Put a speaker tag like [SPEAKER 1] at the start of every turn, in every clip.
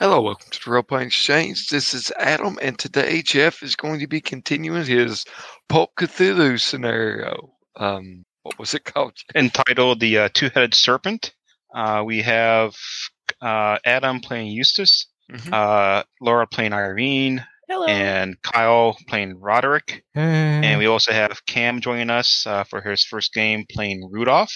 [SPEAKER 1] Hello, welcome to the Real Pine Exchange. This is Adam, and today Jeff is going to be continuing his Pulp Cthulhu scenario. Um, what was it called?
[SPEAKER 2] entitled The uh, Two Headed Serpent. Uh, we have uh, Adam playing Eustace,
[SPEAKER 1] Mhm.
[SPEAKER 2] uh, Laura playing Irene,
[SPEAKER 3] Hello.
[SPEAKER 2] and Kyle playing Roderick. And we also have Cam joining us uh, for his first game playing Rudolph.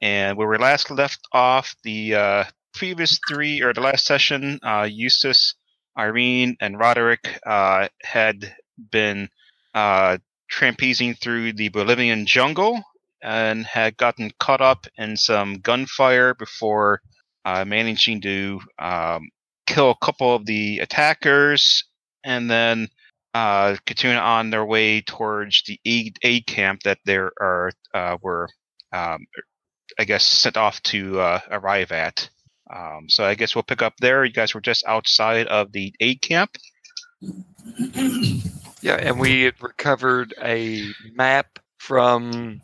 [SPEAKER 2] And where we last left off, the uh, previous three or the last session, uh, Eustace, Irene, and Roderick uh, had been uh, trampezing through the Bolivian jungle and had gotten caught up in some gunfire before uh, managing to um, kill a couple of the attackers and then uh, continuing on their way towards the aid, aid camp that they are uh, were, um, I guess, sent off to uh, arrive at. Um, so I guess we'll pick up there. You guys were just outside of the aid camp.
[SPEAKER 1] Yeah, and we had recovered a map from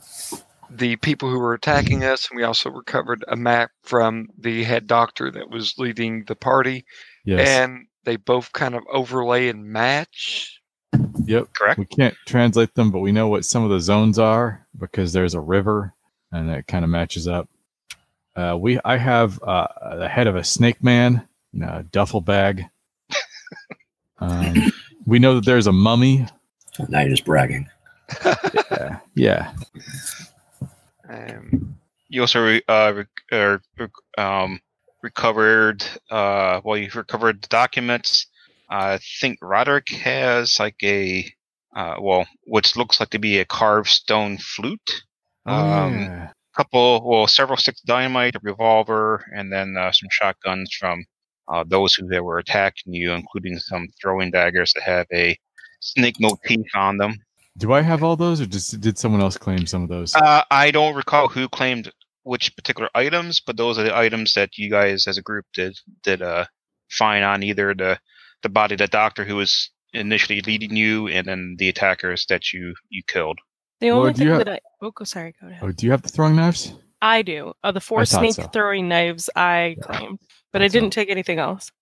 [SPEAKER 1] the people who were attacking us, and we also recovered a map from the head doctor that was leading the party,
[SPEAKER 4] Yes.
[SPEAKER 1] and they both kind of overlay and match.
[SPEAKER 4] yep.
[SPEAKER 2] Correct.
[SPEAKER 4] We can't translate them, but we know what some of the zones are because there's a river and that kind of matches up. Uh, we I have uh, the head of a snake man in a duffel bag. um, we know that there's a mummy.
[SPEAKER 5] Now you're just bragging.
[SPEAKER 4] Yeah. yeah.
[SPEAKER 1] Um,
[SPEAKER 2] You also re- uh, re- er, rec- um, recovered uh, well, you've recovered the documents. I think Roderick has like a uh, well, which looks like to be a carved stone flute. Um,
[SPEAKER 4] Oh, Yeah.
[SPEAKER 2] couple, well, several six dynamite, a revolver, and then uh, some shotguns from uh, those who that were attacking you, including some throwing daggers that have a snake motif on them.
[SPEAKER 4] Do I have all those, or just did someone else claim some of those?
[SPEAKER 2] Uh, I don't recall who claimed which particular items, but those are the items that you guys as a group did did uh, find on either the the body of the doctor who was initially leading you, and then the attackers that you you killed.
[SPEAKER 3] the
[SPEAKER 4] Laura,
[SPEAKER 3] only
[SPEAKER 4] do you
[SPEAKER 3] thing
[SPEAKER 4] have-
[SPEAKER 3] that I oh, go, sorry, go ahead.
[SPEAKER 4] oh, do you have the throwing knives?
[SPEAKER 3] I do. Uh, the four
[SPEAKER 4] I thought
[SPEAKER 3] snake
[SPEAKER 4] so.
[SPEAKER 3] throwing knives I claimed, but I
[SPEAKER 4] Thought so.
[SPEAKER 3] didn't take anything else.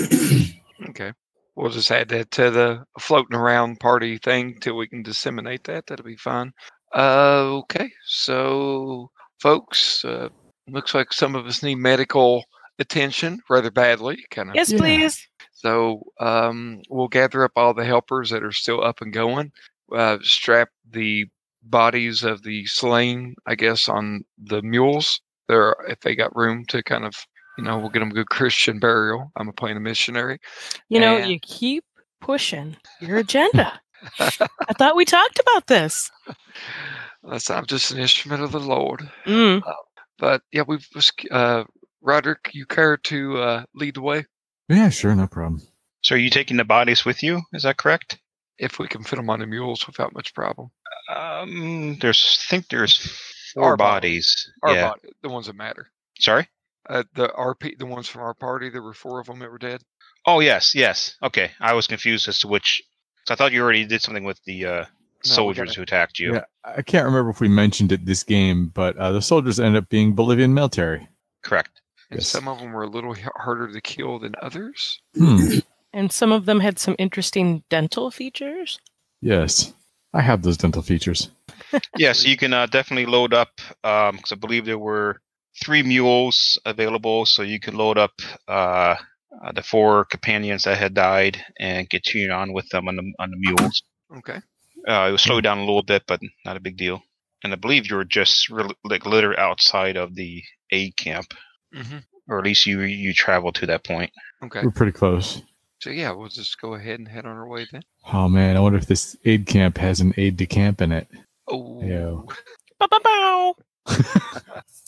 [SPEAKER 1] Okay. We'll just add that to the floating around party thing till we can disseminate that. That'll be fine. Uh, okay. So, folks, uh, looks like some of us need medical attention rather badly, kind of.
[SPEAKER 3] Yes,
[SPEAKER 4] Yeah.
[SPEAKER 3] please.
[SPEAKER 1] So, um, we'll gather up all the helpers that are still up and going, uh, strap the bodies of the slain, I guess, on the mules. There, if they got room to kind of, you know, we'll get them a good Christian burial. I'm a playing a missionary.
[SPEAKER 3] You know,
[SPEAKER 1] And-
[SPEAKER 3] you keep pushing your agenda. I thought we talked about this.
[SPEAKER 1] That's, Uh, I'm just an instrument of the Lord.
[SPEAKER 3] Mm.
[SPEAKER 1] But yeah, we've just, uh, Roderick, you care to uh, lead the way
[SPEAKER 4] Yeah, sure, no problem.
[SPEAKER 2] So, are you taking the bodies with you? Is that correct?
[SPEAKER 1] if we can fit them on the mules without much problem.
[SPEAKER 2] Um, there's think there's four
[SPEAKER 1] Our body.
[SPEAKER 2] bodies.
[SPEAKER 1] Our
[SPEAKER 2] yeah.
[SPEAKER 1] body, the ones that matter.
[SPEAKER 2] Sorry.
[SPEAKER 1] Uh, the RP, the ones from our party, there were four of them that were dead.
[SPEAKER 2] Oh yes, yes. Okay, I was confused as to which. 'cause I thought you already did something with the uh, soldiers who attacked you.
[SPEAKER 4] Yeah, I can't remember if we mentioned it this game, but uh, the soldiers end up being Bolivian military.
[SPEAKER 2] Correct.
[SPEAKER 1] and
[SPEAKER 4] Yes.
[SPEAKER 1] some of them were a little h- harder to kill than others.
[SPEAKER 4] Hmm.
[SPEAKER 3] And some of them had some interesting dental features.
[SPEAKER 4] Yes, I have those dental features.
[SPEAKER 2] Yeah, so you can uh, definitely load up because I believe there were three mules available, so you can load up uh, uh, the four companions that had died and continue on with them on the on the mules.
[SPEAKER 1] Okay.
[SPEAKER 2] Uh, it was slowed
[SPEAKER 1] Mm-hmm.
[SPEAKER 2] down a little bit, but not a big deal. And I believe you were just re- like litter outside of the aid camp,
[SPEAKER 1] hmm
[SPEAKER 2] or at least you you traveled to that point.
[SPEAKER 1] Okay.
[SPEAKER 4] We're pretty close.
[SPEAKER 1] So yeah, we'll just go ahead and head on our way then.
[SPEAKER 4] Oh man, I wonder if this aid camp has an aid de camp in it.
[SPEAKER 1] Oh,
[SPEAKER 4] Yeah.
[SPEAKER 3] Bow, bow, bow.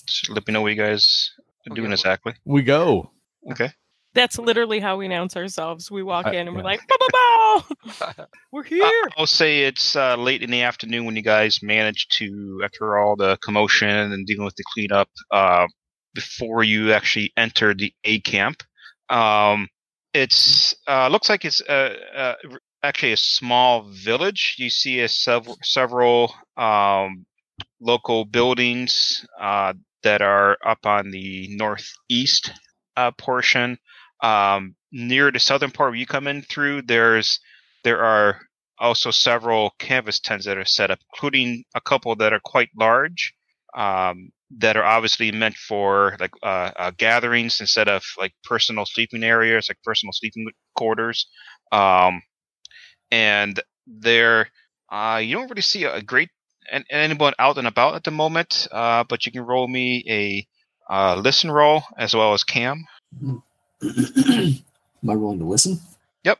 [SPEAKER 2] Just let me know what you guys are
[SPEAKER 1] Okay,
[SPEAKER 2] doing
[SPEAKER 1] well-
[SPEAKER 2] exactly.
[SPEAKER 4] We go.
[SPEAKER 2] Okay.
[SPEAKER 3] That's literally how we announce ourselves. We walk
[SPEAKER 4] I-
[SPEAKER 3] in and we're
[SPEAKER 4] yeah.
[SPEAKER 3] like, bow, bow, bow. we're here.
[SPEAKER 2] I'll say it's uh, late in the afternoon when you guys manage to, after all the commotion and dealing with the cleanup, uh, before you actually enter the A camp. Um, it's uh, looks like it's uh, uh, actually a small village. You see a sev- several um, local buildings uh, that are up on the northeast uh, portion. Um, near the southern part where you come in through, there's there are also several canvas tents that are set up, including a couple that are quite large, um, that are obviously meant for like uh, uh, gatherings instead of like personal sleeping areas, like personal sleeping quarters. Um, and there, uh, you don't really see a great an, anyone out and about at the moment, uh, but you can roll me a uh, listen roll as well as cam.
[SPEAKER 5] Am I rolling to listen?
[SPEAKER 2] Yep.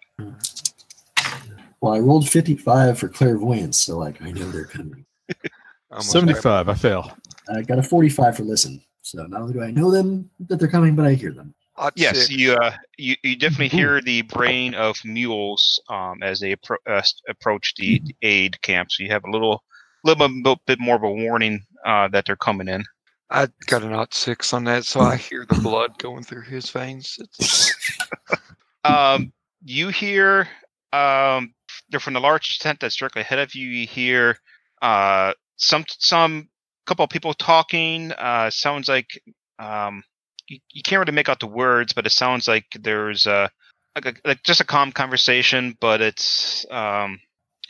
[SPEAKER 5] Well, I rolled 55 for clairvoyance, so like I know they're coming.
[SPEAKER 1] Almost every-
[SPEAKER 4] 75. I fail.
[SPEAKER 5] I got a 45 for listen. So not only do I know them that they're coming, but I hear them.
[SPEAKER 1] Odd
[SPEAKER 2] Yes,
[SPEAKER 1] six.
[SPEAKER 2] you, uh, you you definitely hear the brain of mules um, as they appro- uh, s- approach the the aid camp. So you have a little little bit, bit more of a warning uh, that they're coming in.
[SPEAKER 1] I got an odd six on that, so I hear the blood going through his veins. It's,
[SPEAKER 2] Um, you hear um, they're from the large tent that's directly ahead of you. You hear uh, some some couple of people talking. Uh, sounds like um, you, you can't really make out the words, but it sounds like there's uh like, a, like just a calm conversation. But it's um,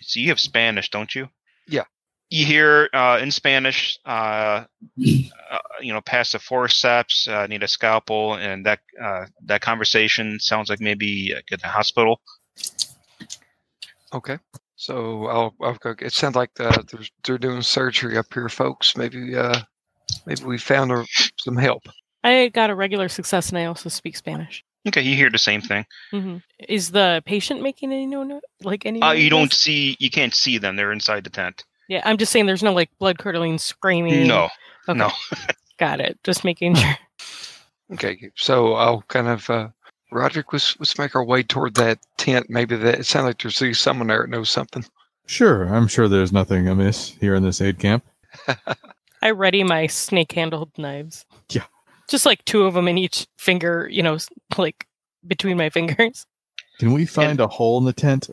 [SPEAKER 2] so you have Spanish, don't you?
[SPEAKER 1] Yeah.
[SPEAKER 2] You hear uh, in Spanish, uh, uh, you know, pass the forceps, uh, need a scalpel, and that uh, that conversation sounds like maybe like, at the hospital.
[SPEAKER 1] okay. So I'll, I'll go. It sounds like uh, they're, they're doing surgery up here, folks. Maybe uh, maybe we found her some help.
[SPEAKER 3] I got a regular success and I also speak Spanish.
[SPEAKER 2] Okay, you hear the same thing.
[SPEAKER 3] hmm Is the patient making any no like any?
[SPEAKER 2] Mm-hmm. Uh, you don't
[SPEAKER 3] noise?
[SPEAKER 2] see, you can't see them. They're inside the tent.
[SPEAKER 3] Yeah, I'm just saying. There's no like blood curdling screaming.
[SPEAKER 2] No,
[SPEAKER 3] Okay,
[SPEAKER 2] no.
[SPEAKER 3] Got it. Just making sure.
[SPEAKER 1] Okay, so I'll kind of uh, Roderick. Let's let's make our way toward that tent. Maybe that it sounds like there's at least someone there that knows something.
[SPEAKER 4] Sure. I'm sure there's nothing amiss here in this aid camp.
[SPEAKER 3] I ready my snake handled knives.
[SPEAKER 4] Yeah.
[SPEAKER 3] Just like two of them in each finger, you know, s- like between my fingers.
[SPEAKER 4] Can we find a hole in the tent?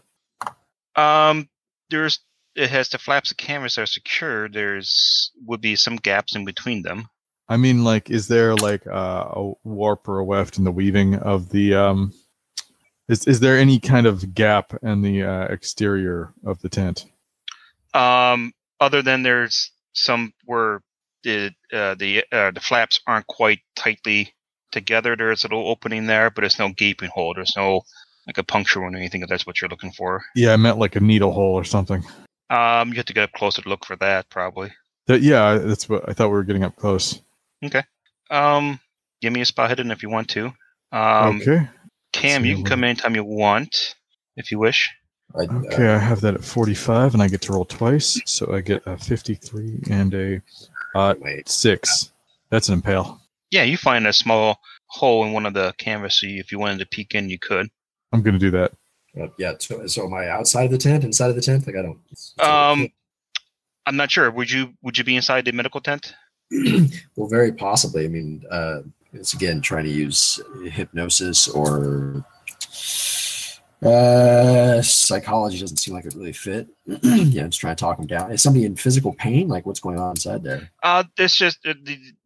[SPEAKER 2] Um, there's it has the flaps of canvas that are secure. There's would be some gaps in between them.
[SPEAKER 4] I mean, like, is there like uh, a warp or a weft in the weaving of the? Um, is is there any kind of gap in the uh, exterior of the tent?
[SPEAKER 2] Um, other than there's some where the uh, the uh, the flaps aren't quite tightly together. There's a little opening there, but it's no gaping hole. There's no like a puncture or anything if that's what you're looking for.
[SPEAKER 4] Yeah, I meant like a needle hole or something.
[SPEAKER 2] Um, you have to get up closer to look for that probably.
[SPEAKER 4] That, yeah, that's what I thought we were getting up close.
[SPEAKER 2] Um, give me a spot hidden if you want to. Um,
[SPEAKER 4] okay,
[SPEAKER 2] Cam, you can come anytime you want if you wish.
[SPEAKER 5] I, uh,
[SPEAKER 4] okay, I have that at forty-five, and I get to roll twice, so I get a fifty-three and a
[SPEAKER 5] wait.
[SPEAKER 4] six. That's an impale.
[SPEAKER 2] Yeah, you find a small hole in one of the canvas. So you, if you wanted to peek in, you could.
[SPEAKER 4] I'm gonna do that.
[SPEAKER 5] Uh, yeah. So, so am I outside of the tent? Inside of the tent? Like I don't.
[SPEAKER 2] Um, I'm not sure. Would you would you be inside the medical tent?
[SPEAKER 5] well, very possibly. I mean, uh, it's again trying to use hypnosis or uh, psychology doesn't seem like it really fit. yeah, I'm just trying to talk him down. Is somebody in physical pain? Like, what's going on inside there?
[SPEAKER 2] Uh, it's just uh,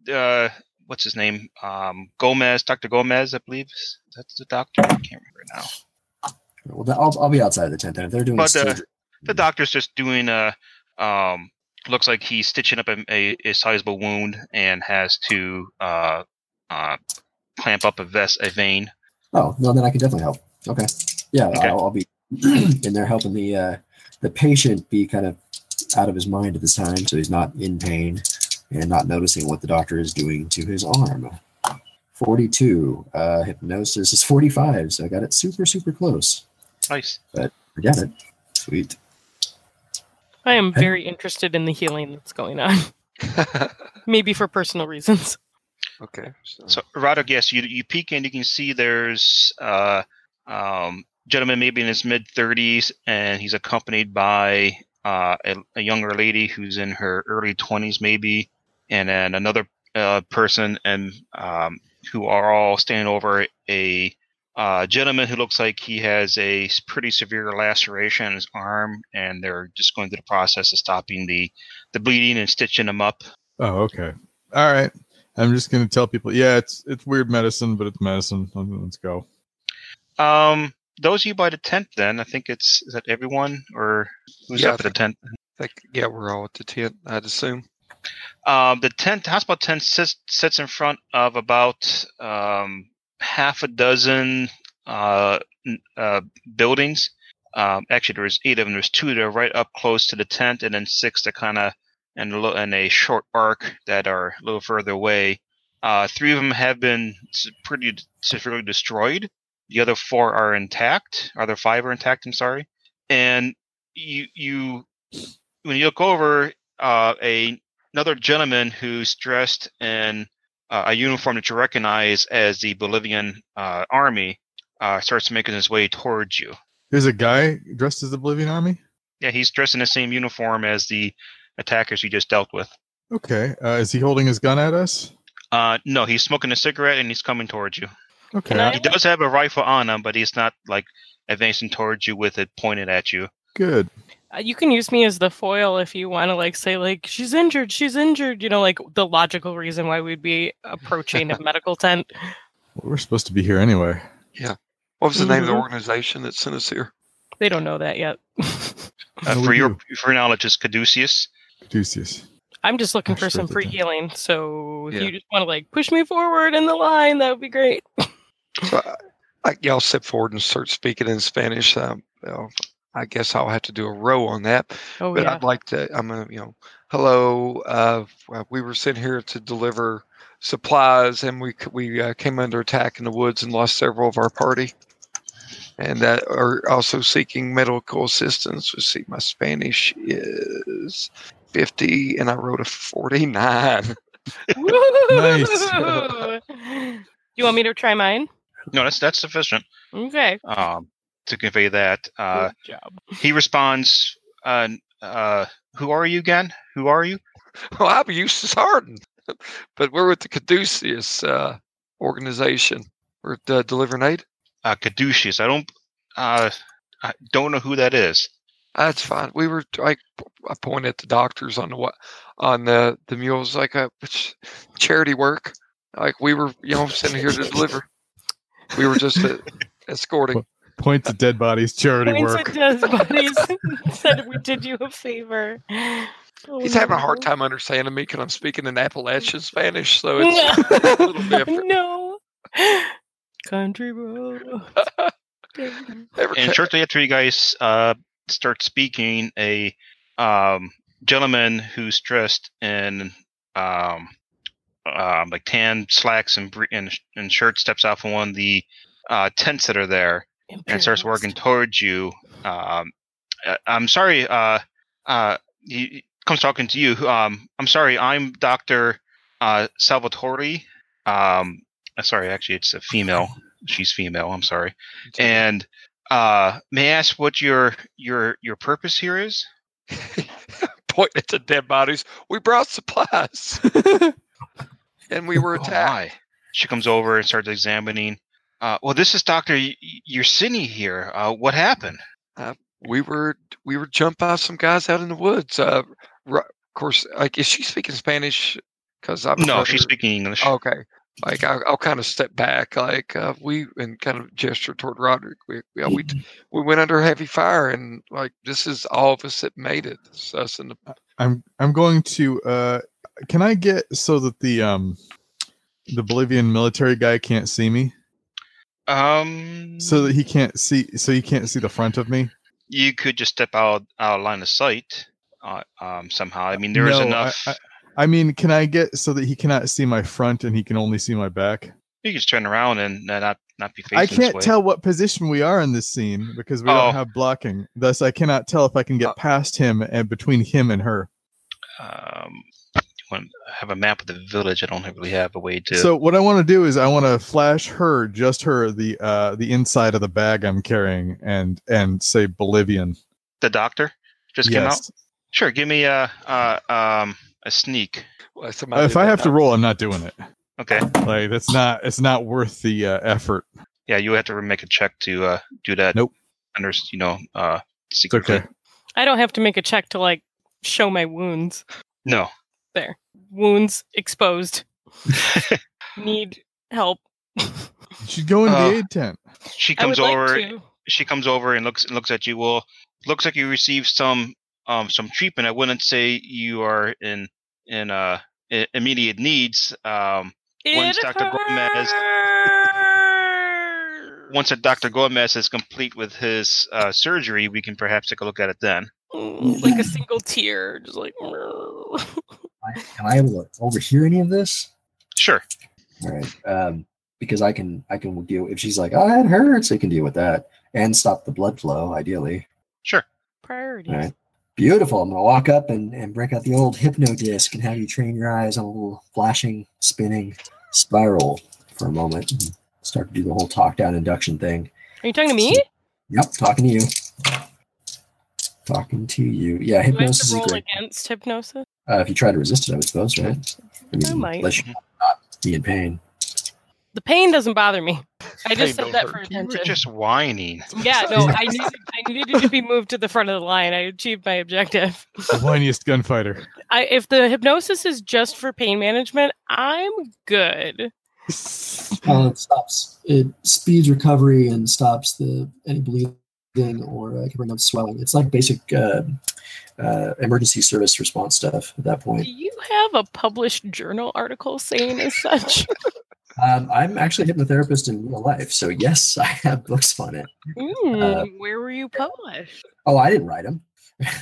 [SPEAKER 2] the uh, what's his name? Um, Gomez, Doctor Gomez, I believe. That's the doctor. I can't remember now.
[SPEAKER 5] Well, I'll, I'll be outside of the tent then. If they're doing
[SPEAKER 2] But, uh,
[SPEAKER 5] surgery-
[SPEAKER 2] The doctor's just doing a. Um, looks like he's stitching up a, a, a sizable wound and has to uh, uh, clamp up a vest, a vein.
[SPEAKER 5] Oh no, then I can definitely help. Okay, yeah,
[SPEAKER 2] Okay.
[SPEAKER 5] I'll, I'll be in there helping the uh, the patient be kind of out of his mind at this time, so he's not in pain and not noticing what the doctor is doing to his arm. Forty-two uh, hypnosis is forty-five, so I got it super super close.
[SPEAKER 2] Nice.
[SPEAKER 5] Forget it. Sweet.
[SPEAKER 3] I am very interested in the healing that's going on, maybe for personal reasons.
[SPEAKER 1] okay. So,
[SPEAKER 2] So, Roderick, yes, you you peek in, you can see there's uh, um, gentleman maybe in his mid 30s, and he's accompanied by uh, a, a younger lady who's in her early 20s, maybe, and then another uh, person, and um, who are all standing over a uh, gentleman who looks like he has a s- pretty severe laceration in his arm, and they're just going through the process of stopping the the bleeding and stitching him up.
[SPEAKER 4] Oh, okay. All right. I'm just gonna tell people. Yeah, it's it's weird medicine, but it's medicine. Let's go.
[SPEAKER 2] Um, those of you by the tent, then I think it's is that everyone or who's
[SPEAKER 1] Yeah, I
[SPEAKER 2] up at the tent?
[SPEAKER 1] Like, yeah, we're all at the tent, I'd assume.
[SPEAKER 2] Um, the tent, house about tent sits sits in front of about um, half a dozen uh, n- uh, buildings. Um, actually, there's eight of them. There's two that are right up close to the tent, and then six that kind of and a lo- and a short arc that are a little further away. Uh, three of them have been s- pretty severely destroyed. The other four are intact. Other five are intact. I'm sorry. And you you when you look over, uh, a another gentleman who's dressed in uh, a uniform that you recognize as the Bolivian uh, army uh, starts making his way towards you.
[SPEAKER 4] There's a guy dressed as the Bolivian Army.
[SPEAKER 2] Yeah, he's dressed in the same uniform as the attackers you just dealt with.
[SPEAKER 4] Okay. Uh, is he holding his gun at us?
[SPEAKER 2] Uh, no, he's smoking a cigarette and he's coming towards you.
[SPEAKER 4] Okay.
[SPEAKER 3] Can I-
[SPEAKER 2] He does have a rifle on him, but he's not like advancing towards you with it pointed at you.
[SPEAKER 4] Good.
[SPEAKER 3] Uh, You can use me as the foil if you want to, like, say, like, she's injured, she's injured. You know, like the logical reason why we'd be approaching a medical tent.
[SPEAKER 4] We're supposed to be here anyway.
[SPEAKER 1] What was the name of the
[SPEAKER 3] Mhm.
[SPEAKER 1] organization that sent us here?
[SPEAKER 3] They don't know that yet.
[SPEAKER 2] Uh,
[SPEAKER 4] No, we
[SPEAKER 2] for your
[SPEAKER 4] do.
[SPEAKER 2] for your knowledge, it's Caduceus.
[SPEAKER 4] Caduceus.
[SPEAKER 3] I'm just looking for
[SPEAKER 4] Actually,
[SPEAKER 3] some
[SPEAKER 4] they
[SPEAKER 3] free
[SPEAKER 4] don't.
[SPEAKER 3] healing. So if
[SPEAKER 1] Yeah.
[SPEAKER 3] you just want to, like, push me forward in the line, that would be great.
[SPEAKER 1] So, I- I, y'all step forward and start speaking in Spanish. Um, well, I guess I'll have to do a row on that.
[SPEAKER 3] Oh,
[SPEAKER 1] but
[SPEAKER 3] yeah.
[SPEAKER 1] I'd like to. I'm gonna, you know, hello. Uh, uh, we were sent here to deliver supplies, and we c- we uh, came under attack in the woods and lost several of our party, and that are also seeking medical assistance. Let's see, my Spanish is 50, and I wrote a 49.
[SPEAKER 3] Woo! you want me to try mine?
[SPEAKER 2] No, that's that's sufficient
[SPEAKER 3] Okay.
[SPEAKER 2] um, to convey that. Uh,
[SPEAKER 3] Good job.
[SPEAKER 2] he responds, uh, uh, "Who are you again? Who are you?"
[SPEAKER 1] Well, I'm used to Sarden, but we're with the Caduceus uh, organization. We're uh, delivering aid.
[SPEAKER 2] Uh, Caduceus. I don't, uh, I don't know who that is.
[SPEAKER 1] That's fine. We were like, I pointed at the doctors on the what on the the mules, like a it's charity work. Like we were, you know, sitting here to deliver. We were just uh, escorting.
[SPEAKER 4] Point to dead bodies, charity
[SPEAKER 3] Points
[SPEAKER 4] work.
[SPEAKER 3] at dead bodies said we did you a favor. Oh,
[SPEAKER 1] He's having a
[SPEAKER 3] no.
[SPEAKER 1] hard time understanding me because I'm speaking in Appalachian Spanish, so it's a little different.
[SPEAKER 3] no. Country road.
[SPEAKER 1] Every
[SPEAKER 2] And
[SPEAKER 1] ca-
[SPEAKER 2] shortly after you guys uh, start speaking, a um, gentleman who's dressed in um, um, like tan slacks and, bre- and and shirt steps out from one of the uh, tents that are there. and starts working towards you. Um, uh, I'm sorry. Uh, uh, he he comes talking to you. Um, I'm sorry. I'm Doctor uh, Salvatore. Um, uh, sorry, actually, it's a female. She's female. I'm sorry. And uh, may I ask what your your your purpose here is?
[SPEAKER 1] pointing at the dead bodies. We brought supplies, and we were
[SPEAKER 2] Oh,
[SPEAKER 1] attacked.
[SPEAKER 2] my. She comes over and starts examining. Uh, well, this is Doctor Yersinia here. Uh, what happened?
[SPEAKER 1] we were we were jumped by some guys out in the woods. Uh, ru- of course, like is she speaking Spanish? Because I'm
[SPEAKER 2] No, she's
[SPEAKER 1] speaking.
[SPEAKER 2] speaking English.
[SPEAKER 1] Okay. Like I'll, I'll kind of step back, like uh, we and kind of gesture toward Roderick. We we, we we went under heavy fire, and like this is all of us that made it. It's us and the,
[SPEAKER 4] I'm I'm going to uh can I get so that the um the Bolivian military guy can't see me?
[SPEAKER 2] Um.
[SPEAKER 4] So that he can't see so you can't see the front of me?
[SPEAKER 2] you could just step out out of line of sight uh, um, somehow. I mean, there is
[SPEAKER 4] No, I-
[SPEAKER 2] enough.
[SPEAKER 4] I- I mean, can I get so that he cannot see my front and he can only see my back?
[SPEAKER 2] you can just turn around and uh, not not be facing.
[SPEAKER 4] I
[SPEAKER 2] this
[SPEAKER 4] can't
[SPEAKER 2] way.
[SPEAKER 4] tell what position we are in this scene because we
[SPEAKER 2] Oh. Uh.
[SPEAKER 4] don't have blocking. Thus, I cannot tell if I can get past him and between him and her.
[SPEAKER 2] Um, you want to have a map of the village? I don't really have a way to.
[SPEAKER 4] So, what I want to do is I want to flash her, just her, the uh, the inside of the bag I'm carrying, and and say Bolivian.
[SPEAKER 2] the doctor just came out. Sure, give me a, a um a sneak.
[SPEAKER 1] well,
[SPEAKER 4] Uh,
[SPEAKER 1] somebody
[SPEAKER 4] if
[SPEAKER 1] did
[SPEAKER 4] I
[SPEAKER 1] that
[SPEAKER 4] have to
[SPEAKER 1] now.
[SPEAKER 4] roll, I'm not doing it.
[SPEAKER 2] Okay,
[SPEAKER 4] Like that's not it's not worth the uh, effort.
[SPEAKER 2] yeah, you have to make a check to uh, do that.
[SPEAKER 4] Nope.
[SPEAKER 2] Under you know uh
[SPEAKER 4] It's
[SPEAKER 2] secretly.
[SPEAKER 4] okay.
[SPEAKER 3] I don't have to make a check to like show my wounds.
[SPEAKER 2] No.
[SPEAKER 3] Wounds exposed. Need help.
[SPEAKER 4] You should go in
[SPEAKER 2] Uh,
[SPEAKER 4] the aid tent.
[SPEAKER 2] She
[SPEAKER 3] I
[SPEAKER 2] comes
[SPEAKER 3] would like
[SPEAKER 2] over.
[SPEAKER 3] to-
[SPEAKER 2] she comes over and looks looks at you. Well, looks like you received some um some treatment. I wouldn't say you are in in uh i- immediate needs. Um, Once
[SPEAKER 3] It
[SPEAKER 2] Dr. Gomez-
[SPEAKER 3] hurts.
[SPEAKER 2] once a Dr. Gomez is complete with his uh, surgery, we can perhaps take a look at it then.
[SPEAKER 3] Mm, like a single tear, just like. mm.
[SPEAKER 5] Am I able to overhear any of this?
[SPEAKER 2] Sure.
[SPEAKER 5] All right. Um, because I can I can deal if she's like, oh, it hurts, I can deal with that and stop the blood flow ideally.
[SPEAKER 2] Sure.
[SPEAKER 3] Priorities.
[SPEAKER 5] All right. Beautiful. I'm gonna walk up and, and break out the old hypno disc and have you train your eyes on a little flashing, spinning spiral for a moment and start to do the whole talk down induction thing.
[SPEAKER 3] Are you talking to me?
[SPEAKER 5] Yep, talking to you. Talking to you.
[SPEAKER 3] Do
[SPEAKER 5] Yeah,
[SPEAKER 3] I have
[SPEAKER 5] hypnosis
[SPEAKER 3] to
[SPEAKER 5] is
[SPEAKER 3] roll
[SPEAKER 5] great.
[SPEAKER 3] against hypnosis?
[SPEAKER 5] Uh, if you try to resist it, I would suppose, right? I mean,
[SPEAKER 3] might.
[SPEAKER 5] Unless you not be in pain.
[SPEAKER 3] The pain doesn't bother me. I just
[SPEAKER 1] Pain
[SPEAKER 3] said that
[SPEAKER 1] don't
[SPEAKER 3] for
[SPEAKER 1] hurt.
[SPEAKER 2] You were
[SPEAKER 3] attention.
[SPEAKER 2] just whining.
[SPEAKER 3] Yeah, no, I needed, I needed to be moved to the front of the line. I achieved my objective.
[SPEAKER 4] The whiniest gunfighter.
[SPEAKER 3] I, if the hypnosis is just for pain management, I'm good.
[SPEAKER 6] Uh, it stops. It speeds recovery and stops the any bleeding or uh, can bring up swelling. It's like basic uh,
[SPEAKER 5] Uh, emergency service response stuff at that
[SPEAKER 3] Do
[SPEAKER 5] point.
[SPEAKER 3] you have a published journal article saying as such?
[SPEAKER 5] Um, I'm actually a hypnotherapist in real life, so yes, I have books on it.
[SPEAKER 3] Mm, where were you published?
[SPEAKER 5] Oh, I didn't write them.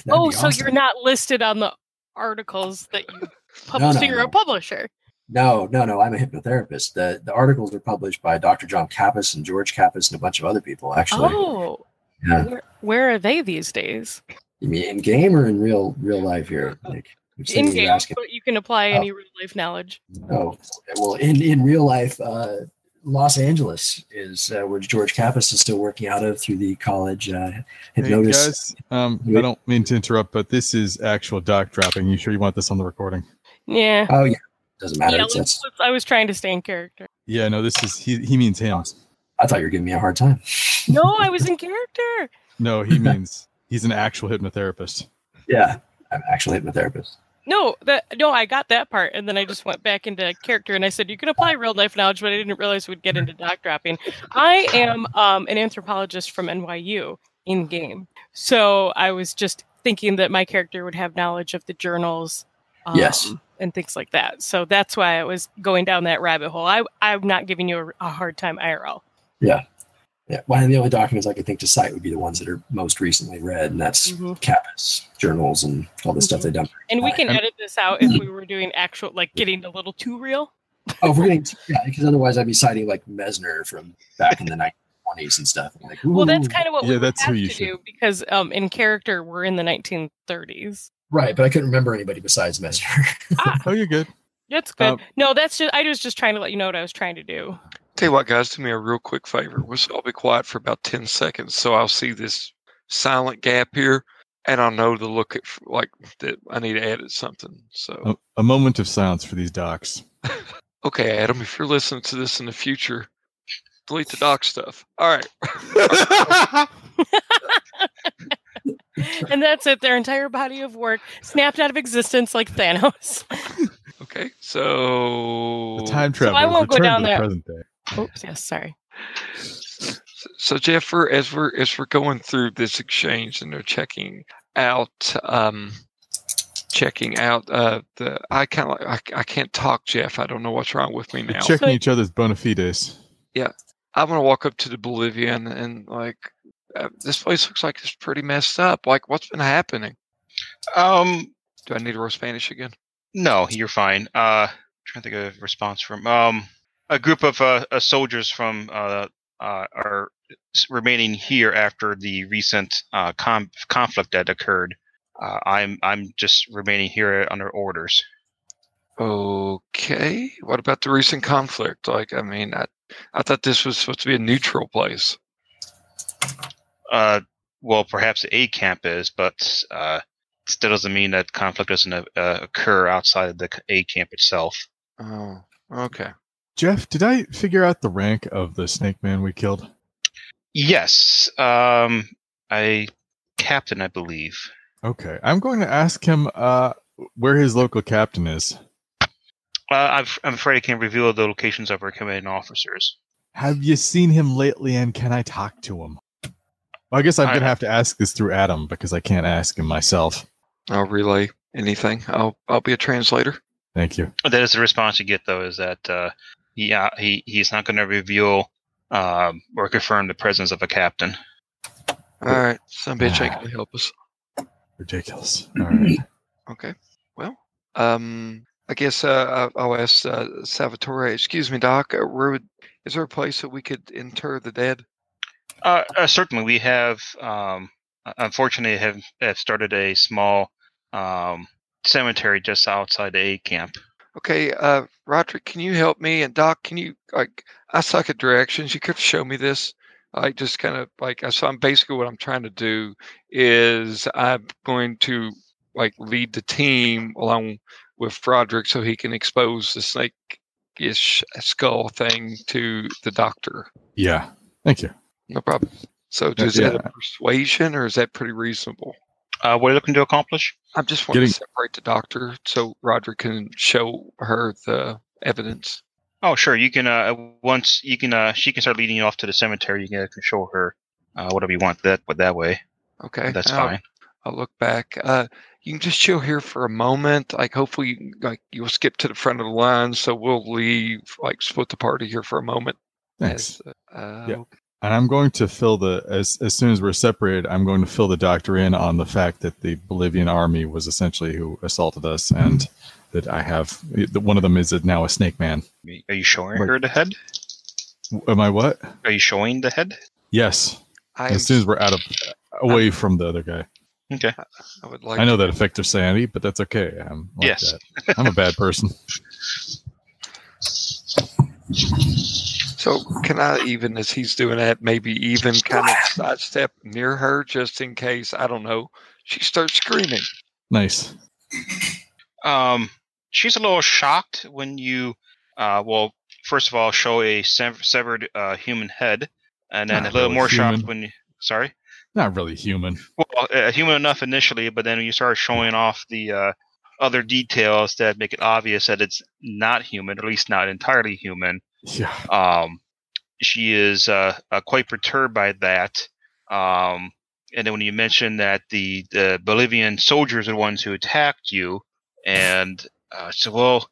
[SPEAKER 3] Oh, so you're not listed on the articles that you published. so
[SPEAKER 5] no,
[SPEAKER 3] you're
[SPEAKER 5] no.
[SPEAKER 3] a publisher.
[SPEAKER 5] No, no, no. I'm a hypnotherapist. The the articles are published by Dr. John Kappas and George Kappas and a bunch of other people, actually.
[SPEAKER 3] Oh,
[SPEAKER 5] Yeah.
[SPEAKER 3] where, where are they these days?
[SPEAKER 5] You mean in game or in real real life here? Like, which thing
[SPEAKER 3] In
[SPEAKER 5] are you
[SPEAKER 3] game,
[SPEAKER 5] asking?
[SPEAKER 3] but you can apply any real life knowledge.
[SPEAKER 5] Oh, well, in, in real life, uh, Los Angeles is uh, where George Kappas is still working out of through the college uh,
[SPEAKER 4] Hey,
[SPEAKER 5] hypnosis.
[SPEAKER 4] guys, um, I don't mean to interrupt, but this is actual doc dropping. You sure you want this on the recording?
[SPEAKER 3] Yeah.
[SPEAKER 5] oh, yeah. Doesn't matter.
[SPEAKER 3] yeah
[SPEAKER 5] It's-
[SPEAKER 3] let's-
[SPEAKER 5] it's-
[SPEAKER 3] let's- I was trying to stay in character.
[SPEAKER 4] Yeah, no, this is he. He means him.
[SPEAKER 5] I thought you were giving me a hard time.
[SPEAKER 3] No, I was in character.
[SPEAKER 4] No, he means he's an actual hypnotherapist.
[SPEAKER 5] Yeah. I'm actually a hypnotherapist.
[SPEAKER 3] No, that no, I got that part, and then I just went back into character, and I said you can apply real life knowledge, but I didn't realize we'd get into doc dropping. I am um, an anthropologist from NYU in game, so I was just thinking that my character would have knowledge of the journals, um,
[SPEAKER 5] Yes.
[SPEAKER 3] and things like that. So that's why I was going down that rabbit hole. I I'm not giving you a, a hard time, IRL.
[SPEAKER 5] Yeah. One of the only documents I could think to cite would be the ones that are most recently read, and that's
[SPEAKER 3] Mhm.
[SPEAKER 5] Kappas journals and all
[SPEAKER 3] Mm-hmm.
[SPEAKER 5] the stuff they've done.
[SPEAKER 3] And we can
[SPEAKER 4] I'm-
[SPEAKER 3] edit this out if we were doing actual, like getting a little too real.
[SPEAKER 5] Oh, if we're getting yeah, because otherwise I'd be citing like Mesner from back in the 1920s and stuff. I'm like,
[SPEAKER 3] Well, that's
[SPEAKER 5] ooh.
[SPEAKER 3] kind of what
[SPEAKER 4] Yeah,
[SPEAKER 3] we would
[SPEAKER 4] that's who
[SPEAKER 3] have
[SPEAKER 4] you
[SPEAKER 3] to
[SPEAKER 4] should-
[SPEAKER 3] do because um, in character we're in the 1930s.
[SPEAKER 5] right, but I couldn't remember anybody besides Mesner.
[SPEAKER 4] Oh, you're good.
[SPEAKER 3] That's good.
[SPEAKER 4] Um,
[SPEAKER 3] no, that's just I was just trying to let you know what I was trying to do.
[SPEAKER 1] Tell you what, guys, do me a real quick favor. Let's all be quiet for about 10 seconds so I'll see this silent gap here and I'll know to look at, like, that I need to edit something. So,
[SPEAKER 4] A, a moment of silence for these docs.
[SPEAKER 1] okay, Adam, if you're listening to this in the future, delete the doc stuff. All right.
[SPEAKER 3] and that's it. Their entire body of work snapped out of existence like Thanos.
[SPEAKER 1] Okay. So,
[SPEAKER 4] The time travel.
[SPEAKER 3] I won't go down
[SPEAKER 4] to the
[SPEAKER 3] there.
[SPEAKER 4] present day.
[SPEAKER 3] Oops. Yes. Sorry.
[SPEAKER 1] So, Jeff, we're, as we're as we're going through this exchange and they're checking out, um, checking out uh, the I kind of I, I can't talk, Jeff. I don't know what's wrong with me
[SPEAKER 4] They're
[SPEAKER 1] now.
[SPEAKER 4] checking
[SPEAKER 3] So-
[SPEAKER 4] each other's bona fides.
[SPEAKER 1] I'm gonna walk up to the Bolivian and like, uh, this place looks like it's pretty messed up. Like, what's been happening?
[SPEAKER 2] Um,
[SPEAKER 1] Do I need to roll Spanish again?
[SPEAKER 2] no, you're fine. Uh, trying to think of a response from um a group of uh, uh soldiers from uh, uh are s- remaining here after the recent uh com- conflict that occurred. Uh, I'm I'm just remaining here under orders.
[SPEAKER 1] Okay. What about the recent conflict? Like, I mean, I I thought this was supposed to be a neutral place.
[SPEAKER 2] Uh, well, perhaps a camp is, but uh, still doesn't mean that conflict doesn't uh, occur outside of the c- a camp itself.
[SPEAKER 1] Oh, okay.
[SPEAKER 4] Jeff, did I figure out the rank of the snake man we killed?
[SPEAKER 2] Yes. Um, I captain, I believe.
[SPEAKER 4] Okay, I'm going to ask him uh, where his local captain is.
[SPEAKER 2] Uh, I've, I'm afraid I can't reveal the locations of our commanding officers.
[SPEAKER 4] Have you seen him lately and can I talk to him? Well, I guess I'm
[SPEAKER 2] I-
[SPEAKER 4] going to have to ask this through Adam because I can't ask him myself.
[SPEAKER 1] I'll relay Oh, anything. I'll I'll be a translator.
[SPEAKER 4] Thank you.
[SPEAKER 2] That is the response you get, though, is that uh, he, uh, he he's not going to reveal um, or confirm the presence of a captain.
[SPEAKER 1] All right, some bitch ain't gonna help us.
[SPEAKER 4] Ridiculous. All right.
[SPEAKER 1] Okay. Well, um, I guess uh, I- I'll ask uh, Salvatore. Excuse me, Doc. uh, Where would, is there a place that we could inter the dead?
[SPEAKER 2] Uh, uh, certainly, we have um, unfortunately have, have started a small um, cemetery just outside the A camp.
[SPEAKER 1] Okay, uh, Roderick, can you help me? And Doc, can you like? I suck at directions. You could show me this. I just kind of like. So I'm basically what I'm trying to do is I'm going to like lead the team along with Roderick so he can expose the snake ish skull thing to the doctor.
[SPEAKER 4] Yeah. Thank you.
[SPEAKER 1] No problem. So
[SPEAKER 4] Yeah,
[SPEAKER 1] is that a persuasion or is that pretty reasonable?
[SPEAKER 2] Uh, what are you looking to accomplish?
[SPEAKER 1] I'm just wanting to
[SPEAKER 4] Getting-
[SPEAKER 1] separate the doctor so Roderick can show her the evidence.
[SPEAKER 2] Oh, sure. You can uh, once you can uh, she can start leading you off to the cemetery. You can show her uh, whatever you want that but that way.
[SPEAKER 1] Okay. Uh,
[SPEAKER 2] That's
[SPEAKER 1] I'll-
[SPEAKER 2] fine.
[SPEAKER 1] I'll look back. Uh, you can just chill here for a moment. Like hopefully, you can- like you'll skip to the front of the line. So we'll leave, like split the party here for a moment.
[SPEAKER 4] Thanks.
[SPEAKER 1] as, uh,
[SPEAKER 4] Yeah. And I'm going to fill the as as soon as we're separated, I'm going to fill the doctor in on the fact that the Bolivian army was essentially who assaulted us, and that I have that one of them is now a snake man.
[SPEAKER 2] Are you showing
[SPEAKER 4] Wait.
[SPEAKER 2] her the head?
[SPEAKER 4] Am I what?
[SPEAKER 2] Are you showing the head?
[SPEAKER 4] Yes.
[SPEAKER 1] I, am,
[SPEAKER 4] As soon as we're out of away from the other guy,
[SPEAKER 2] Okay.
[SPEAKER 1] I would like.
[SPEAKER 4] I know that affects their sanity, but that's okay. I'm like
[SPEAKER 2] Yes.
[SPEAKER 4] that. I'm a bad person.
[SPEAKER 1] So can I even, as he's doing that, maybe even kind of sidestep near her just in case? I don't know. She starts screaming.
[SPEAKER 4] Nice.
[SPEAKER 2] Um, she's a little shocked when you, uh, well, first of all, show a sev- severed uh, human head, and then
[SPEAKER 4] Not
[SPEAKER 2] a little
[SPEAKER 4] really
[SPEAKER 2] more shocked
[SPEAKER 4] human.
[SPEAKER 2] when you. Sorry.
[SPEAKER 4] Not really human.
[SPEAKER 2] Well, uh, human enough initially, but then when you start showing off the uh, other details that make it obvious that it's not human, at least not entirely human.
[SPEAKER 4] Yeah.
[SPEAKER 2] Um, she is uh, uh, quite perturbed by that. Um, and then when you mentioned that the, the Bolivian soldiers are the ones who attacked you, and uh, so well,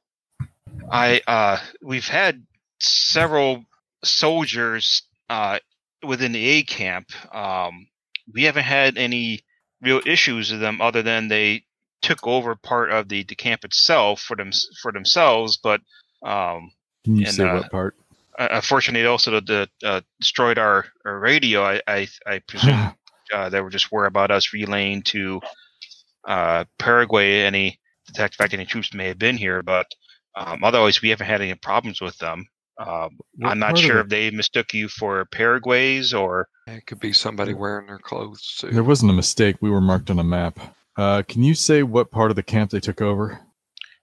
[SPEAKER 2] I uh, we've had several soldiers uh, within the A camp. Um, we haven't had any real issues with them other than they took over part of the, the camp itself for them for themselves, but um,
[SPEAKER 4] Can you
[SPEAKER 2] And,
[SPEAKER 4] say
[SPEAKER 2] uh,
[SPEAKER 4] what part?
[SPEAKER 2] uh, unfortunately, it also the, uh, destroyed our, our radio. I I, I presume uh, they were just worried about us relaying to uh, Paraguay any the fact fact any troops may have been here, but um, otherwise we haven't had any problems with them. Um,
[SPEAKER 4] What
[SPEAKER 2] I'm not
[SPEAKER 4] part of
[SPEAKER 2] sure
[SPEAKER 4] it?
[SPEAKER 2] if they mistook you for Paraguays or
[SPEAKER 1] It could be somebody wearing their clothes too.
[SPEAKER 4] There wasn't a mistake. We were marked on a map. Uh, can you say what part of the camp they took over?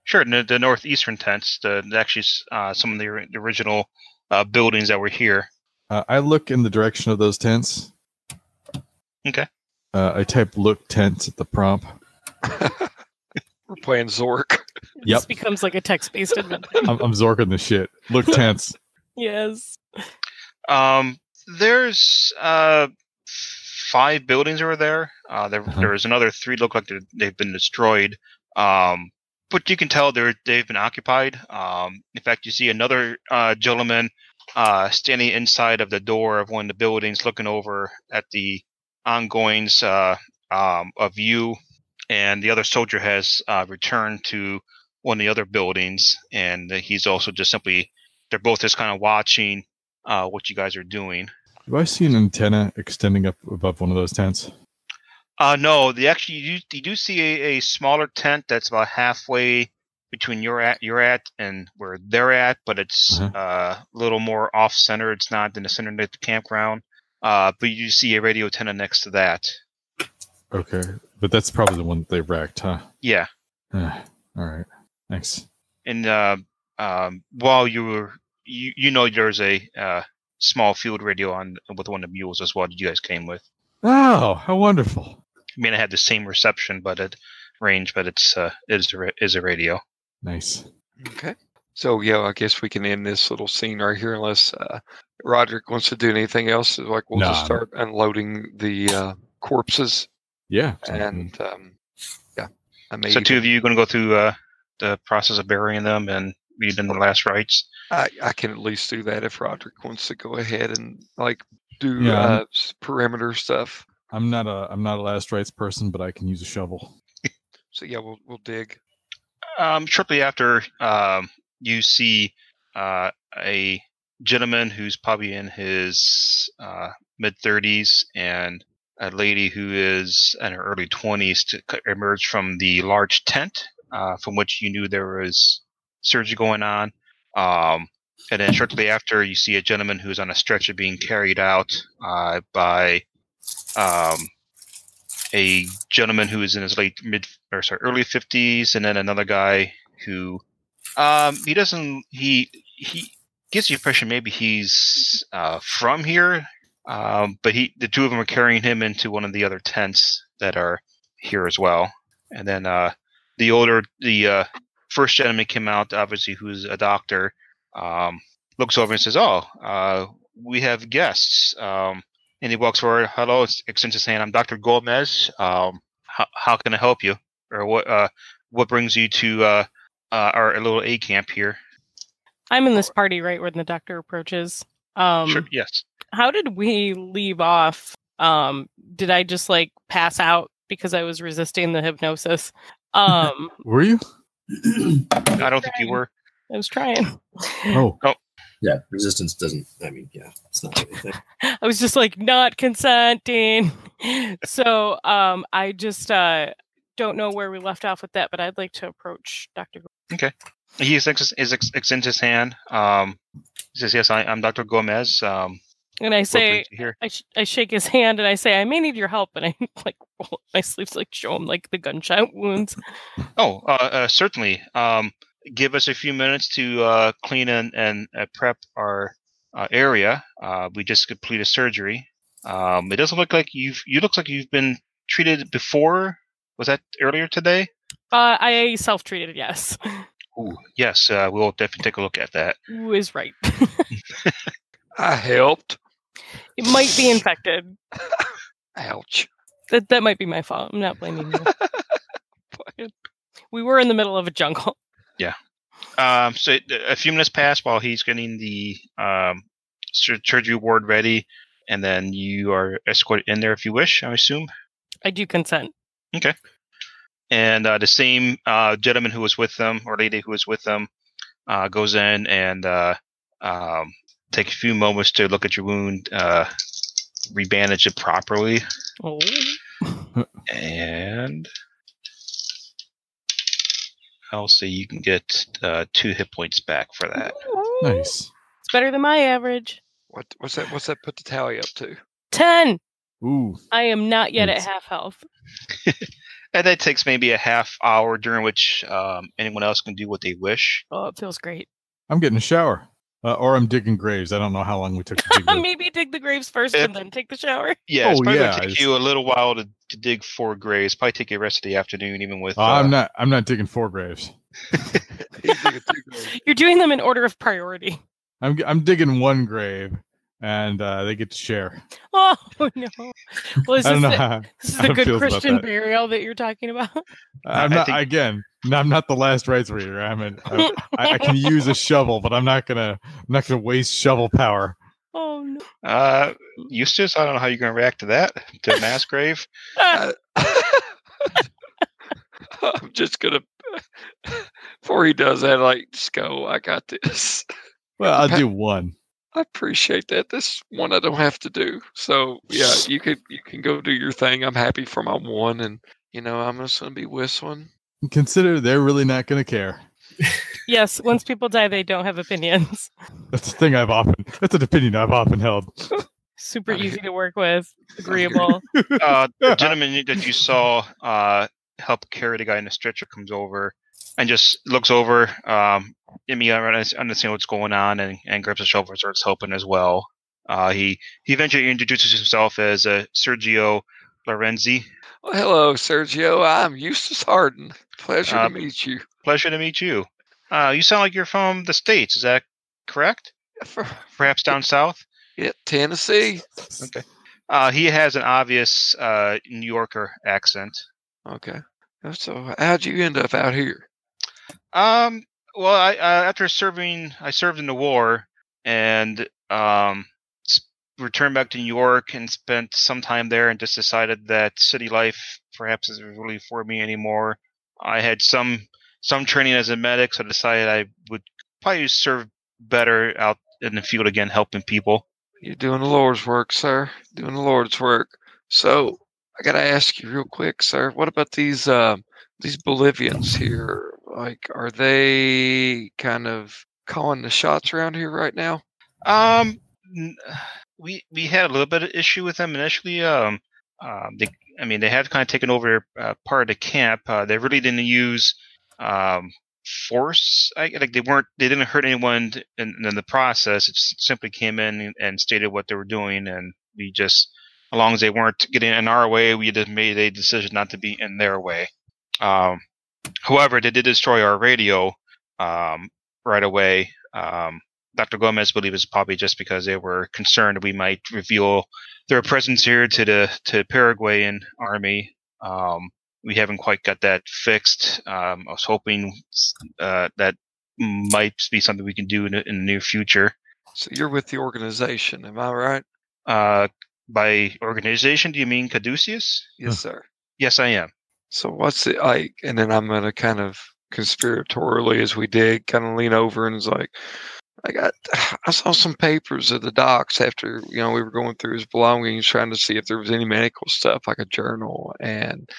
[SPEAKER 2] sure the, the northeastern tents. The the actually uh, some of the, ori- the original uh, buildings that were here.
[SPEAKER 4] Uh, I look in the direction of those tents.
[SPEAKER 2] Okay.
[SPEAKER 4] Uh, I type "look tents" at the prompt.
[SPEAKER 1] We're playing Zork.
[SPEAKER 3] This
[SPEAKER 4] Yep.
[SPEAKER 3] becomes like a text-based adventure.
[SPEAKER 4] I'm, I'm zorking the shit. Look tents.
[SPEAKER 3] yes.
[SPEAKER 2] Um, there's uh five buildings over there. Uh, there
[SPEAKER 4] Uh-huh.
[SPEAKER 2] there's another three look like they're- they've been destroyed. Um, but you can tell they're they've been occupied. Um, in fact, you see another uh gentleman uh standing inside of the door of one of the buildings, looking over at the ongoings uh um of you, and the other soldier has uh returned to one of the other buildings, and he's also just simply they're both just kind of watching uh, what you guys are doing.
[SPEAKER 4] Do I see an antenna extending up above one of those tents?
[SPEAKER 2] Uh, no, the actually you, you do see a, a smaller tent that's about halfway between your at your at and where they're at, but it's
[SPEAKER 4] Uh-huh.
[SPEAKER 2] uh, a little more off center. It's not in the center of the campground. Uh, but you see a radio antenna next to that.
[SPEAKER 4] Okay, but that's probably the one that they wrecked, huh?
[SPEAKER 2] Yeah,
[SPEAKER 4] Uh, all right. Thanks.
[SPEAKER 2] and uh, um, while you were you, you know there's a uh, small field radio on with one of the mules as well that you guys came with.
[SPEAKER 4] Oh, how wonderful!
[SPEAKER 2] I mean, it had the same reception, but it range, but it's uh, it is a, ra- is a radio.
[SPEAKER 4] Nice.
[SPEAKER 1] Okay. So yeah, I guess we can end this little scene right here, unless uh, Roderick wants to do anything else, like we'll
[SPEAKER 4] Nah.
[SPEAKER 1] just start unloading the uh, corpses
[SPEAKER 4] Yeah.
[SPEAKER 1] and
[SPEAKER 4] Mm-hmm.
[SPEAKER 1] um, yeah. I may
[SPEAKER 2] So
[SPEAKER 1] even-
[SPEAKER 2] two of you going to go through uh, the process of burying them and reading the last rites.
[SPEAKER 1] I, I can at least do that if Roderick wants to go ahead and like do
[SPEAKER 4] Yeah.
[SPEAKER 1] uh, s- perimeter stuff.
[SPEAKER 4] I'm not a I'm not a last rites person, but I can use a shovel.
[SPEAKER 1] So yeah, we'll we'll dig.
[SPEAKER 2] Um, shortly after, um, you see uh, a gentleman who's probably in his uh, mid 30s and a lady who is in her early 20s to c- emerge from the large tent uh, from which you knew there was surgery going on. Um, and then shortly after, you see a gentleman who's on a stretcher being carried out uh, by um, a gentleman who is in his late mid or sorry early 50s, and then another guy who um, he doesn't he he gives the impression maybe he's uh, from here, um, but he the two of them are carrying him into one of the other tents that are here as well, and then uh, the older the uh, first gentleman came out obviously who's a doctor um, looks over and says oh uh, we have guests um, and he walks forward hello it's- extends his hand i'm dr gomez um, how, how can i help you or what uh, what brings you to uh, uh, our little aid camp here
[SPEAKER 3] I'm in this party right when the doctor approaches. Um,
[SPEAKER 2] sure yes
[SPEAKER 3] How did we leave off? Um, did I just like pass out because I was resisting the hypnosis? Um,
[SPEAKER 4] Were you?
[SPEAKER 2] i don't think you were
[SPEAKER 3] I was trying.
[SPEAKER 4] Oh,
[SPEAKER 5] Yeah, resistance doesn't. I mean, yeah, it's not really a thing.
[SPEAKER 3] I was just like not consenting. so um, I just uh, don't know where we left off with that, but I'd like to approach Doctor.
[SPEAKER 2] he extends, his- ex- extends his hand um, he says yes I, i'm dr gomez um,
[SPEAKER 3] And I
[SPEAKER 2] what
[SPEAKER 3] say,
[SPEAKER 2] brings you here
[SPEAKER 3] I, sh- I shake his hand and I say, I may need your help. And I like roll up my sleeves, like show him like the gunshot wounds.
[SPEAKER 2] Oh, uh, uh, certainly. Um, give us a few minutes to uh, clean and, and uh, prep our uh, area. Uh, we just completed surgery. Um, it doesn't look like you've. You looks like you've been treated before. Was that earlier today?
[SPEAKER 3] Uh, I self treated, yes.
[SPEAKER 2] Ooh, yes. Uh, we'll definitely take a look at that.
[SPEAKER 3] Who is right?
[SPEAKER 1] I helped.
[SPEAKER 3] it might be infected.
[SPEAKER 1] Ouch.
[SPEAKER 3] That that might be my fault. I'm not blaming you. We were in the middle of a jungle.
[SPEAKER 2] Um, so it- a few minutes pass while he's getting the um, sur- surgery ward ready, and then you are escorted in there if you wish. I assume.
[SPEAKER 3] I do consent.
[SPEAKER 2] and uh, the same uh, gentleman who was with them or lady who was with them uh, goes in and uh, um, take a few moments to look at your wound, uh, rebandage it properly,
[SPEAKER 3] Oh,
[SPEAKER 2] and I'll say you can get uh, two hit points back for that.
[SPEAKER 3] it's
[SPEAKER 4] nice.
[SPEAKER 3] better than my average.
[SPEAKER 1] What what's that? What's that? Put the tally up to.
[SPEAKER 3] Ten.
[SPEAKER 4] Ooh,
[SPEAKER 3] I am not yet at
[SPEAKER 4] Nice.
[SPEAKER 3] half health.
[SPEAKER 2] And that takes maybe a half hour during which um, anyone else can do what they wish.
[SPEAKER 3] Oh, it feels great.
[SPEAKER 4] I'm getting a shower, uh, or I'm digging graves. I don't know how long we took to dig. them.
[SPEAKER 3] Maybe dig the graves first and then take the shower.
[SPEAKER 2] Yeah, it's
[SPEAKER 4] Oh,
[SPEAKER 2] probably
[SPEAKER 4] yeah,
[SPEAKER 2] gonna take
[SPEAKER 4] it's-
[SPEAKER 2] you a little while to, to dig four graves. Probably take you the rest of the afternoon, even with.
[SPEAKER 4] Uh, I'm not. I'm not digging four graves.
[SPEAKER 1] He's digging two graves.
[SPEAKER 3] You're doing them in order of priority.
[SPEAKER 4] I'm g- I'm digging one grave, and uh, they get to share.
[SPEAKER 3] Oh no! Well, is
[SPEAKER 4] I
[SPEAKER 3] this,
[SPEAKER 4] don't know.
[SPEAKER 3] the,
[SPEAKER 4] how,
[SPEAKER 3] this is
[SPEAKER 4] how
[SPEAKER 3] the
[SPEAKER 4] it
[SPEAKER 3] good
[SPEAKER 4] feels about
[SPEAKER 3] Christian
[SPEAKER 4] that.
[SPEAKER 3] burial that you're talking about?
[SPEAKER 4] I'm
[SPEAKER 2] I
[SPEAKER 4] not
[SPEAKER 2] think-
[SPEAKER 4] again. I'm not the last rights reader. I'm an, I, uh, I can use a shovel, but I'm not gonna. I'm not gonna waste shovel power.
[SPEAKER 3] Oh no!
[SPEAKER 2] Uh, Eustace, I don't know how you're going to react to that, to a mass grave.
[SPEAKER 3] Ah,
[SPEAKER 1] I- I'm just gonna. Before he does that, like, just go. "Oh, I got this.
[SPEAKER 4] Well, I'll
[SPEAKER 1] Pa-
[SPEAKER 4] do one.
[SPEAKER 1] I appreciate that. This one I don't have to do. So yeah, you could you can go do your thing. I'm happy for my one, and you know I'm just gonna be whistling.
[SPEAKER 4] Consider they're really not gonna care.
[SPEAKER 3] Yes, once people die, they don't have opinions.
[SPEAKER 4] That's a thing I've often. That's an opinion I've often held.
[SPEAKER 3] Super
[SPEAKER 1] Okay.
[SPEAKER 3] easy to work with, agreeable.
[SPEAKER 2] Uh, the gentleman that you saw uh, help carry the guy in the stretcher comes over and just looks over. Um, I mean, I understand what's going on and, and grabs a shovel and starts helping as well. Uh, he, he eventually introduces himself as uh, Sergio Lorenzi.
[SPEAKER 1] Well, hello, Sergio. I'm Eustace Harden. Pleasure
[SPEAKER 2] Uh,
[SPEAKER 1] to meet you.
[SPEAKER 2] Pleasure to meet you. Uh, you sound like you're from the States. Is that correct?
[SPEAKER 1] For,
[SPEAKER 2] perhaps down south.
[SPEAKER 1] yeah, Tennessee.
[SPEAKER 2] Uh, he has an obvious uh, New Yorker accent.
[SPEAKER 1] Okay. So how'd you end up out here?
[SPEAKER 2] Um, well, I uh, after serving, I served in the war and um, s- returned back to New York and spent some time there, and just decided that city life perhaps isn't really for me anymore. I had some some training as a medic, so I decided I would probably serve better out in the field again, helping people.
[SPEAKER 1] You're doing the Lord's work, sir. Doing the Lord's work. So I gotta ask you real quick, sir. What about these um these Bolivians here? Like, are they kind of calling the shots around here right now?
[SPEAKER 2] Um, n- we we had a little bit of issue with them initially. Um, um, they, I mean, they had kind of taken over uh, part of the camp. Uh, they really didn't use um, force. I, like they weren't, they didn't hurt anyone in, in the process. It just simply came in and, and stated what they were doing, and we just, as long as they weren't getting in our way, we just made a decision not to be in their way. Um, however, they did destroy our radio um, right away. Um, Dr. Gomez believe is probably just because they were concerned we might reveal their presence here to the to Paraguayan army. Um, we haven't quite got that fixed. Um, I was hoping uh, that might be something we can do in, the- in the near future.
[SPEAKER 1] So you're with the organization, am I right?
[SPEAKER 2] Uh, by organization, do you mean Caduceus?
[SPEAKER 1] Yes, sir.
[SPEAKER 2] Yes, I am.
[SPEAKER 1] So what's it like? And then I'm gonna kind of conspiratorially as we dig, kind of lean over and is like, I got, I saw some papers at the docks after you know we were going through his belongings, trying to see if there was any medical stuff like a journal, and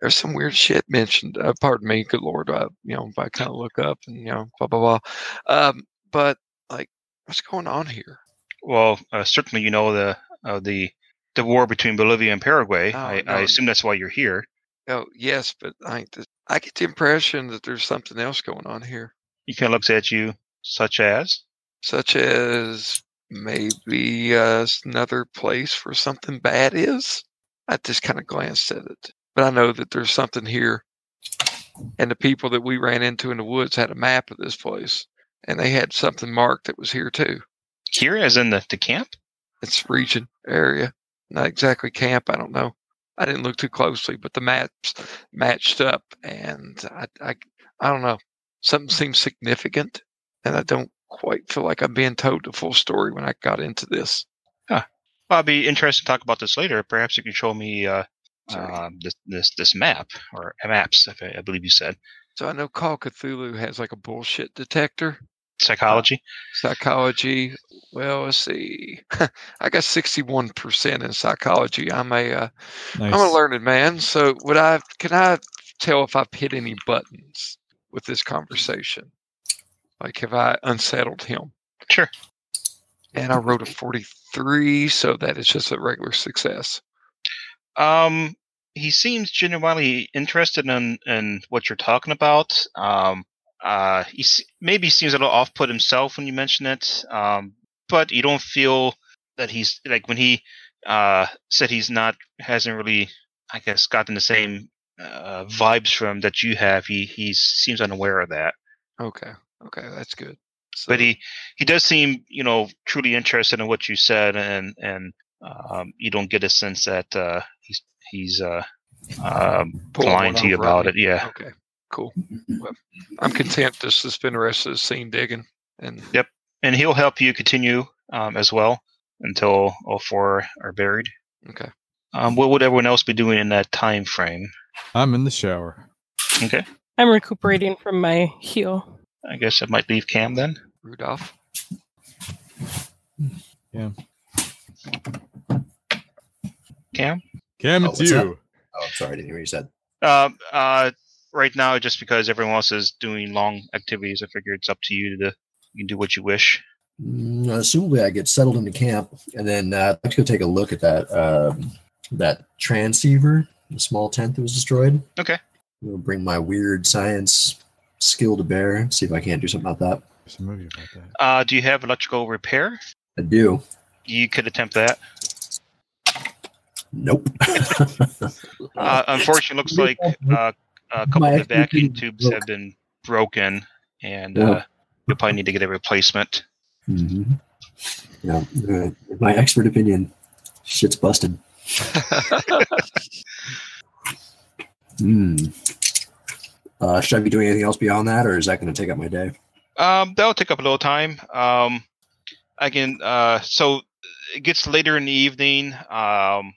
[SPEAKER 1] there's some weird shit mentioned. Uh, pardon me, good lord, uh, you know, if I kind of look up and you know, blah blah blah. Um, but like, what's going on here?
[SPEAKER 2] Well, uh, certainly you know the uh, the the war between Bolivia and Paraguay.
[SPEAKER 1] Oh,
[SPEAKER 2] I,
[SPEAKER 1] no.
[SPEAKER 2] I assume that's why you're here.
[SPEAKER 1] Oh yes, but I think this, I get the impression that there's something else going on here.
[SPEAKER 2] He kind of looks at you, such as.
[SPEAKER 1] such as maybe uh, s- another place where something bad is. I just kind of glanced at it, but I know that there's something here. And the people that we ran into in the woods had a map of this place, and they had something marked that was here too.
[SPEAKER 2] Here, as in the, the camp?
[SPEAKER 1] It's region area, not exactly camp. I don't know. I didn't look too closely, but the maps matched up, and I, I, I don't know. Something seems significant, and I don't quite feel like I'm being told the full story when I got into this.
[SPEAKER 2] Well, I'd be interested to talk about this later. Perhaps you can show me uh,
[SPEAKER 1] Sorry.
[SPEAKER 2] um, this, this this map or maps. If I, I believe you said
[SPEAKER 1] So I know Call of Cthulhu has like a bullshit detector,
[SPEAKER 2] psychology.
[SPEAKER 1] psychology. Well, let's see. I got 61% in psychology. I'm a uh,
[SPEAKER 4] Nice.
[SPEAKER 1] I'm a learned man, so would I? Can I tell if I've hit any buttons with this conversation? Like, have I unsettled him?
[SPEAKER 2] Sure.
[SPEAKER 1] And I wrote a forty-three, so that is just a regular success.
[SPEAKER 2] Um, he seems genuinely interested in in what you're talking about. Um, uh, he s- maybe seems a little off put himself when you mention it. Um, but you don't feel that he's like when he uh said he's not hasn't really I guess gotten the same uh, vibes from that you have. He he seems unaware of that.
[SPEAKER 1] Okay, okay, that's good. So,
[SPEAKER 2] but he he does seem you know truly interested in what you said and and um, you don't get a sense that uh, he's he's uh, um,
[SPEAKER 1] Pulling one
[SPEAKER 2] lying to you
[SPEAKER 1] over
[SPEAKER 2] about
[SPEAKER 1] on
[SPEAKER 2] it yeah Mm-hmm.
[SPEAKER 1] okay, cool. Well, I'm content to suspend the rest of the scene digging, and
[SPEAKER 2] and he'll help you continue um, as well until all four are buried
[SPEAKER 1] okay,
[SPEAKER 2] um, what would everyone else be doing in that time frame
[SPEAKER 4] I'm in the shower.
[SPEAKER 3] I'm recuperating from my heel.
[SPEAKER 2] i guess it might leave cam then
[SPEAKER 1] Rudolph.
[SPEAKER 2] cam
[SPEAKER 4] Cam,
[SPEAKER 5] Oh,
[SPEAKER 4] it's
[SPEAKER 5] what's
[SPEAKER 4] you.
[SPEAKER 5] Oh, I'm sorry, I didn't hear you said.
[SPEAKER 2] uh, uh, right now just because everyone else is doing long activities i figure it's up to you to you can do what you wish
[SPEAKER 5] Mm, assumably, I get settled into camp, and then uh, I'd like to go take a look at that um, that transceiver, the small tent that was destroyed.
[SPEAKER 2] Okay.
[SPEAKER 5] We'll bring my weird science skill to bear. See if I can't do something about that.
[SPEAKER 4] There's a movie about that.
[SPEAKER 2] uh, do you have electrical repair
[SPEAKER 5] I do.
[SPEAKER 2] you could attempt that.
[SPEAKER 5] Nope.
[SPEAKER 2] Uh, unfortunately, it looks like uh, a couple
[SPEAKER 6] My
[SPEAKER 2] of the vacuum
[SPEAKER 6] expertise
[SPEAKER 2] tubes
[SPEAKER 6] broke.
[SPEAKER 2] have been broken, and
[SPEAKER 5] Yeah.
[SPEAKER 2] uh, you'll probably need to get a replacement.
[SPEAKER 5] Mhm. You know, uh, in my expert opinion, shit's busted. Hmm. Uh, should I be doing anything else beyond that, or is that going to take up my day?
[SPEAKER 2] Um, that'll take up a little time. Um, I can. Uh, so it gets later in the evening. Um,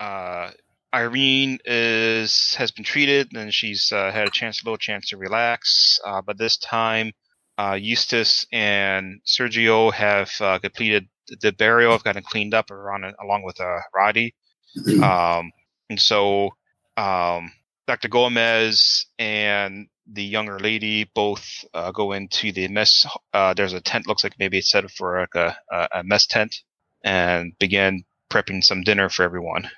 [SPEAKER 2] uh, Irene is has been treated, and she's uh, had a chance, a little chance to relax. Uh, but this time, uh, Eustace and Sergio have uh, completed the burial. Have gotten cleaned up around along with uh, Roddy. Um, and so um, Dr. Gomez and the younger lady both uh, go into the mess. Uh, there's a tent, looks like maybe it's set up for like a, a- a mess tent, and begin prepping some dinner for everyone.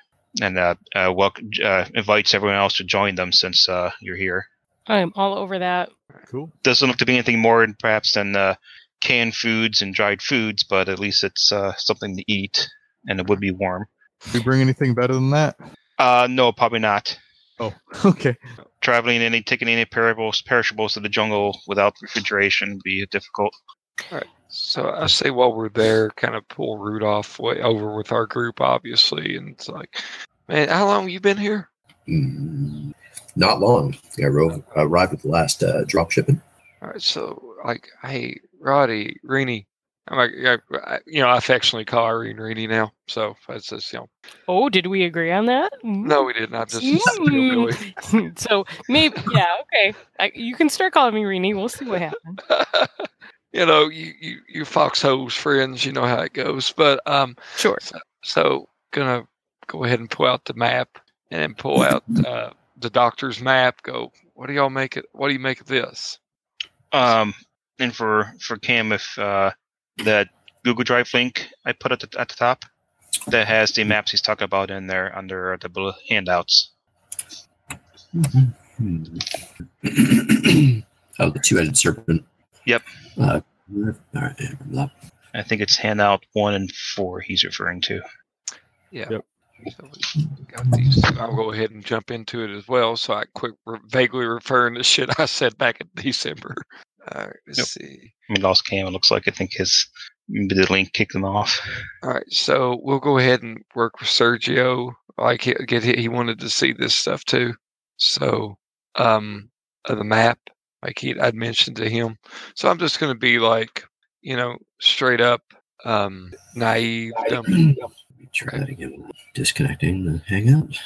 [SPEAKER 2] And uh, uh, welcome, uh, invites everyone else to join them since uh, you're here.
[SPEAKER 3] I am all over that.
[SPEAKER 4] Cool.
[SPEAKER 2] Doesn't look to be anything more, perhaps, than uh, canned foods and dried foods, but at least it's uh, something to eat, and it would be warm.
[SPEAKER 4] Did we bring anything better than that?
[SPEAKER 2] Uh, no, probably not.
[SPEAKER 4] Oh, okay.
[SPEAKER 2] traveling any taking any perishables perishables to the jungle without refrigeration would be difficult.
[SPEAKER 1] So I say while we're there, kind of pull Rudolph way over with our group, obviously, and it's like, man, how long you been here?
[SPEAKER 5] Mm, not long. I ro- arrived with the last uh, drop shipment.
[SPEAKER 1] All right, so like, hey, Roddy, Reenie, I'm like, yeah, I, you know, I affectionately call Irene Reenie now. So that's just, you know,
[SPEAKER 3] Oh, did we agree on that?
[SPEAKER 1] no, we did not just.
[SPEAKER 3] Mm. so maybe, yeah, okay. I, you can start calling me Rini. We'll see what happens.
[SPEAKER 1] you know, you you you foxholes friends, you know how it goes. But um,
[SPEAKER 3] Sure.
[SPEAKER 1] so gonna go ahead and pull out the map and then pull out uh, the doctor's map. Go, what do y'all make it? What do you make of this?
[SPEAKER 2] Um, and for for Cam, if uh, that Google Drive link I put at the at the top that has the maps he's talking about in there under the blue handouts.
[SPEAKER 5] Hmm. oh, the two-headed serpent.
[SPEAKER 2] Yep.
[SPEAKER 5] Uh, all right. yeah, remember that.
[SPEAKER 2] I think it's handout one and four he's referring to.
[SPEAKER 1] Yeah.
[SPEAKER 4] Yep.
[SPEAKER 1] So we got these. two. I'll go ahead and jump into it as well. So I quick re- vaguely referring to shit I said back in December. All right, let's
[SPEAKER 2] Yep.
[SPEAKER 1] see.
[SPEAKER 2] We lost Cam. It looks like I think his maybe the link kicked him off.
[SPEAKER 1] All right, so we'll go ahead and work with Sergio. Like he- get he he wanted to see this stuff too. So um uh, the map, like he I'd mentioned to him. So I'm just gonna be like, you know, straight up um naive, dumb
[SPEAKER 5] Let me Try that again. Disconnecting the Hangout.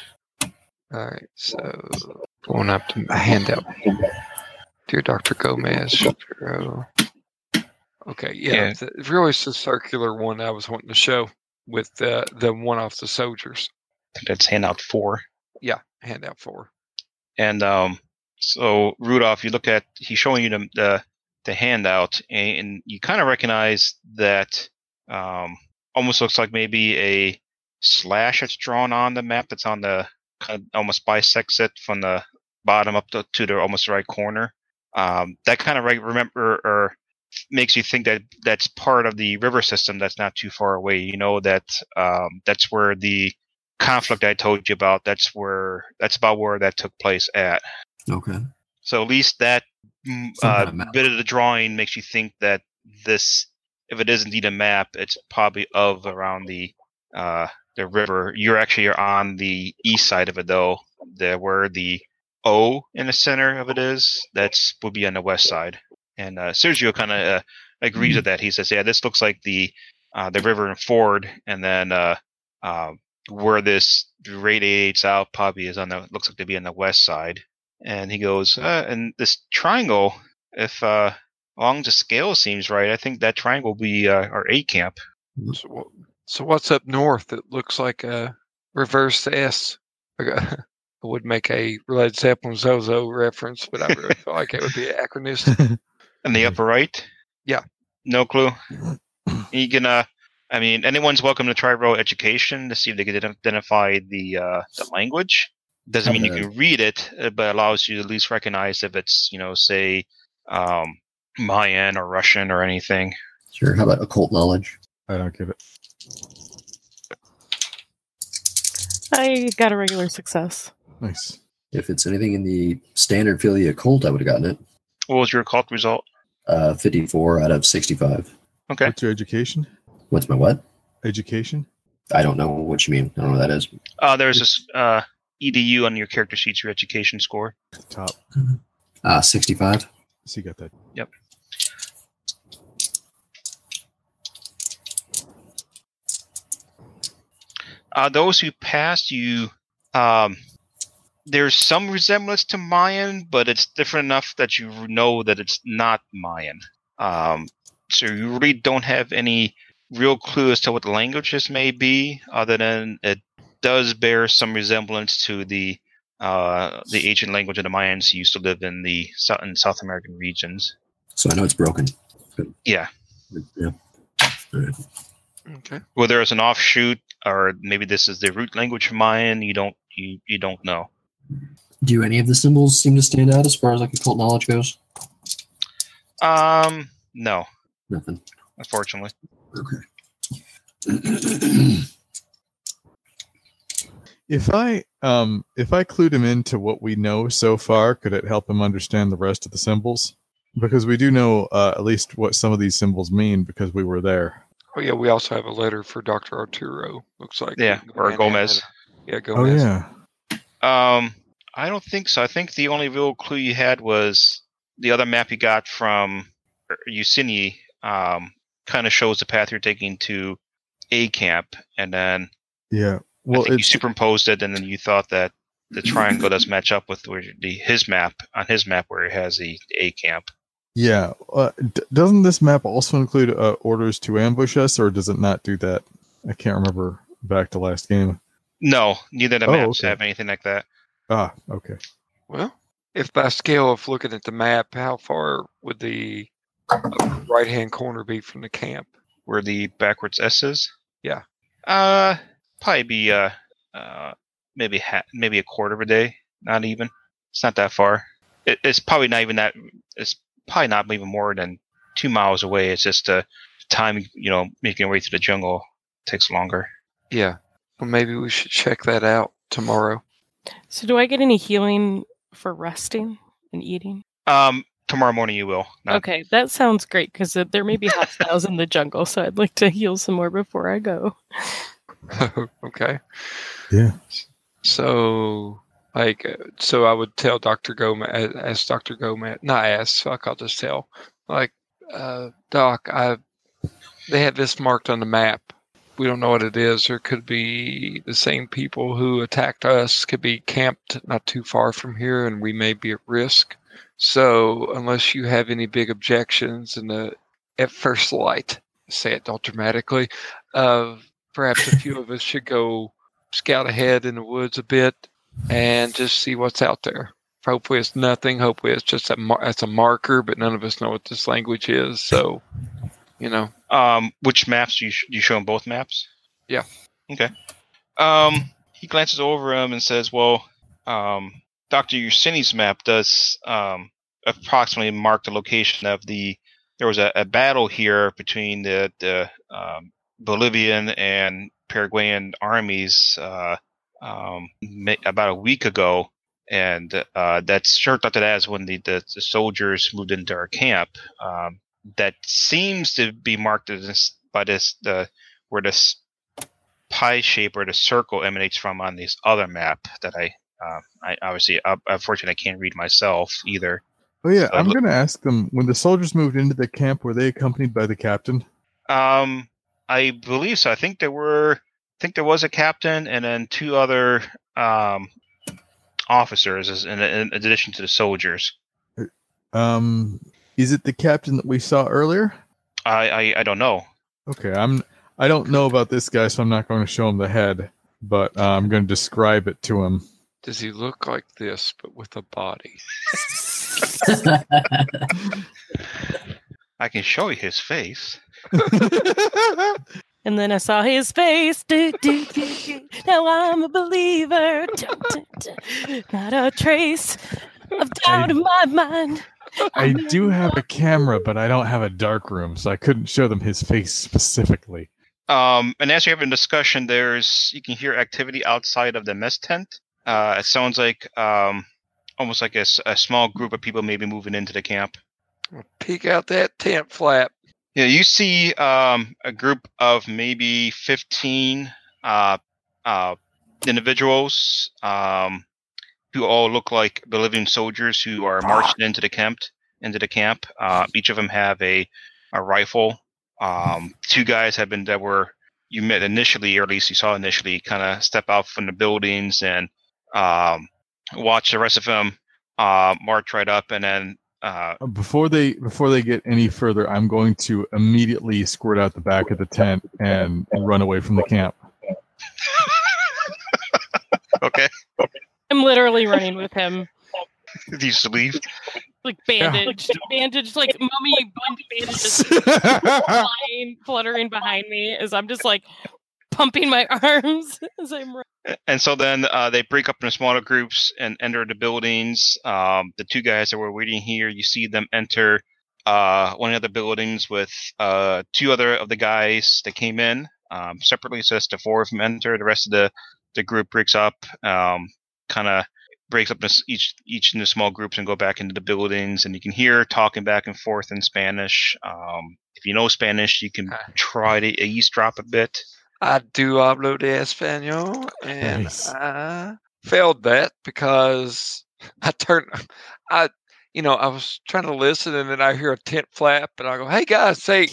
[SPEAKER 1] All right, so going up to my handout. Dear Dr. Gomez. Shapiro. Okay, yeah,
[SPEAKER 2] Yeah.
[SPEAKER 1] it's It's really it's the circular one I was wanting to show with the, the one off the soldiers
[SPEAKER 2] I think that's handout four.
[SPEAKER 1] handout for.
[SPEAKER 2] And um, so Rudolph, you look at he's showing you the the, the handout, and, and you kind of recognize that um, almost looks like maybe a slash that's drawn on the map that's on the kind of almost bisects it from the bottom up to, to the almost right corner. Um, that kind of right, remember or makes you think that that's part of the river system that's not too far away. You know that um, that's where the conflict I told you about. That's where that's about where that took place at.
[SPEAKER 5] Okay.
[SPEAKER 2] So at least that mm,
[SPEAKER 5] Some kind
[SPEAKER 2] uh,
[SPEAKER 5] of map.
[SPEAKER 2] bit of the drawing makes you think that this, if it is indeed a map, it's probably of around the uh, the river. You're actually on the east side of it though. There where the O in the center of it is, that's would be on the west side. And uh, Sergio kind of uh, agrees with that. He says, "Yeah, this looks like the uh, the river in Ford, and then uh, uh, where this radiates out probably is on the looks like to be on the west side." and he goes, uh, and this triangle, if uh, along the scale seems right, I think that triangle will be uh, our A camp.
[SPEAKER 1] So, wha- so what's up north that looks like a reverse S? Like a- I would make a Led Zeppelin Zozo reference, but I really feel like it would be anachronistic.
[SPEAKER 2] In the upper right?
[SPEAKER 1] Yeah.
[SPEAKER 2] No clue. You can, uh, I mean, anyone's welcome to try roll education to see if they can ident- identify the uh, the language. Doesn't mean you
[SPEAKER 5] Okay.
[SPEAKER 2] can read it, uh, but allows you to at least recognize if it's, you know, say, um, Mayan or Russian or anything.
[SPEAKER 5] Sure. How about occult knowledge?
[SPEAKER 4] I don't give it.
[SPEAKER 3] I got a regular success.
[SPEAKER 4] Nice.
[SPEAKER 5] If it's anything in the standard field of the occult, I would have gotten it.
[SPEAKER 2] What was your occult result?
[SPEAKER 5] Uh, 54 out of 65.
[SPEAKER 2] Okay.
[SPEAKER 4] What's your education?
[SPEAKER 5] What's my what?
[SPEAKER 4] Education?
[SPEAKER 5] I don't know what you mean. I don't know what that is.
[SPEAKER 2] Uh, there's this uh, EDU on your character sheets, your education score.
[SPEAKER 4] Top.
[SPEAKER 5] Uh, 65.
[SPEAKER 4] So you got that.
[SPEAKER 2] Uh, those who passed, you um, there's some resemblance to Mayan, but it's different enough that you know that it's not Mayan. Um, so you really don't have any real clue as to what the languages may be, other than it does bear some resemblance to the uh, the ancient language of the Mayans who used to live in the South, in South American regions.
[SPEAKER 5] So I know it's broken.
[SPEAKER 2] Yeah,
[SPEAKER 5] Yeah.
[SPEAKER 1] Okay.
[SPEAKER 2] whether it's an offshoot or maybe this is the root language of Mayan, you don't you, you don't know.
[SPEAKER 6] Do any of the symbols seem to stand out as far as like occult knowledge goes?
[SPEAKER 2] Um, no,
[SPEAKER 5] Nothing.
[SPEAKER 2] unfortunately.
[SPEAKER 4] If I um if I clued him into what we know so far, could it help him understand the rest of the symbols? Because we do know uh, at least what some of these symbols mean because we were there.
[SPEAKER 1] Oh yeah, we also have a letter for Doctor Arturo. Looks like
[SPEAKER 2] Yeah,
[SPEAKER 1] We can go
[SPEAKER 2] or
[SPEAKER 1] ahead and add
[SPEAKER 2] Gomez.
[SPEAKER 1] that. Yeah, Gomez.
[SPEAKER 4] Oh yeah.
[SPEAKER 2] Um, I don't think so. I think the only real clue you had was the other map you got from Eucini. Um, kind of shows the path you're taking to a camp, and then
[SPEAKER 4] Yeah.
[SPEAKER 2] well,
[SPEAKER 4] Well,
[SPEAKER 2] I think you
[SPEAKER 4] it's
[SPEAKER 2] superimposed it, and then you thought that the triangle does match up with where the his map on his map where it has the a camp.
[SPEAKER 4] yeah. Uh, d- doesn't this map also include uh, orders to ambush us, or does it not do that? I can't remember back to last game.
[SPEAKER 2] No, neither of the
[SPEAKER 4] Oh,
[SPEAKER 2] maps
[SPEAKER 4] okay.
[SPEAKER 2] have anything like that.
[SPEAKER 4] Ah, okay.
[SPEAKER 1] Well, if by scale of looking at the map, how far would the right hand corner be from the camp?
[SPEAKER 2] where the backwards S is.
[SPEAKER 1] Yeah.
[SPEAKER 2] Uh, probably be uh, uh maybe ha- maybe a quarter of a day. Not even. It's not that far. It, it's probably not even that. It's probably not even more than two miles away. It's just uh, time you know making your way through the jungle takes longer.
[SPEAKER 1] Yeah. Well, maybe we should check that out tomorrow.
[SPEAKER 3] So, do I get any healing for resting and eating?
[SPEAKER 2] Um, tomorrow morning you will. Not-
[SPEAKER 3] Okay, that sounds great because uh, there may be hostiles in the jungle, so I'd like to heal some more before I go.
[SPEAKER 1] okay.
[SPEAKER 4] Yeah.
[SPEAKER 1] So, like, uh, so I would tell Dr. Gomez, ask Dr. Gomez, not ask, fuck, I'll just tell, like, uh, Doc, I, they had this marked on the map. We don't know what it is. There could be the same people who attacked us could be camped not too far from here, and we may be at risk. So, unless you have any big objections, and uh, at first light, say it all dramatically, uh, perhaps a few of us should go scout ahead in the woods a bit and just see what's out there. Hopefully, it's nothing. Hopefully, it's just a mar- that's a marker, but none of us know what this language is. So, you know,
[SPEAKER 2] Um, which maps you sh- you show him both maps?
[SPEAKER 1] Yeah.
[SPEAKER 2] Okay. Um, he glances over him and says, "Well, um, Doctor Yursini's map does um approximately mark the location of the there was a, a battle here between the the um, Bolivian and Paraguayan armies uh, um, ma- about a week ago." And uh, that's sure after that is when the, the, the soldiers moved into our camp. Um, that seems to be marked as this, by this the where this pie shape or the circle emanates from on this other map that I uh, I obviously uh, unfortunately I can't read myself either.
[SPEAKER 4] Oh yeah.
[SPEAKER 2] So
[SPEAKER 4] I'm
[SPEAKER 2] look-
[SPEAKER 4] gonna ask them when the soldiers moved into the camp. Were they accompanied by the captain?
[SPEAKER 2] Um, I believe so. I think there were I think there was a captain and then two other um, officers as- in, in addition to the soldiers.
[SPEAKER 4] Um, is it the captain that we saw earlier?
[SPEAKER 2] I I, I don't know.
[SPEAKER 4] Okay, I'm. I don't know about this guy, so I'm not going to show him the head, but uh, I'm going to describe it to him.
[SPEAKER 1] does he look like this but with a body?
[SPEAKER 2] I can show you his face.
[SPEAKER 3] And then I saw his face. Do, do, do, do. Now I'm a believer. Dun, dun, dun. Not a trace of doubt in my mind.
[SPEAKER 4] I do have a camera, but I don't have a dark room, so I couldn't show them his face specifically.
[SPEAKER 2] Um, and as you're having a discussion, there's you can hear activity outside of the mess tent. Uh, it sounds like um, almost like a, s- a small group of people maybe moving into the camp.
[SPEAKER 1] Peek out that tent flap.
[SPEAKER 2] Yeah, you see um, a group of maybe 15 uh, uh, individuals um, who all look like Bolivian soldiers who are marching into the camp. Into the camp, uh, each of them have a, a rifle. Um, two guys have been that were you met initially, or at least you saw initially, kind of step out from the buildings and um, watch the rest of them uh, march right up, and then uh,
[SPEAKER 4] Before they before they get any further, I'm going to immediately squirt out the back of the tent and run away from the camp.
[SPEAKER 2] okay,
[SPEAKER 3] I'm literally running with him,
[SPEAKER 2] you just leave.
[SPEAKER 3] like bandaged, bandaged, like mummy bun bandages flying, fluttering behind me as I'm just like pumping my arms as I'm running.
[SPEAKER 2] And so then uh, they break up into smaller groups and enter the buildings. Um, the two guys that were waiting here, you see them enter uh, one of the buildings with uh, two other of the guys that came in um, separately. So that's the four of them enter. The rest of the, the group breaks up, um, kind of breaks up this, each each into small groups and go back into the buildings. And you can hear talking back and forth in Spanish. Um, if you know Spanish, you can
[SPEAKER 1] Okay.
[SPEAKER 2] try to eavesdrop a bit.
[SPEAKER 1] I do hablo de español, and
[SPEAKER 4] Nice.
[SPEAKER 1] I failed that because I turned, I, you know, I was trying to listen, and then I hear a tent flap, and I go, "Hey guys, say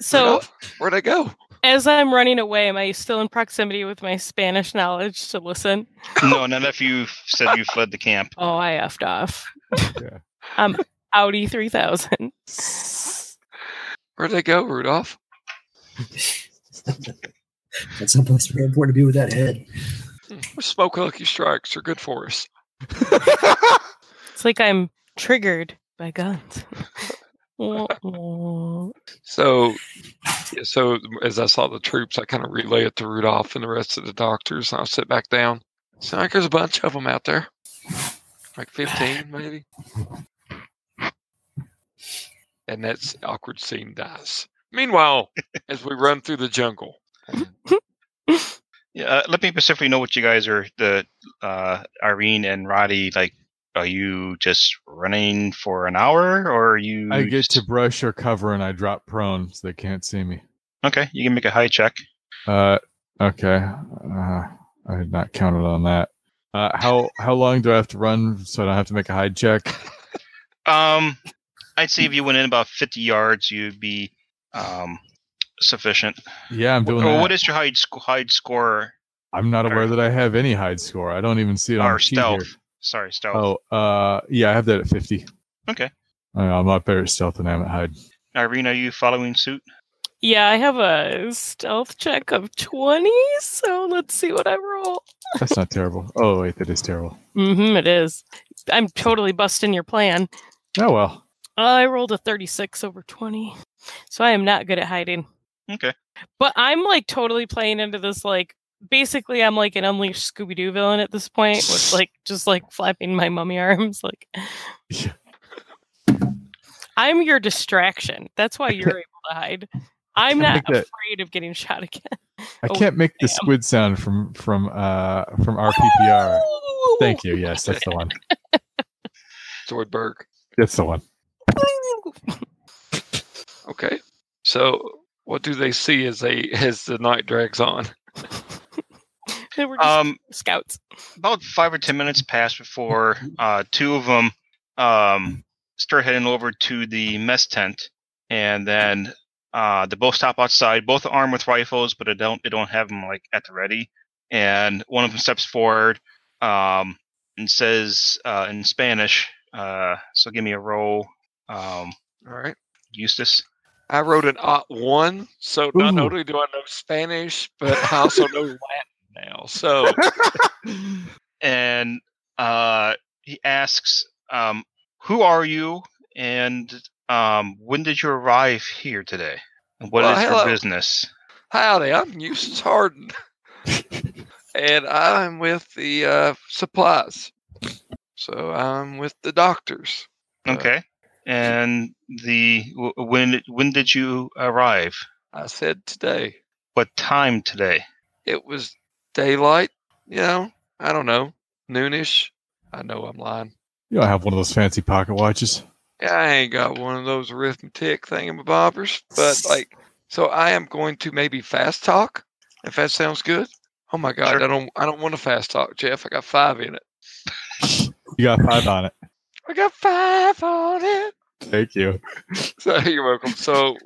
[SPEAKER 3] So
[SPEAKER 1] where'd I go?"
[SPEAKER 3] as I'm running away, am I still in proximity with my Spanish knowledge to listen?
[SPEAKER 2] no, none of you said you fled the camp.
[SPEAKER 3] Oh, I effed off.
[SPEAKER 4] Yeah.
[SPEAKER 3] I'm Audi 3000.
[SPEAKER 1] Where'd they go, Rudolph?
[SPEAKER 5] At some place, it's very important to be with that head.
[SPEAKER 1] We're smoking Lucky Strikes. They're good for us.
[SPEAKER 3] It's like I'm triggered by guns. Wah-wah.
[SPEAKER 1] So, yeah, so as I saw the troops, I kind of relay it to Rudolph and the rest of the doctors, and I sit back down. So like, there's a bunch of them out there, like 15 maybe. And that's awkward scene dies. Meanwhile, as we run through the jungle,
[SPEAKER 2] Yeah, uh, let me specifically know what you guys are. The uh, Irene and Roddy, like, are you just running for an hour, or are you?
[SPEAKER 4] I get
[SPEAKER 2] just-
[SPEAKER 4] to brush or cover, and I drop prone so they can't see me.
[SPEAKER 2] Okay, you can make a high check.
[SPEAKER 4] Uh, okay. Uh, I had not counted on that. Uh, how how long do I have to run so I don't have to make a hide check?
[SPEAKER 2] Um, I'd
[SPEAKER 4] Mm.
[SPEAKER 2] say if you went in about fifty yards, you'd be um sufficient.
[SPEAKER 4] Yeah, I'm
[SPEAKER 2] Or
[SPEAKER 4] doing. that.
[SPEAKER 2] what is your hide sc- hide score?
[SPEAKER 4] I'm not aware that I have any hide score. I don't even see it on
[SPEAKER 2] Or
[SPEAKER 4] the sheet
[SPEAKER 2] stealth.
[SPEAKER 4] here.
[SPEAKER 2] Sorry, stealth.
[SPEAKER 4] Oh, uh, yeah, I have that at 50.
[SPEAKER 2] Okay.
[SPEAKER 4] I know, I'm not better at stealth than I am at hide.
[SPEAKER 2] Irene, are you following suit?
[SPEAKER 3] yeah, I have a stealth check of 20, so let's see what I roll.
[SPEAKER 4] That's not terrible. Oh wait, that is terrible.
[SPEAKER 3] Mm-hmm, it is. I'm totally busting your plan.
[SPEAKER 4] Oh well.
[SPEAKER 3] I rolled a 36 over 20, so I am not good at hiding.
[SPEAKER 2] Okay.
[SPEAKER 3] But I'm like totally playing into this like basically I'm like an unleashed Scooby Doo villain at this point with like just like flapping my mummy arms like
[SPEAKER 4] Yeah.
[SPEAKER 3] I'm your distraction. That's why you're able to hide. I'm not
[SPEAKER 4] think that-
[SPEAKER 3] afraid of getting shot again.
[SPEAKER 4] I
[SPEAKER 3] Oh,
[SPEAKER 4] can't make the
[SPEAKER 3] damn.
[SPEAKER 4] squid sound from from uh from RPPR. Thank you. Yes, that's the one.
[SPEAKER 1] Zoidberg.
[SPEAKER 4] That's the one.
[SPEAKER 1] Okay. So, what do they see as they as the night drags on?
[SPEAKER 3] They were just
[SPEAKER 2] Um,
[SPEAKER 3] scouts.
[SPEAKER 2] about five or ten minutes pass before uh, two of them um, start heading over to the mess tent, and then uh, they both stop outside. Both are armed with rifles, but they don't they don't have them like at the ready. And one of them steps forward um, and says uh, in Spanish. Uh, so give me a roll, um,
[SPEAKER 1] All right.
[SPEAKER 2] Eustace.
[SPEAKER 1] I wrote an ot one, so not
[SPEAKER 4] Ooh.
[SPEAKER 1] only do I know Spanish, but I also know Latin now. So
[SPEAKER 2] and uh, he asks, um, "Who are you? And um, when did you arrive here today? And what is
[SPEAKER 1] Well,
[SPEAKER 2] your
[SPEAKER 1] hello.
[SPEAKER 2] business?"
[SPEAKER 1] Howdy, I'm Eustace Harden, and I'm with the uh, supplies. So I'm with the doctors. Uh,
[SPEAKER 2] Okay. And the w- when when did you arrive?
[SPEAKER 1] I said today
[SPEAKER 2] What time today?
[SPEAKER 1] it was daylight. You know, I don't know, noonish. I know I'm lying.
[SPEAKER 4] You don't have one of those fancy pocket watches.
[SPEAKER 1] Yeah, I ain't got one of those arithmetic thingamabobbers, but like, so I am going to maybe fast talk if that sounds good. Oh my god,
[SPEAKER 2] Sure.
[SPEAKER 1] I don't, I don't want to fast talk, Jeff. I got five in it.
[SPEAKER 4] You got five on it.
[SPEAKER 1] I got five on it.
[SPEAKER 4] Thank you.
[SPEAKER 1] So you're welcome. So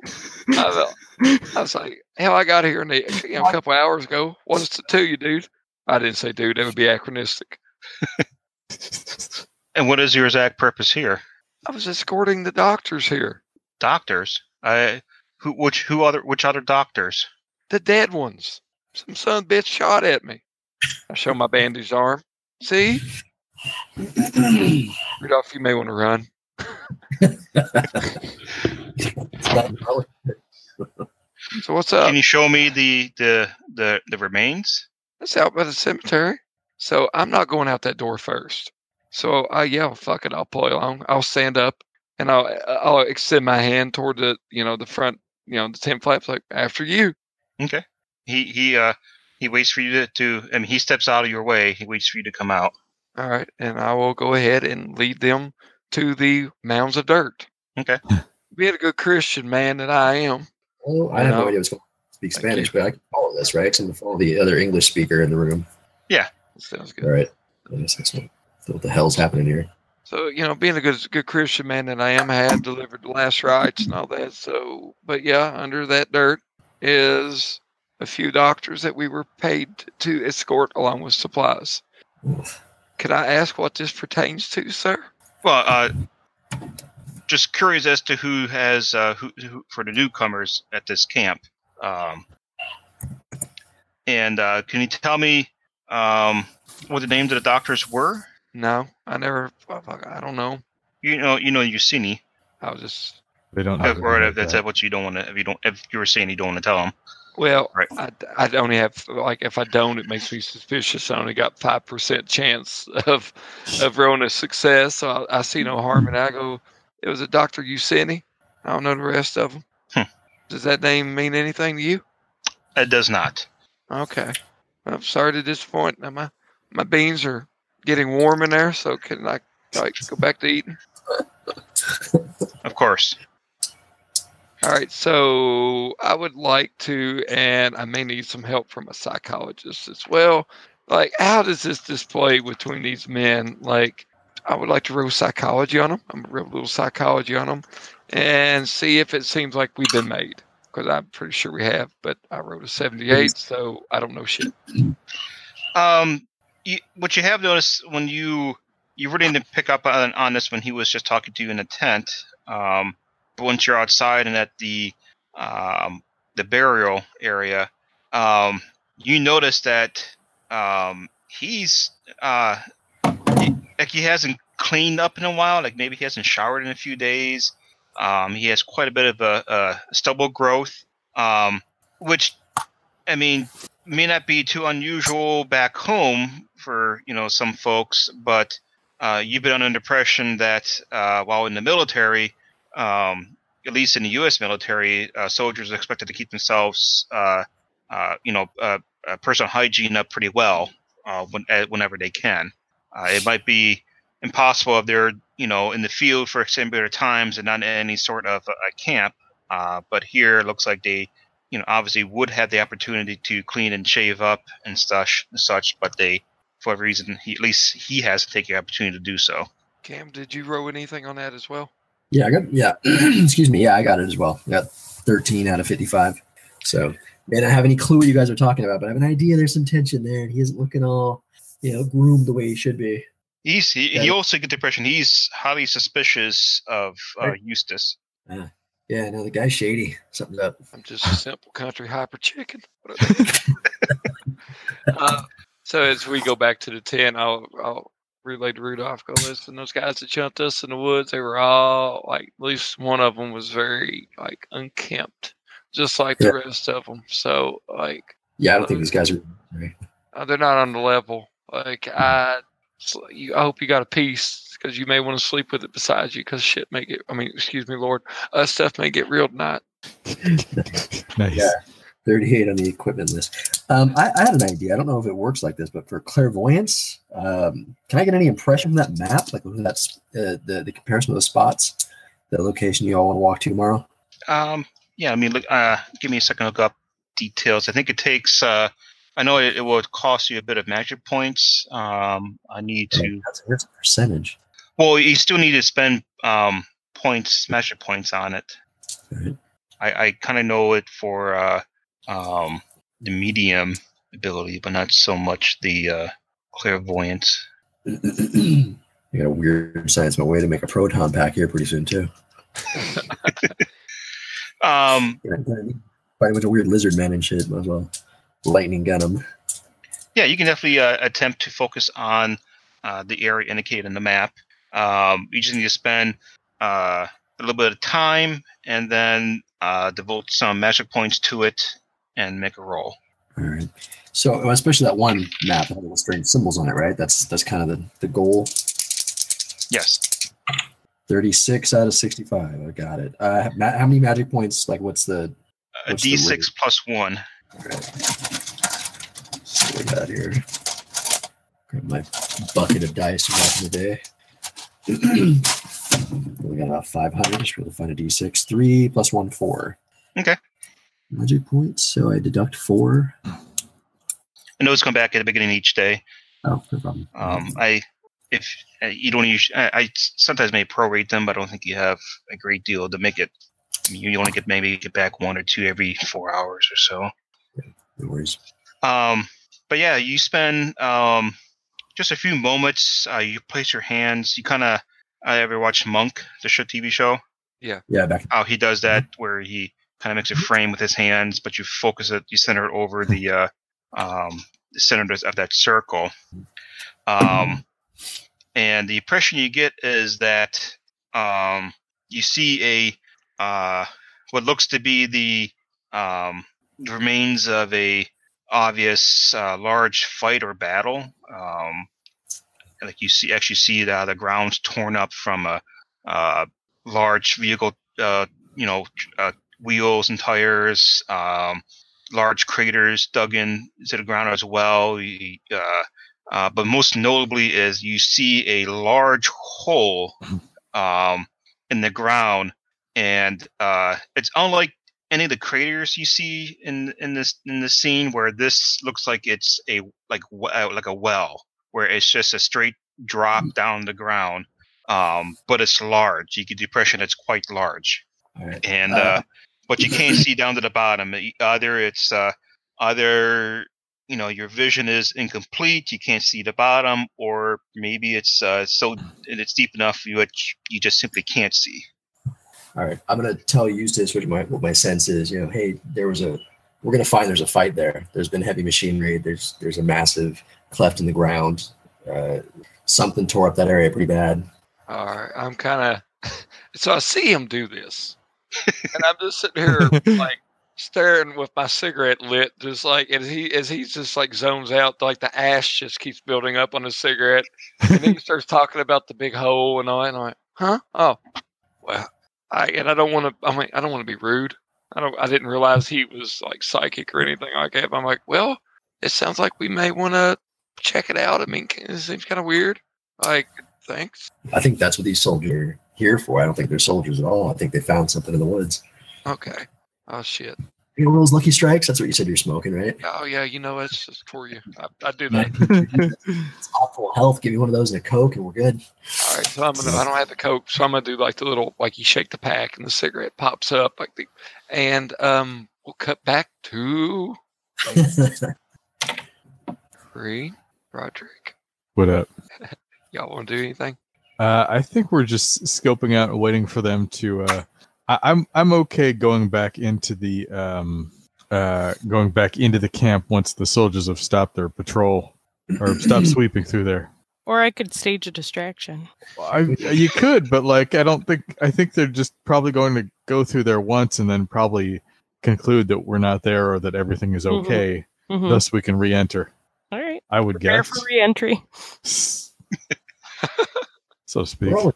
[SPEAKER 1] I, was- I was like, hell, I got here in the, you know, a couple hours ago. What's the two, you dude? I didn't say dude. That would be anachronistic.
[SPEAKER 2] And what is your exact purpose here,
[SPEAKER 1] I was escorting the doctors here,
[SPEAKER 2] doctors? I who which who other which other doctors?
[SPEAKER 1] the dead ones. Some son of a bitch shot at me. I show my bandaged arm. See,
[SPEAKER 5] Oh,
[SPEAKER 1] Rudolph, you may want to run. So what's up?
[SPEAKER 2] Can you show me the the the, the remains?
[SPEAKER 1] That's out by the cemetery. So I'm not going out that door first. So I yell, "Fuck it! I'll play along. I'll stand up and I'll I'll extend my hand toward the you know the front you know the tent flaps like after you."
[SPEAKER 2] Okay. He he uh he waits for you to, to I mean he steps out of your way. He waits for you to come out.
[SPEAKER 1] All right, and I will go ahead and lead them to the mounds of dirt.
[SPEAKER 2] Okay.
[SPEAKER 1] Being a good Christian man that I am,
[SPEAKER 5] Oh, I have
[SPEAKER 1] No.
[SPEAKER 5] no idea what's going on. I Speak
[SPEAKER 1] Thank you.
[SPEAKER 5] Spanish, but I can follow this, right? So I'm gonna follow the other English speaker in the room.
[SPEAKER 1] sounds good.
[SPEAKER 5] All right. I guess that's what, what the hell's happening here.
[SPEAKER 1] So you know, being a good good Christian man that I am, I have delivered the last rites and all that. So, but yeah, under that dirt is a few doctors that we were paid to escort along with supplies. Can I ask what this pertains to, sir?
[SPEAKER 2] Well, uh just curious as to who has uh who, who for the newcomers at this camp. Um and uh can you tell me um what the names of the doctors were?
[SPEAKER 1] No, I never. oh, fuck, I don't know.
[SPEAKER 2] You know, you know Yusini.
[SPEAKER 1] I was just
[SPEAKER 4] They don't have.
[SPEAKER 2] Or if that's what you don't want to if you don't if you were saying you don't want to tell him.
[SPEAKER 1] well.
[SPEAKER 2] Right.
[SPEAKER 1] I, I only have like if I don't, it makes me suspicious. I only got five percent chance of of Rona's success, so I, I see no harm. And I go, it was a Doctor Usini. I don't know the rest of them.
[SPEAKER 2] Hmm.
[SPEAKER 1] Does that name mean anything to you?
[SPEAKER 2] It does not.
[SPEAKER 1] Okay. I'm sorry to disappoint. Now my my beans are getting warm in there, so can I like go back to eating?
[SPEAKER 2] Of course.
[SPEAKER 1] All right, so I would like to, and I may need some help from a psychologist as well. Like, how does this display between these men? Like, I would like to roll psychology on them. I'm a real little psychology on them, and see if it seems like we've been made. Because I'm pretty sure we have, but I wrote a 78, so I don't know shit.
[SPEAKER 2] Um, you, what you have noticed when you you really didn't pick up on, on this when he was just talking to you in the tent. Um, but once you're outside and at the um, the burial area, um, you notice that um, he's uh, he- like he hasn't cleaned up in a while. Like maybe he hasn't showered in a few days. Um, he has quite a bit of a, a stubble growth, um, which I mean may not be too unusual back home for you know some folks, but uh, you've been under the impression that uh, while in the military, um, at least in the U.S. military, uh, soldiers are expected to keep themselves, uh, uh, you know, uh, uh, personal hygiene up pretty well uh, when, uh, whenever they can. Uh, it might be impossible if they're you know in the field for extended period of times and not in any sort of a, a camp, uh, but here it looks like they you know, obviously would have the opportunity to clean and shave up and such, and such, but they, for whatever reason, he, at least he hasn't taken the opportunity to do so.
[SPEAKER 1] Cam, did you roll anything on that as well?
[SPEAKER 5] Yeah, I got yeah. Excuse me. Yeah, I got it as well. I got 13 out of 55. So man, I don't have any clue what you guys are talking about, but I have an idea there's some tension there, and he isn't looking all you know, groomed the way he should be.
[SPEAKER 2] He's he,
[SPEAKER 5] Yeah.
[SPEAKER 2] he also get the impression he's highly suspicious of uh, Eustace.
[SPEAKER 5] Yeah, no, the guy's shady. Something's up.
[SPEAKER 1] I'm just a simple country hyper chicken. What do they- uh, so as we go back to the tent, I'll, I'll relay to Rudolph. Go listen. Those guys that jumped us in the woods, they were all like, at least one of them was very like unkempt, just like
[SPEAKER 5] Yeah.
[SPEAKER 1] the rest of them. So like,
[SPEAKER 5] Yeah, I don't think these guys are
[SPEAKER 1] uh, they're not on the level. Like I, so you, I hope you got a piece because you may want to sleep with it beside you because shit may get. I mean, excuse me, Lord, uh, stuff may get real tonight.
[SPEAKER 4] Nice.
[SPEAKER 5] Yeah. 38 on the equipment list. Um, I, I had an idea. I don't know if it works like this, but for clairvoyance, um, can I get any impression from that map? Like that's uh, the, the comparison of the spots? the location you all want to walk to tomorrow?
[SPEAKER 2] Um, yeah, I mean, look, uh, give me a second to look up details. I think it takes. Uh, I know it, it will cost you a bit of magic points. Um, I need to.
[SPEAKER 5] That's, that's a percentage.
[SPEAKER 2] Well, you still need to spend um, points, magic points on it.
[SPEAKER 5] Right.
[SPEAKER 2] I, I kind of know it for uh, um, the medium ability, but not so much the uh, clairvoyance.
[SPEAKER 5] I got a weird science my way to make a proton pack here pretty soon too.
[SPEAKER 2] Um,
[SPEAKER 5] Yeah, Fighting with a weird lizard man and shit, might as well lightning gun him.
[SPEAKER 2] yeah, you can definitely uh, attempt to focus on uh, the area indicated in the map. Um, you just need to spend uh, a little bit of time and then uh, devote some magic points to it and make a roll.
[SPEAKER 5] All right. So oh, especially that one map that had little strange symbols on it, right? That's that's kind of the, the goal.
[SPEAKER 2] Yes.
[SPEAKER 5] Thirty six out of sixty five. I got it. Uh, ma- how many magic points? Like, what's the?
[SPEAKER 2] A
[SPEAKER 5] What's the rate?
[SPEAKER 2] D6 uh, plus one.
[SPEAKER 5] All right. So we got here. Grab my bucket of dice from back in the day. we got about five hundred. Just really find a D six. Three plus one four.
[SPEAKER 2] Okay.
[SPEAKER 5] Magic points. So I deduct four.
[SPEAKER 2] And those come back at the beginning of each day.
[SPEAKER 5] Oh, no problem.
[SPEAKER 2] Um, I, if uh, you don't use, I, I sometimes may prorate them, but I don't think you have a great deal to make it. I mean, you only get maybe get back one or two every four hours or so.
[SPEAKER 5] no worries.
[SPEAKER 2] Um, but yeah, you spend um, just a few moments. Uh, you place your hands. You kind of. I ever watched Monk, the show TV show?
[SPEAKER 5] Yeah, back.
[SPEAKER 2] How Oh, he does that, where he kind of makes a frame with his hands, but you focus it, you center it over the uh, um, the center of that circle. Um, and the impression you get is that um, you see a uh, what looks to be the um, remains of a obvious uh, large fight or battle. Um, like you see, actually see the, the grounds torn up from a, uh large vehicle, uh, you know, tr- uh, wheels and tires, um, large craters dug in to the ground as well. You- uh, uh, but most notably is you see a large hole um, in the ground, and uh, it's unlike any of the craters you see in in this in this scene, where this looks like it's a like w- uh, like a well, where it's just a straight drop down the ground. Um, but it's large. You get the impression it's quite large
[SPEAKER 5] All right.
[SPEAKER 2] and
[SPEAKER 5] Uh,
[SPEAKER 2] uh, but you can't see down to the bottom. E, Either it's uh, either you know your vision is incomplete, you can't see the bottom, or maybe it's uh, so and it's deep enough you you just simply can't see.
[SPEAKER 5] All right, I'm gonna tell Eustace what my what my sense is. You know, hey, there was a we're gonna find there's a fight there. There's been heavy machinery. There's there's a massive cleft in the ground. Uh, something tore up that area pretty bad.
[SPEAKER 1] All right, I'm kind of so I see him do this, and I'm just sitting here like staring with my cigarette lit, just like as he as he's just like zones out, like the ash just keeps building up on his cigarette, and then he starts talking about the big hole and all, that, and I'm like, huh? Oh, well, I and I don't want to. I mean, I don't want to be rude. I don't. I didn't realize he was like psychic or anything like that. But I'm like, well, it sounds like we may want to check it out. I mean, it seems kind of weird. Like, thanks.
[SPEAKER 5] I think that's what these soldiers are here for. I don't think they're soldiers at all. I think they found something in the woods.
[SPEAKER 1] Okay. Oh shit.
[SPEAKER 5] You know those lucky strikes? That's what you said you're smoking, right?
[SPEAKER 1] Oh yeah. You know it's just for you. I, I do that.
[SPEAKER 4] That's
[SPEAKER 5] It's awful health. Give me one of those and a coke, and we're good.
[SPEAKER 1] All right. So I'm gonna. I don't have the coke, so I'm gonna do like the little like you shake the pack and the cigarette pops up like the, and um we'll cut back to Bree, Roderick.
[SPEAKER 4] What up?
[SPEAKER 1] Y'all want to do anything?
[SPEAKER 4] Uh, I think we're just scoping out and waiting for them to. Uh, I, I'm I'm okay going back into the um, uh, going back into the camp once the soldiers have stopped their patrol or stopped sweeping through there.
[SPEAKER 3] Or I could stage a distraction.
[SPEAKER 4] I, you could, but like I don't think I think they're just probably going to go through there once and then probably conclude that we're not there or that everything is
[SPEAKER 3] Mhm.
[SPEAKER 4] okay.
[SPEAKER 3] Mhm.
[SPEAKER 4] Thus, we can re-enter.
[SPEAKER 3] All right.
[SPEAKER 4] I would
[SPEAKER 3] Prepare
[SPEAKER 4] guess,
[SPEAKER 3] for reentry.
[SPEAKER 4] so to speak.
[SPEAKER 5] We're all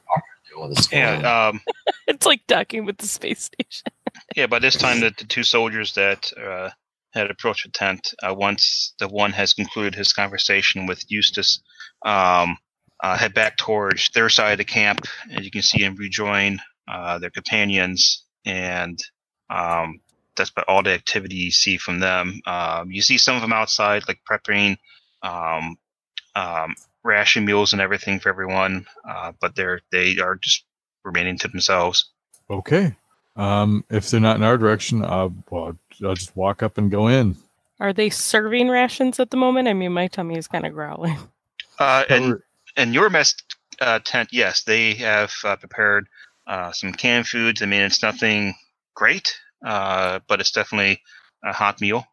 [SPEAKER 5] doing this.
[SPEAKER 2] Yeah, um,
[SPEAKER 3] It's like docking with the space station.
[SPEAKER 2] yeah. By this time, the, the two soldiers that uh, had approached the tent, uh, once the one has concluded his conversation with Eustace, um, uh, head back towards their side of the camp, and you can see him rejoin uh, their companions, and um, that's about all the activity you see from them. Um, you see some of them outside, like prepping um, um, ration meals and everything for everyone, uh, but they're they are just remaining to themselves.
[SPEAKER 4] Okay. Um, if they're not in our direction, uh, well, I'll just walk up and go in.
[SPEAKER 3] Are they serving rations at the moment? I mean, my tummy is kind of growling.
[SPEAKER 2] Uh, and and your mess uh, tent, yes, they have uh, prepared uh, some canned foods. I mean, it's nothing great, uh, but it's definitely a hot meal.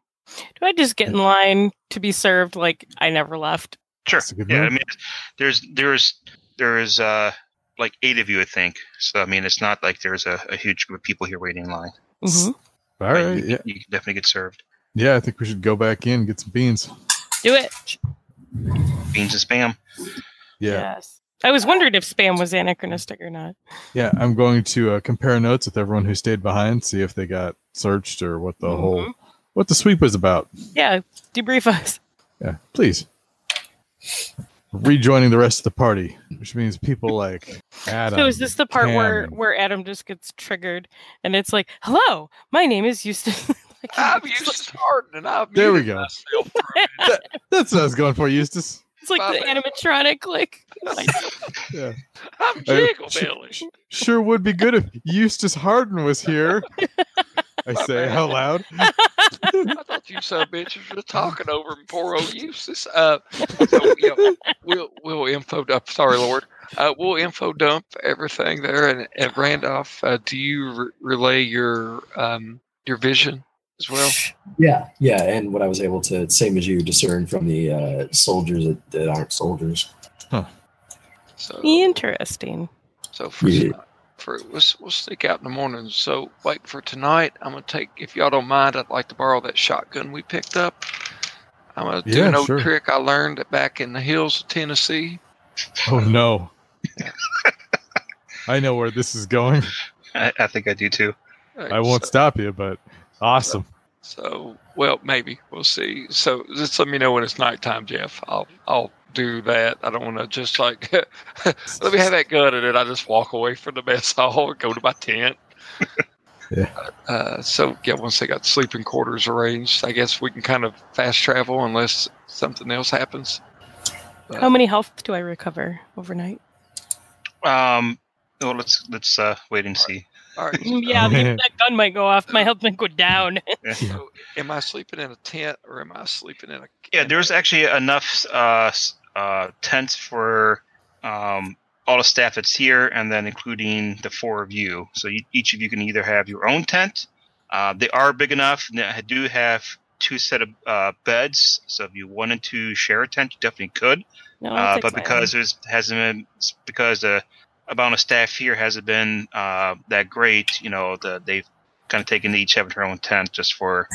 [SPEAKER 3] Do I just get in line to be served like I never left?
[SPEAKER 2] Sure.
[SPEAKER 4] That's a good
[SPEAKER 2] Yeah, I
[SPEAKER 4] move.
[SPEAKER 2] mean, there's there's there's uh like eight of you, I think. So I mean, it's not like there's a, a huge group of people here waiting in line.
[SPEAKER 3] Mhm.
[SPEAKER 4] All
[SPEAKER 2] But
[SPEAKER 4] right.
[SPEAKER 2] you,
[SPEAKER 4] Yeah.
[SPEAKER 2] you can definitely get served
[SPEAKER 4] Yeah. I think we should go back in and get some beans.
[SPEAKER 3] Do it.
[SPEAKER 2] beans and spam.
[SPEAKER 4] Yeah.
[SPEAKER 3] Yes. I was wondering if spam was anachronistic or not.
[SPEAKER 4] Yeah. I'm going to uh, compare notes with everyone who stayed behind, see if they got searched or what the
[SPEAKER 3] Mhm.
[SPEAKER 4] whole, what the sweep was about.
[SPEAKER 3] Yeah, debrief us.
[SPEAKER 4] Yeah, please. Rejoining the rest of the party, which means people like Adam.
[SPEAKER 3] So is this the part where
[SPEAKER 4] Cam.
[SPEAKER 3] where Adam just gets triggered and it's like, "Hello, my name is Eustace." Like,
[SPEAKER 1] I'm
[SPEAKER 3] it's
[SPEAKER 1] used to starting and I've
[SPEAKER 4] There we
[SPEAKER 1] muted
[SPEAKER 4] go.
[SPEAKER 1] myself.
[SPEAKER 4] That's what I was going for, Eustace.
[SPEAKER 3] like- It's like the animatronic like.
[SPEAKER 4] Yeah.
[SPEAKER 1] I'm
[SPEAKER 4] I-
[SPEAKER 1] jiggle belly.
[SPEAKER 4] Sure would be good if Eustace Harden was here. I say out loud.
[SPEAKER 1] I thought you sub bitches were talking over him, poor old Eustace. Uh, so yeah, we'll we'll info dump. Sorry, Lord. Uh, we'll info dump everything there. And, and Randolph, uh, do you re- relay your um your vision as well?
[SPEAKER 5] Yeah, yeah, and what I was able to, same as you, discern from the uh, soldiers that, that aren't soldiers.
[SPEAKER 1] So
[SPEAKER 3] Interesting.
[SPEAKER 1] so for
[SPEAKER 5] Yeah.
[SPEAKER 1] tonight- for let's we'll sneak out in the morning. So like for tonight, I'm gonna take if y'all don't mind, I'd like to borrow that shotgun we picked up. I'm gonna do an
[SPEAKER 4] Yeah,
[SPEAKER 1] old
[SPEAKER 4] sure.
[SPEAKER 1] trick I learned back in the hills of Tennessee.
[SPEAKER 4] Oh no. I know where this is going.
[SPEAKER 2] I, I think I do too.
[SPEAKER 4] I won't stop you, but awesome.
[SPEAKER 1] So, well, maybe we'll see. So, just let me know when it's nighttime, Jeff. I'll I'll do that. I don't want to just like let me have that gun, and then I just walk away from the mess hall, go to my tent.
[SPEAKER 4] Yeah.
[SPEAKER 1] Uh, so yeah, once they got sleeping quarters arranged, I guess we can kind of fast travel unless something else happens.
[SPEAKER 3] How many health do I recover overnight?
[SPEAKER 2] Um, well, let's let's uh, wait and see.
[SPEAKER 1] All right. Uh, so-
[SPEAKER 3] Yeah, maybe that gun might go off. My health might go down.
[SPEAKER 1] So, am I sleeping in a tent or am I sleeping in a?
[SPEAKER 2] Yeah, there's actually enough uh, s- uh, tents for um, all the staff that's here, and then including the four of you. So you, each of you can either have your own tent. Uh, they are big enough. and I do have two set of uh, beds. So if you wanted to share a tent, you definitely could.
[SPEAKER 3] No, I'll
[SPEAKER 2] Uh,
[SPEAKER 3] take
[SPEAKER 2] but
[SPEAKER 3] my own.
[SPEAKER 2] because there's hasn't been because the amount of staff here hasn't been uh, that great, you know, the, they've kind of taken each having their own tent just for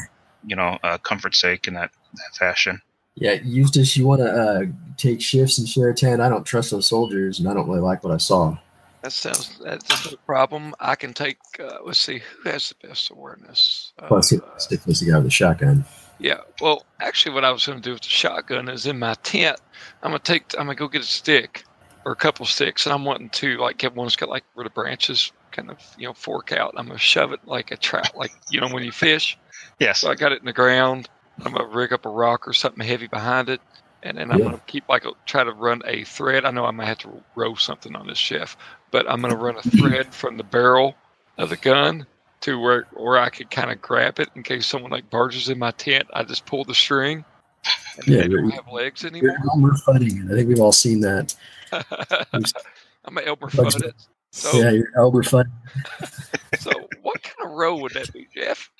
[SPEAKER 2] you know uh, comfort's sake in that, that fashion.
[SPEAKER 5] Yeah, Eustace, you want to uh, take shifts and share a tent? I don't trust those soldiers, and I don't really like what I saw.
[SPEAKER 1] That sounds that's a problem. I can take. Uh, let's see who has the best awareness. Uh,
[SPEAKER 5] Plus, it stick this guy with a shotgun.
[SPEAKER 1] yeah. Well, actually, what I was going to do with the shotgun is in my tent. I'm gonna take. I'm gonna go get a stick or a couple sticks, and I'm wanting to like get one that's got like where the branches kind of you know fork out. I'm gonna shove it like a trout, like you know when you fish.
[SPEAKER 2] Yes.
[SPEAKER 1] So I got it in the ground. I'm gonna rig up a rock or something heavy behind it, and then I'm
[SPEAKER 5] Yeah.
[SPEAKER 1] gonna keep like a, try to run a thread. I know I might have to row something on this chef, but I'm gonna run a thread from the barrel of the gun to where where I could kind of grab it in case someone like barges in my tent. I just pull the string, and
[SPEAKER 5] Yeah,
[SPEAKER 1] they don't
[SPEAKER 5] you're-
[SPEAKER 1] have legs
[SPEAKER 5] You're
[SPEAKER 1] anymore.
[SPEAKER 5] Elmer Fudding. I think we've all seen that.
[SPEAKER 1] I'm a Elmer
[SPEAKER 5] Bugs
[SPEAKER 1] Fudd. it.
[SPEAKER 5] yeah,
[SPEAKER 1] So
[SPEAKER 5] you're Elmer Fudding.
[SPEAKER 1] so what kind of row would that be, Jeff?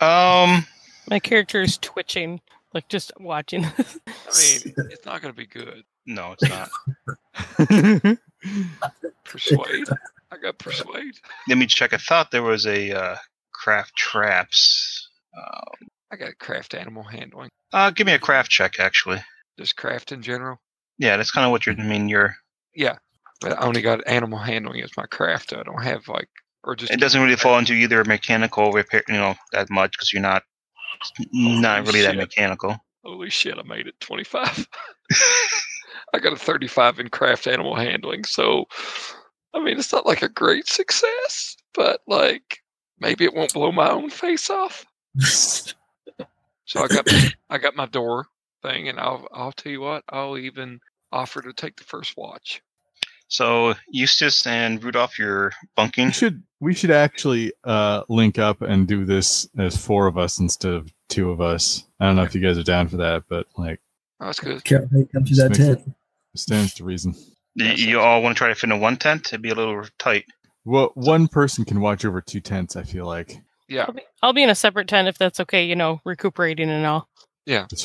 [SPEAKER 2] Um,
[SPEAKER 3] my character is twitching, like just watching. this.
[SPEAKER 1] I mean, it's not gonna be good.
[SPEAKER 2] no, it's not.
[SPEAKER 1] Persuade. I got persuade.
[SPEAKER 2] Let me check. I thought there was a uh, craft traps. Uh,
[SPEAKER 1] I got craft animal handling.
[SPEAKER 2] uh, give me a craft check, actually.
[SPEAKER 1] just craft in general.
[SPEAKER 2] Yeah, that's kind of what you're. I mean, you're.
[SPEAKER 1] But I only got animal handling as my craft. I don't have like or just
[SPEAKER 2] It doesn't really fall into either mechanical repair, you know, that much because you're not not really that
[SPEAKER 1] shit.
[SPEAKER 2] mechanical.
[SPEAKER 1] Holy shit! I made it twenty five. I got a thirty five in craft animal handling. So I mean, it's not like a great success, but like maybe it won't blow my own face off. So I got I got my door thing, and I'll I'll tell you what I'll even offer to take the first watch.
[SPEAKER 2] So Eustace and Rudolph, you're bunking.
[SPEAKER 4] We should we should actually uh, link up and do this as four of us instead of two of us. I don't know if you guys are down for that, but like
[SPEAKER 1] Oh, that's good.
[SPEAKER 6] Can't make up to that
[SPEAKER 4] Just make-
[SPEAKER 6] tent.
[SPEAKER 4] it stands to reason.
[SPEAKER 2] You, you all want to try to fit in one tent? It'd be a little tight.
[SPEAKER 4] Well, one person can watch over two tents. I feel like
[SPEAKER 1] Yeah,
[SPEAKER 3] I'll be, I'll be in a separate tent if that's okay. You know, recuperating and all.
[SPEAKER 4] it's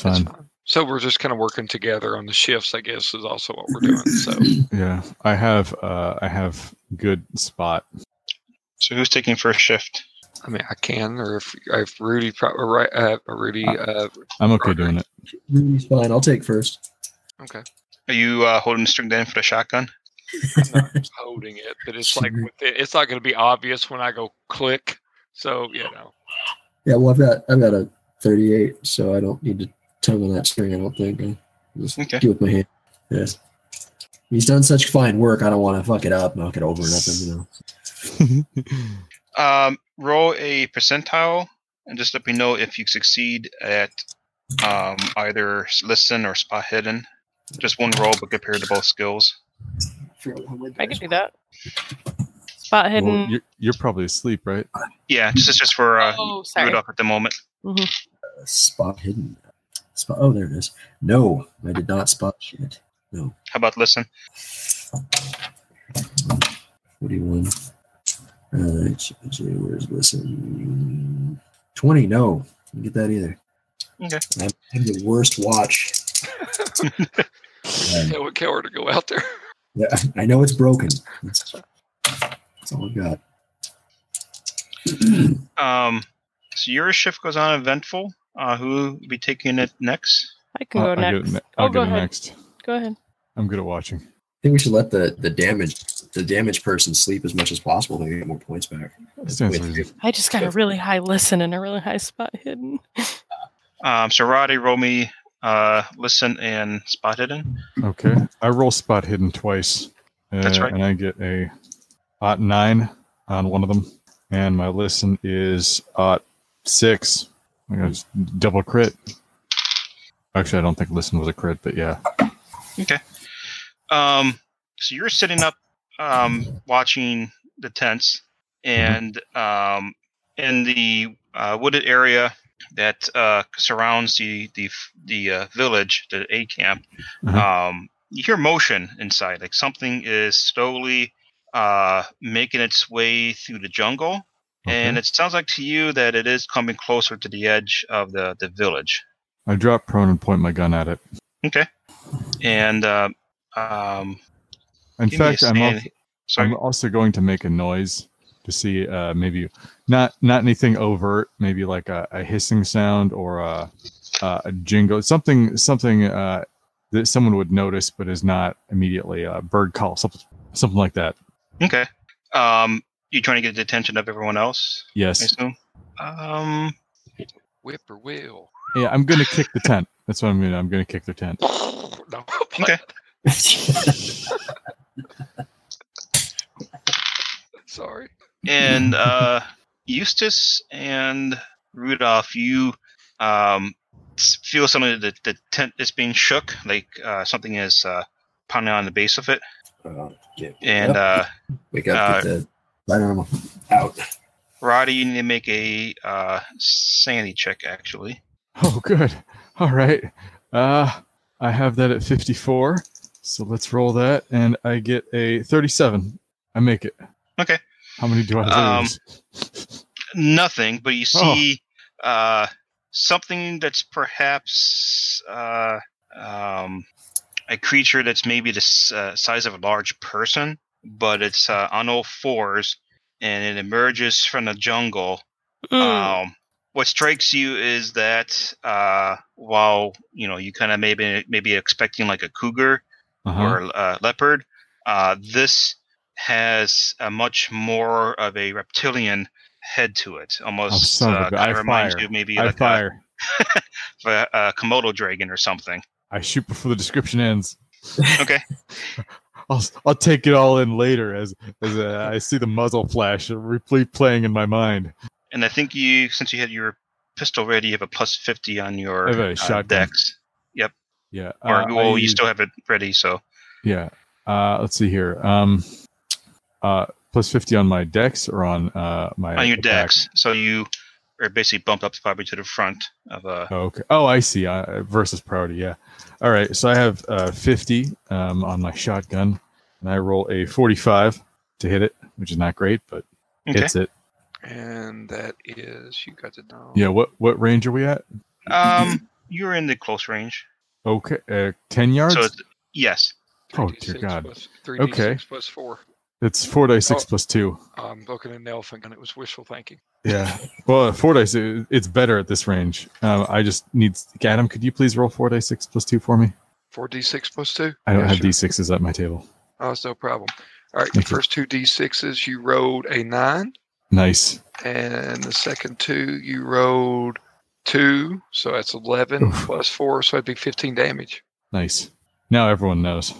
[SPEAKER 1] that's
[SPEAKER 4] fine.
[SPEAKER 1] fine. So we're just kind of working together on the shifts, I guess, is also what we're doing. So
[SPEAKER 4] Yeah, I have uh, I have good spot.
[SPEAKER 2] So who's taking first shift?
[SPEAKER 1] I mean, I can, or if if Rudy, pro- or right, uh, Rudy, uh,
[SPEAKER 4] I'm okay doing it.
[SPEAKER 6] Rudy's fine. I'll take first.
[SPEAKER 2] Are you uh, holding the string down for the shotgun?
[SPEAKER 1] I'm not holding it, but it's like with it, it's not going to be obvious when I go click. So
[SPEAKER 4] Oh,
[SPEAKER 1] you know,
[SPEAKER 6] Yeah, well, I've got I've got a 38, so I don't need to tongue on that string. I don't think. I just
[SPEAKER 2] Okay.
[SPEAKER 6] do it with my hand. Yeah. He's done such fine work. I don't want to fuck it up, knock it over, nothing. You know.
[SPEAKER 2] Um, roll a percentile and just let me know if you succeed at um, either listen or spot hidden. Just one roll, but compared to both skills.
[SPEAKER 3] I could do that. Spot hidden.
[SPEAKER 4] Well, you're, you're probably asleep, right?
[SPEAKER 2] Yeah, just it's just for uh,
[SPEAKER 3] oh, sorry.
[SPEAKER 2] Rudolph at the moment.
[SPEAKER 6] Spot hidden. Spot. Oh, there it is. No, I did not spot shit.
[SPEAKER 2] How about listen?
[SPEAKER 6] 41. Uh, ch- ch- where's listen? 20. No, didn't get that either.
[SPEAKER 2] Okay.
[SPEAKER 6] I'm I'm the worst watch. Um,
[SPEAKER 1] it would kill her to go out there.
[SPEAKER 6] Yeah, I know it's broken. That's, that's all I've got.
[SPEAKER 2] Um, so your shift goes on eventful. Uh, who will be taking it next?
[SPEAKER 3] I can go
[SPEAKER 4] I'll- I'll
[SPEAKER 3] next.
[SPEAKER 4] get it ne-
[SPEAKER 3] oh,
[SPEAKER 4] I'll
[SPEAKER 3] go
[SPEAKER 4] Uh, get it
[SPEAKER 3] ahead.
[SPEAKER 4] next.
[SPEAKER 3] Go ahead.
[SPEAKER 4] I'm good at watching.
[SPEAKER 6] I think we should let the the damage the damaged person sleep as much as possible. They get more points back.
[SPEAKER 4] It stands to
[SPEAKER 6] With-
[SPEAKER 4] reason.
[SPEAKER 3] I just got a really high listen and a really high spot hidden.
[SPEAKER 2] Um, so Roddy, roll me uh, listen and spot hidden.
[SPEAKER 4] Okay, I roll spot hidden twice. Uh,
[SPEAKER 2] That's right.
[SPEAKER 4] And I get a odd nine on one of them, and my listen is odd six. I got s- double crit. Actually, I don't think listen was a crit, but yeah.
[SPEAKER 2] Um, so you're sitting up, um, watching the tents, and um, in the uh, wooded area that uh, surrounds the the the uh, village, the A camp.
[SPEAKER 4] Uh-huh.
[SPEAKER 2] Um, you hear motion inside, like something is slowly uh, making its way through the jungle, and it sounds like to you that it is coming closer to the edge of the the village.
[SPEAKER 4] I drop prone and point my gun at it.
[SPEAKER 2] And uh, um,
[SPEAKER 4] In
[SPEAKER 2] give me a
[SPEAKER 4] fact, I'm
[SPEAKER 2] stand-
[SPEAKER 4] also,
[SPEAKER 2] Sorry.
[SPEAKER 4] I'm also going to make a noise to see uh, maybe not not anything overt, maybe like a, a hissing sound or a, a jingle, something something uh, that someone would notice, but is not immediately a bird call, something something like that.
[SPEAKER 2] Okay. Um, you trying to get the attention of everyone else? I
[SPEAKER 4] Yes,
[SPEAKER 2] assume. Um,
[SPEAKER 1] Whip or will.
[SPEAKER 4] yeah, I'm going to kick the tent. That's what I'm going to. I'm going to kick their tent.
[SPEAKER 1] No,
[SPEAKER 2] Okay.
[SPEAKER 1] sorry.
[SPEAKER 2] and uh, Eustace and Rudolph, you um s- feel something that the tent is being shook, like uh, something is uh, pounding on the base of it,
[SPEAKER 6] Uh, get-
[SPEAKER 2] and uh,
[SPEAKER 6] wake up, get the light armor out.
[SPEAKER 2] Roddy, you need to make a uh, sanity check. Actually,
[SPEAKER 4] Oh, good. All right. Uh, I have that at 54. So let's roll that, and I get a 37. I make it.
[SPEAKER 2] Okay.
[SPEAKER 4] How many do I
[SPEAKER 2] Um,
[SPEAKER 4] lose?
[SPEAKER 2] nothing, but you see uh, something that's perhaps uh, um, a creature that's maybe the s- uh, size of a large person, but it's uh, on all fours and it emerges from the jungle.
[SPEAKER 3] Mm.
[SPEAKER 2] Um, what strikes you is that uh, while you know you kind of maybe maybe expecting like a cougar,
[SPEAKER 4] Uh-huh.
[SPEAKER 2] or uh, leopard. Uh, this has a much more of a reptilian head to it. Almost
[SPEAKER 4] Oh, son of a
[SPEAKER 2] uh,
[SPEAKER 4] bi-
[SPEAKER 2] kinda
[SPEAKER 4] I
[SPEAKER 2] reminds
[SPEAKER 4] fire.
[SPEAKER 2] you maybe
[SPEAKER 4] I
[SPEAKER 2] like a, uh,
[SPEAKER 4] fire.
[SPEAKER 2] a, a Komodo dragon or something.
[SPEAKER 4] I shoot before the description ends.
[SPEAKER 2] Okay.
[SPEAKER 4] I'll I'll take it all in later as as uh, I see the muzzle flash replete playing in my mind.
[SPEAKER 2] And I think you, since you had your pistol ready, you have a plus 50 on your
[SPEAKER 4] I have a
[SPEAKER 2] uh,
[SPEAKER 4] shotgun.
[SPEAKER 2] dex.
[SPEAKER 4] Yeah.
[SPEAKER 2] Or,
[SPEAKER 4] uh,
[SPEAKER 2] well,
[SPEAKER 4] I
[SPEAKER 2] you
[SPEAKER 4] use-
[SPEAKER 2] still have it ready, so.
[SPEAKER 4] Yeah. Uh, let's see here. Um, uh, plus fifty on my dex or on uh my
[SPEAKER 2] on your
[SPEAKER 4] attack?
[SPEAKER 2] dex. So you are basically bumped up probably to the front of uh
[SPEAKER 4] Oh, okay. Oh, I see. Uh, versus priority. Yeah. All right. So I have uh, 50 um, on my shotgun, and I roll a 45 to hit it, which is not great, but
[SPEAKER 2] Okay.
[SPEAKER 4] hits it.
[SPEAKER 1] And that is, you got to know.
[SPEAKER 4] Yeah. What what range are we at?
[SPEAKER 2] um you're in the close range.
[SPEAKER 4] Okay. Uh, 10 yards.
[SPEAKER 2] So it's, yes.
[SPEAKER 4] Oh, dear God.
[SPEAKER 1] Three
[SPEAKER 4] Okay.
[SPEAKER 1] plus four.
[SPEAKER 4] it's four dice six
[SPEAKER 1] Oh.
[SPEAKER 4] plus two.
[SPEAKER 1] I'm looking at an elephant, and it was wishful thinking.
[SPEAKER 4] Yeah. Well, four dice. it- It's better at this range. Um, I just need Adam. Could you please roll four dice six plus two for me?
[SPEAKER 1] Four d6 plus two.
[SPEAKER 4] I don't
[SPEAKER 1] Yeah,
[SPEAKER 4] have
[SPEAKER 1] sure.
[SPEAKER 4] d6s at my table.
[SPEAKER 1] Oh, it's no problem. All right,
[SPEAKER 4] Thank
[SPEAKER 1] the
[SPEAKER 4] you.
[SPEAKER 1] first two d6s, you rolled a nine,
[SPEAKER 4] Nice.
[SPEAKER 1] and the second two, you rolled two, so that's 11
[SPEAKER 4] Oof.
[SPEAKER 1] plus four, so it'd be 15 damage.
[SPEAKER 4] Nice. Now everyone knows.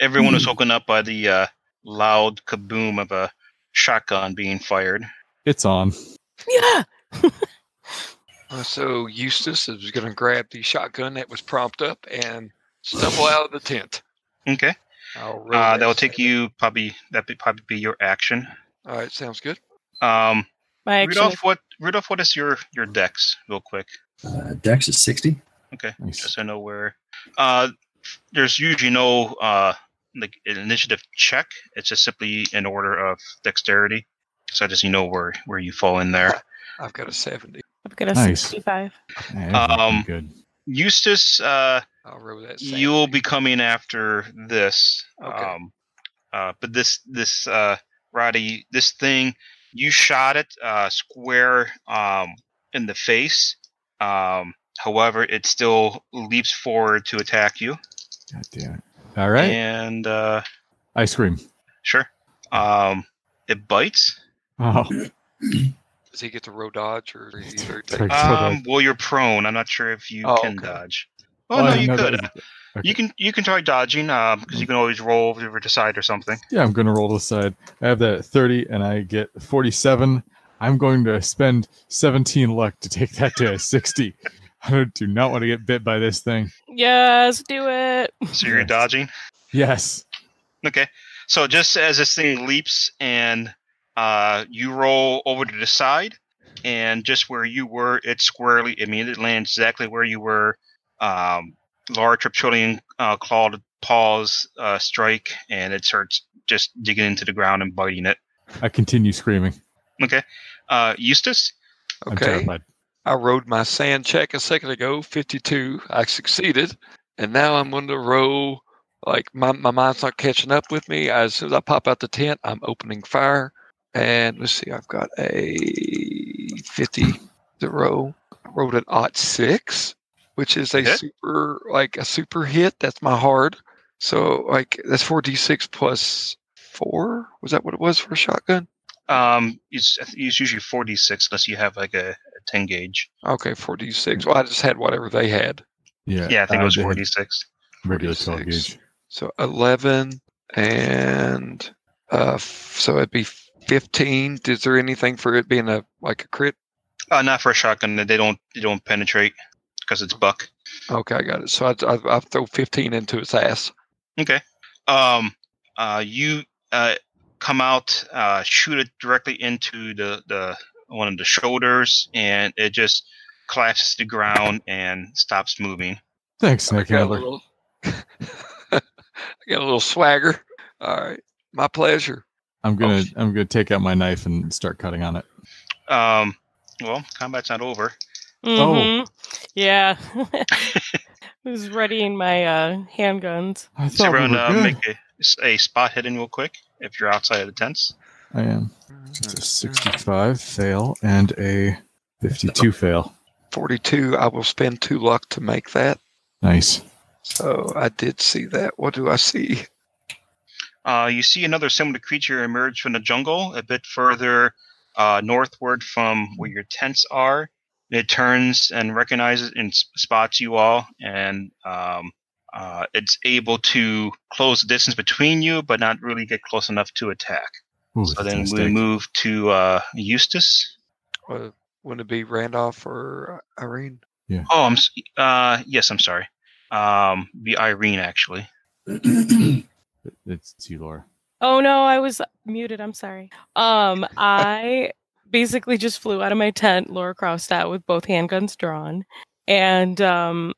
[SPEAKER 2] Everyone was woken up by the uh loud kaboom of a shotgun being fired.
[SPEAKER 4] It's on.
[SPEAKER 3] Yeah.
[SPEAKER 1] Uh, so Eustace is going to grab the shotgun that was prompt up and stumble out of the tent.
[SPEAKER 2] Okay.
[SPEAKER 1] I'll roll
[SPEAKER 2] Uh that'll
[SPEAKER 1] that
[SPEAKER 2] take
[SPEAKER 1] save.
[SPEAKER 2] you probably that'd be, probably be your action.
[SPEAKER 1] All right, sounds good.
[SPEAKER 2] Um
[SPEAKER 3] My action
[SPEAKER 2] Rudolph
[SPEAKER 3] is-
[SPEAKER 2] what Rudolph what is your your dex real quick?
[SPEAKER 5] Uh, Dex is 60.
[SPEAKER 4] Nice.
[SPEAKER 2] just so I know where. Uh, there's usually no uh, like an initiative check. It's just simply an order of dexterity. So I just you know where where you fall in there.
[SPEAKER 1] I've got a 70.
[SPEAKER 3] I've got a
[SPEAKER 4] Nice.
[SPEAKER 3] 65.
[SPEAKER 4] Yeah, everyone
[SPEAKER 2] Um,
[SPEAKER 4] good.
[SPEAKER 2] Eustace, uh,
[SPEAKER 1] I'll roll that. save.
[SPEAKER 2] you'll be coming after this.
[SPEAKER 1] Okay.
[SPEAKER 2] Um, uh, but this this uh, Roddy, this thing you shot it uh, square um, in the face. Um, however, it still leaps forward to attack you.
[SPEAKER 4] God damn it. All right.
[SPEAKER 2] And uh,
[SPEAKER 4] Ice cream.
[SPEAKER 2] Sure. Um, it bites.
[SPEAKER 4] Oh,
[SPEAKER 1] Does he get to roll dodge or is he either take-
[SPEAKER 4] Take- It's okay.
[SPEAKER 2] Um, well, you're prone. I'm not sure if you
[SPEAKER 1] Oh,
[SPEAKER 2] can
[SPEAKER 1] okay.
[SPEAKER 2] dodge. Oh, no,
[SPEAKER 4] yeah,
[SPEAKER 2] you could.
[SPEAKER 4] that was- Mm.
[SPEAKER 2] You can you can try dodging because you can always roll over to side or something.
[SPEAKER 4] yeah, I'm going to roll to the side. I have that at 30 and I get 47. I'm going to spend 17 luck to take that to a 60. I don't- do not want to get bit by this thing.
[SPEAKER 3] Yes, do it.
[SPEAKER 2] So you're
[SPEAKER 4] Yes.
[SPEAKER 2] dodging.
[SPEAKER 4] Yes.
[SPEAKER 2] Okay. So just as this thing leaps and uh, you roll over to the side, and just where you were, it squarely. I mean, it lands exactly where you were. Um, large reptilian uh, clawed paws uh, strike, and it starts just digging into the ground and biting it.
[SPEAKER 4] I continue screaming.
[SPEAKER 2] Okay. Uh, Eustace,
[SPEAKER 4] I'm
[SPEAKER 1] Okay.
[SPEAKER 4] terrified.
[SPEAKER 1] I rolled my sand check a second ago, 52. I succeeded. And now I'm going to roll. Like my, my mind's not catching up with me. As soon as I pop out the tent, I'm opening fire. And let's see, I've got a 50 to roll. I rolled an odd six, which is a
[SPEAKER 2] Okay.
[SPEAKER 1] super, like a super hit. That's my hard. So, like, that's 4d6 plus four. Was that what it was for a shotgun?
[SPEAKER 2] um, it's, it's usually 46 unless you have like a, a 10 gauge.
[SPEAKER 1] Okay, 4d6. Well, I just had whatever they had.
[SPEAKER 4] Yeah.
[SPEAKER 2] Yeah, I think it
[SPEAKER 4] uh,
[SPEAKER 2] was
[SPEAKER 4] they had
[SPEAKER 2] 46.
[SPEAKER 4] Regular 12
[SPEAKER 1] 46.
[SPEAKER 4] gauge.
[SPEAKER 1] So 11 and uh f- so it'd be 15. Is there anything for it being a like a crit?
[SPEAKER 2] Uh, not for a shotgun. They don't they don't penetrate because it's buck.
[SPEAKER 1] Okay, I got it. So I I, I throw 15 into its ass.
[SPEAKER 2] Okay. Um, uh, you uh, come out, uh, shoot it directly into the, the one of the shoulders, and it just collapses to the ground and stops moving.
[SPEAKER 4] Thanks,
[SPEAKER 1] I
[SPEAKER 4] Snake
[SPEAKER 1] got, a
[SPEAKER 4] Handler.
[SPEAKER 1] little, I got a little swagger. All right. My pleasure.
[SPEAKER 4] I'm gonna
[SPEAKER 2] oh.
[SPEAKER 4] I'm gonna take out my knife and start cutting on it.
[SPEAKER 2] Um, well, combat's not over.
[SPEAKER 4] Oh.
[SPEAKER 3] Mhm. Yeah. I was readying my uh, handguns.
[SPEAKER 4] I
[SPEAKER 2] So
[SPEAKER 4] thought we
[SPEAKER 2] everyone
[SPEAKER 4] were
[SPEAKER 2] uh,
[SPEAKER 4] good.
[SPEAKER 2] make a, a spot hidden real quick if you're outside of the tents.
[SPEAKER 4] I am. It's a 65 fail and a 52 fail.
[SPEAKER 1] 42. I will spend two luck to make that.
[SPEAKER 4] Nice.
[SPEAKER 1] So I did see that. What do I see?
[SPEAKER 2] Uh, you see another similar creature emerge from the jungle a bit further uh, northward from where your tents are. It turns and recognizes and s- spots you all, and um, Uh, it's able to close the distance between you, but not really get close enough to attack.
[SPEAKER 4] Ooh,
[SPEAKER 2] So
[SPEAKER 4] that's a
[SPEAKER 2] then we
[SPEAKER 4] mistake.
[SPEAKER 2] move to uh, Eustace.
[SPEAKER 1] Well, Uh, wouldn't it be Randolph or Irene?
[SPEAKER 2] Oh, I'm s- uh, yes, I'm sorry. Um, be Irene actually.
[SPEAKER 4] It- It's you, Laura.
[SPEAKER 3] Oh no, I was muted. I'm sorry. Um, I basically just flew out of my tent, Laura Crow style, with both handguns drawn, and um,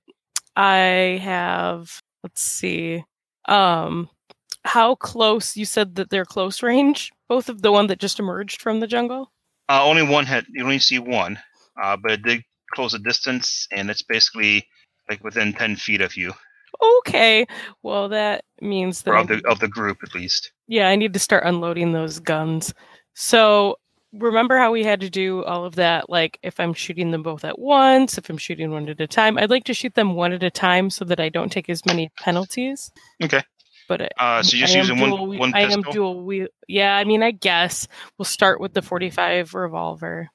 [SPEAKER 3] I have. Let's see. Um, how close? You said that they're close range. Both of the one that just emerged from the jungle.
[SPEAKER 2] Uh, only one hit. You only see one, uh, but it did close the distance, and it's basically like within ten feet of you,
[SPEAKER 3] Okay. Well, that means that
[SPEAKER 2] or
[SPEAKER 3] I
[SPEAKER 2] of the of the group at least.
[SPEAKER 3] Yeah, I need to start unloading those guns. So remember how we had to do all of that? Like, if I'm shooting them both at once, if I'm shooting one at a time, I'd like to shoot them one at a time so that I don't take as many penalties.
[SPEAKER 2] Okay.
[SPEAKER 3] But it,
[SPEAKER 2] Uh, so you're just
[SPEAKER 3] I am
[SPEAKER 2] using one
[SPEAKER 3] dual,
[SPEAKER 2] one
[SPEAKER 3] I
[SPEAKER 2] pistol.
[SPEAKER 3] am dual wheel. Yeah, I mean, I guess we'll start with the 45 revolver.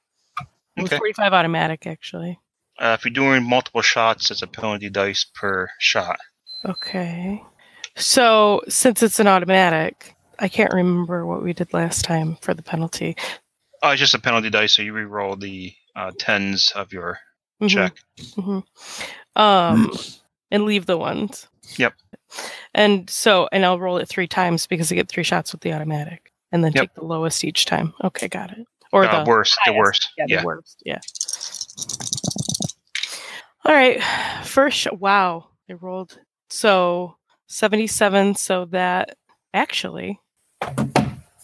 [SPEAKER 3] With
[SPEAKER 2] Okay.
[SPEAKER 3] 45 automatic, actually.
[SPEAKER 2] Uh, if you're doing multiple shots, it's a penalty dice per shot.
[SPEAKER 3] Okay. So since it's an automatic, I can't remember what we did last time for the penalty.
[SPEAKER 2] Oh, it's just a penalty dice, so you re-roll the uh, tens of your
[SPEAKER 3] Mhm.
[SPEAKER 2] check.
[SPEAKER 3] um and leave the ones
[SPEAKER 2] Yep.
[SPEAKER 3] and so and i'll roll it three times because i get three shots with the automatic and then
[SPEAKER 2] Yep.
[SPEAKER 3] take the lowest each time okay got it or
[SPEAKER 2] uh,
[SPEAKER 3] the
[SPEAKER 2] worst, the
[SPEAKER 3] highest.
[SPEAKER 2] worst.
[SPEAKER 3] yeah, the worst yeah all right first sh- wow i rolled so 77 so that actually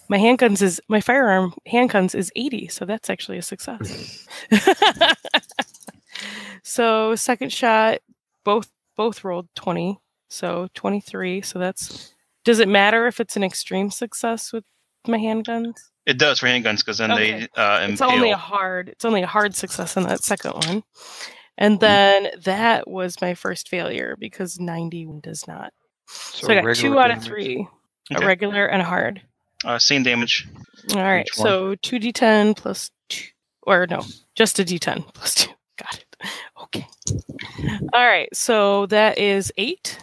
[SPEAKER 3] my handguns is my firearm handguns is 80 so that's actually a success so second shot both both rolled 20 so 23 so that's does it matter if it's an extreme success with my handguns
[SPEAKER 2] It does for handguns because then
[SPEAKER 3] Okay.
[SPEAKER 2] they uh,
[SPEAKER 3] it's only a
[SPEAKER 2] impale.
[SPEAKER 3] hard it's only a hard success on that second one and
[SPEAKER 2] Mm-hmm.
[SPEAKER 3] then that was my first failure because 90 does not so, i got two
[SPEAKER 1] regular
[SPEAKER 3] out of
[SPEAKER 1] damage.
[SPEAKER 3] three
[SPEAKER 2] Okay.
[SPEAKER 3] a regular and a hard
[SPEAKER 2] Uh, same damage.
[SPEAKER 3] all right
[SPEAKER 2] Each one.
[SPEAKER 3] so 2d10 plus 2 or no just a d10 plus 2 got it okay all right so that is 8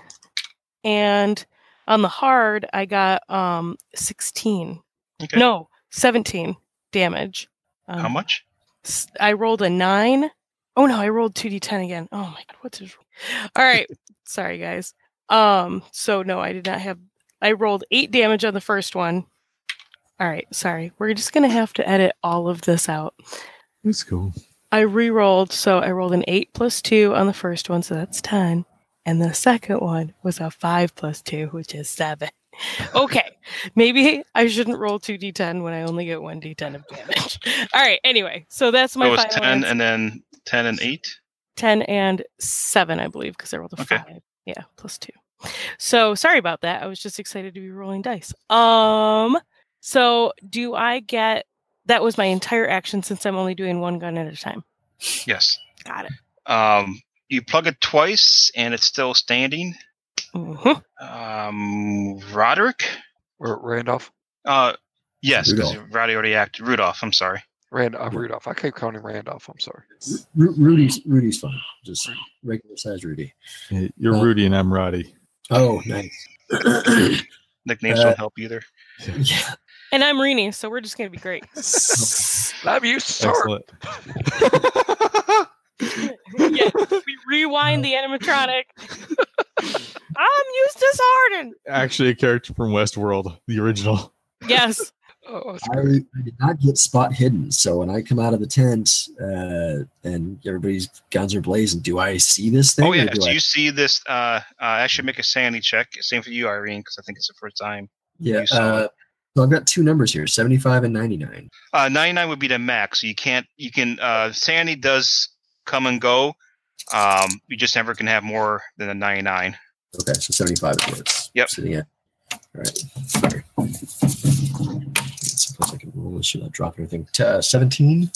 [SPEAKER 3] and on the hard i got um 16
[SPEAKER 2] Okay.
[SPEAKER 3] no 17 damage um,
[SPEAKER 2] How much?
[SPEAKER 3] S- I rolled a nine. Oh no, I rolled two d ten again. Oh my god, what's this? All right, sorry guys. Um, so no, I did not have. I rolled eight damage on the first one. All right, sorry. We're just gonna have to edit all of this out.
[SPEAKER 4] It's cool.
[SPEAKER 3] I re-rolled, so I rolled an eight plus two on the first one, so that's ten, and the second one was a five plus two, which is seven. Okay, maybe I shouldn't roll two d10 when I only get one d10 of damage. All right. Anyway, so that's my
[SPEAKER 2] it was
[SPEAKER 3] final
[SPEAKER 2] ten,
[SPEAKER 3] answer.
[SPEAKER 2] and then ten and eight.
[SPEAKER 3] 10 and 7 i believe because i rolled a
[SPEAKER 2] Okay.
[SPEAKER 3] 5 yeah plus 2 so sorry about that i was just excited to be rolling dice um so do i get that was my entire action since i'm only doing one gun at a time
[SPEAKER 2] Yes.
[SPEAKER 3] got it
[SPEAKER 2] Um, you plug it twice, and it's still standing.
[SPEAKER 3] Mhm.
[SPEAKER 2] Um, Roderick.
[SPEAKER 1] Or Randolph?
[SPEAKER 2] Uh, yes, because
[SPEAKER 5] Rudolph.
[SPEAKER 2] Roddy already acted. Rudolph. I'm sorry.
[SPEAKER 1] Rand- uh, Rudolph. I keep calling him Randolph. I'm sorry.
[SPEAKER 5] Ru- Rudy's Rudy's fine. Just regular size Rudy.
[SPEAKER 4] Yeah, You're
[SPEAKER 5] Uh,
[SPEAKER 4] Rudy and I'm Roddy.
[SPEAKER 5] Oh, nice.
[SPEAKER 2] Nicknames
[SPEAKER 5] Uh,
[SPEAKER 2] don't help either.
[SPEAKER 5] yeah.
[SPEAKER 3] and i'm Rini, so we're just gonna be great
[SPEAKER 1] Love you, sir.
[SPEAKER 4] Excellent.
[SPEAKER 3] yeah we rewind the animatronic i'm eustace harden
[SPEAKER 4] Actually, a character from Westworld, the original.
[SPEAKER 3] yes
[SPEAKER 1] oh, that's
[SPEAKER 5] I,
[SPEAKER 1] great.
[SPEAKER 5] I did not get spot hidden. So when I come out of the tent uh, and everybody's guns are blazing, do I see this thing?
[SPEAKER 2] Oh
[SPEAKER 5] or
[SPEAKER 2] yeah.
[SPEAKER 5] do
[SPEAKER 2] So
[SPEAKER 5] I-
[SPEAKER 2] you see this? Uh, uh, actually, make a sanity check. Same for you, Irene, because I think it's the first time.
[SPEAKER 5] yeah.
[SPEAKER 2] you saw
[SPEAKER 5] Uh, so I've got two numbers here: seventy-five and ninety-nine.
[SPEAKER 2] Uh, 99 would be the max. So you can't. You can. Uh, sanity does come and go. Um, you just never can have more than a 99.
[SPEAKER 5] Okay, so seventy-five is where it's
[SPEAKER 2] Yep.
[SPEAKER 5] sitting at. All right. Sorry. Suppose I can roll this shit. I drop everything. T- uh, Seventeen.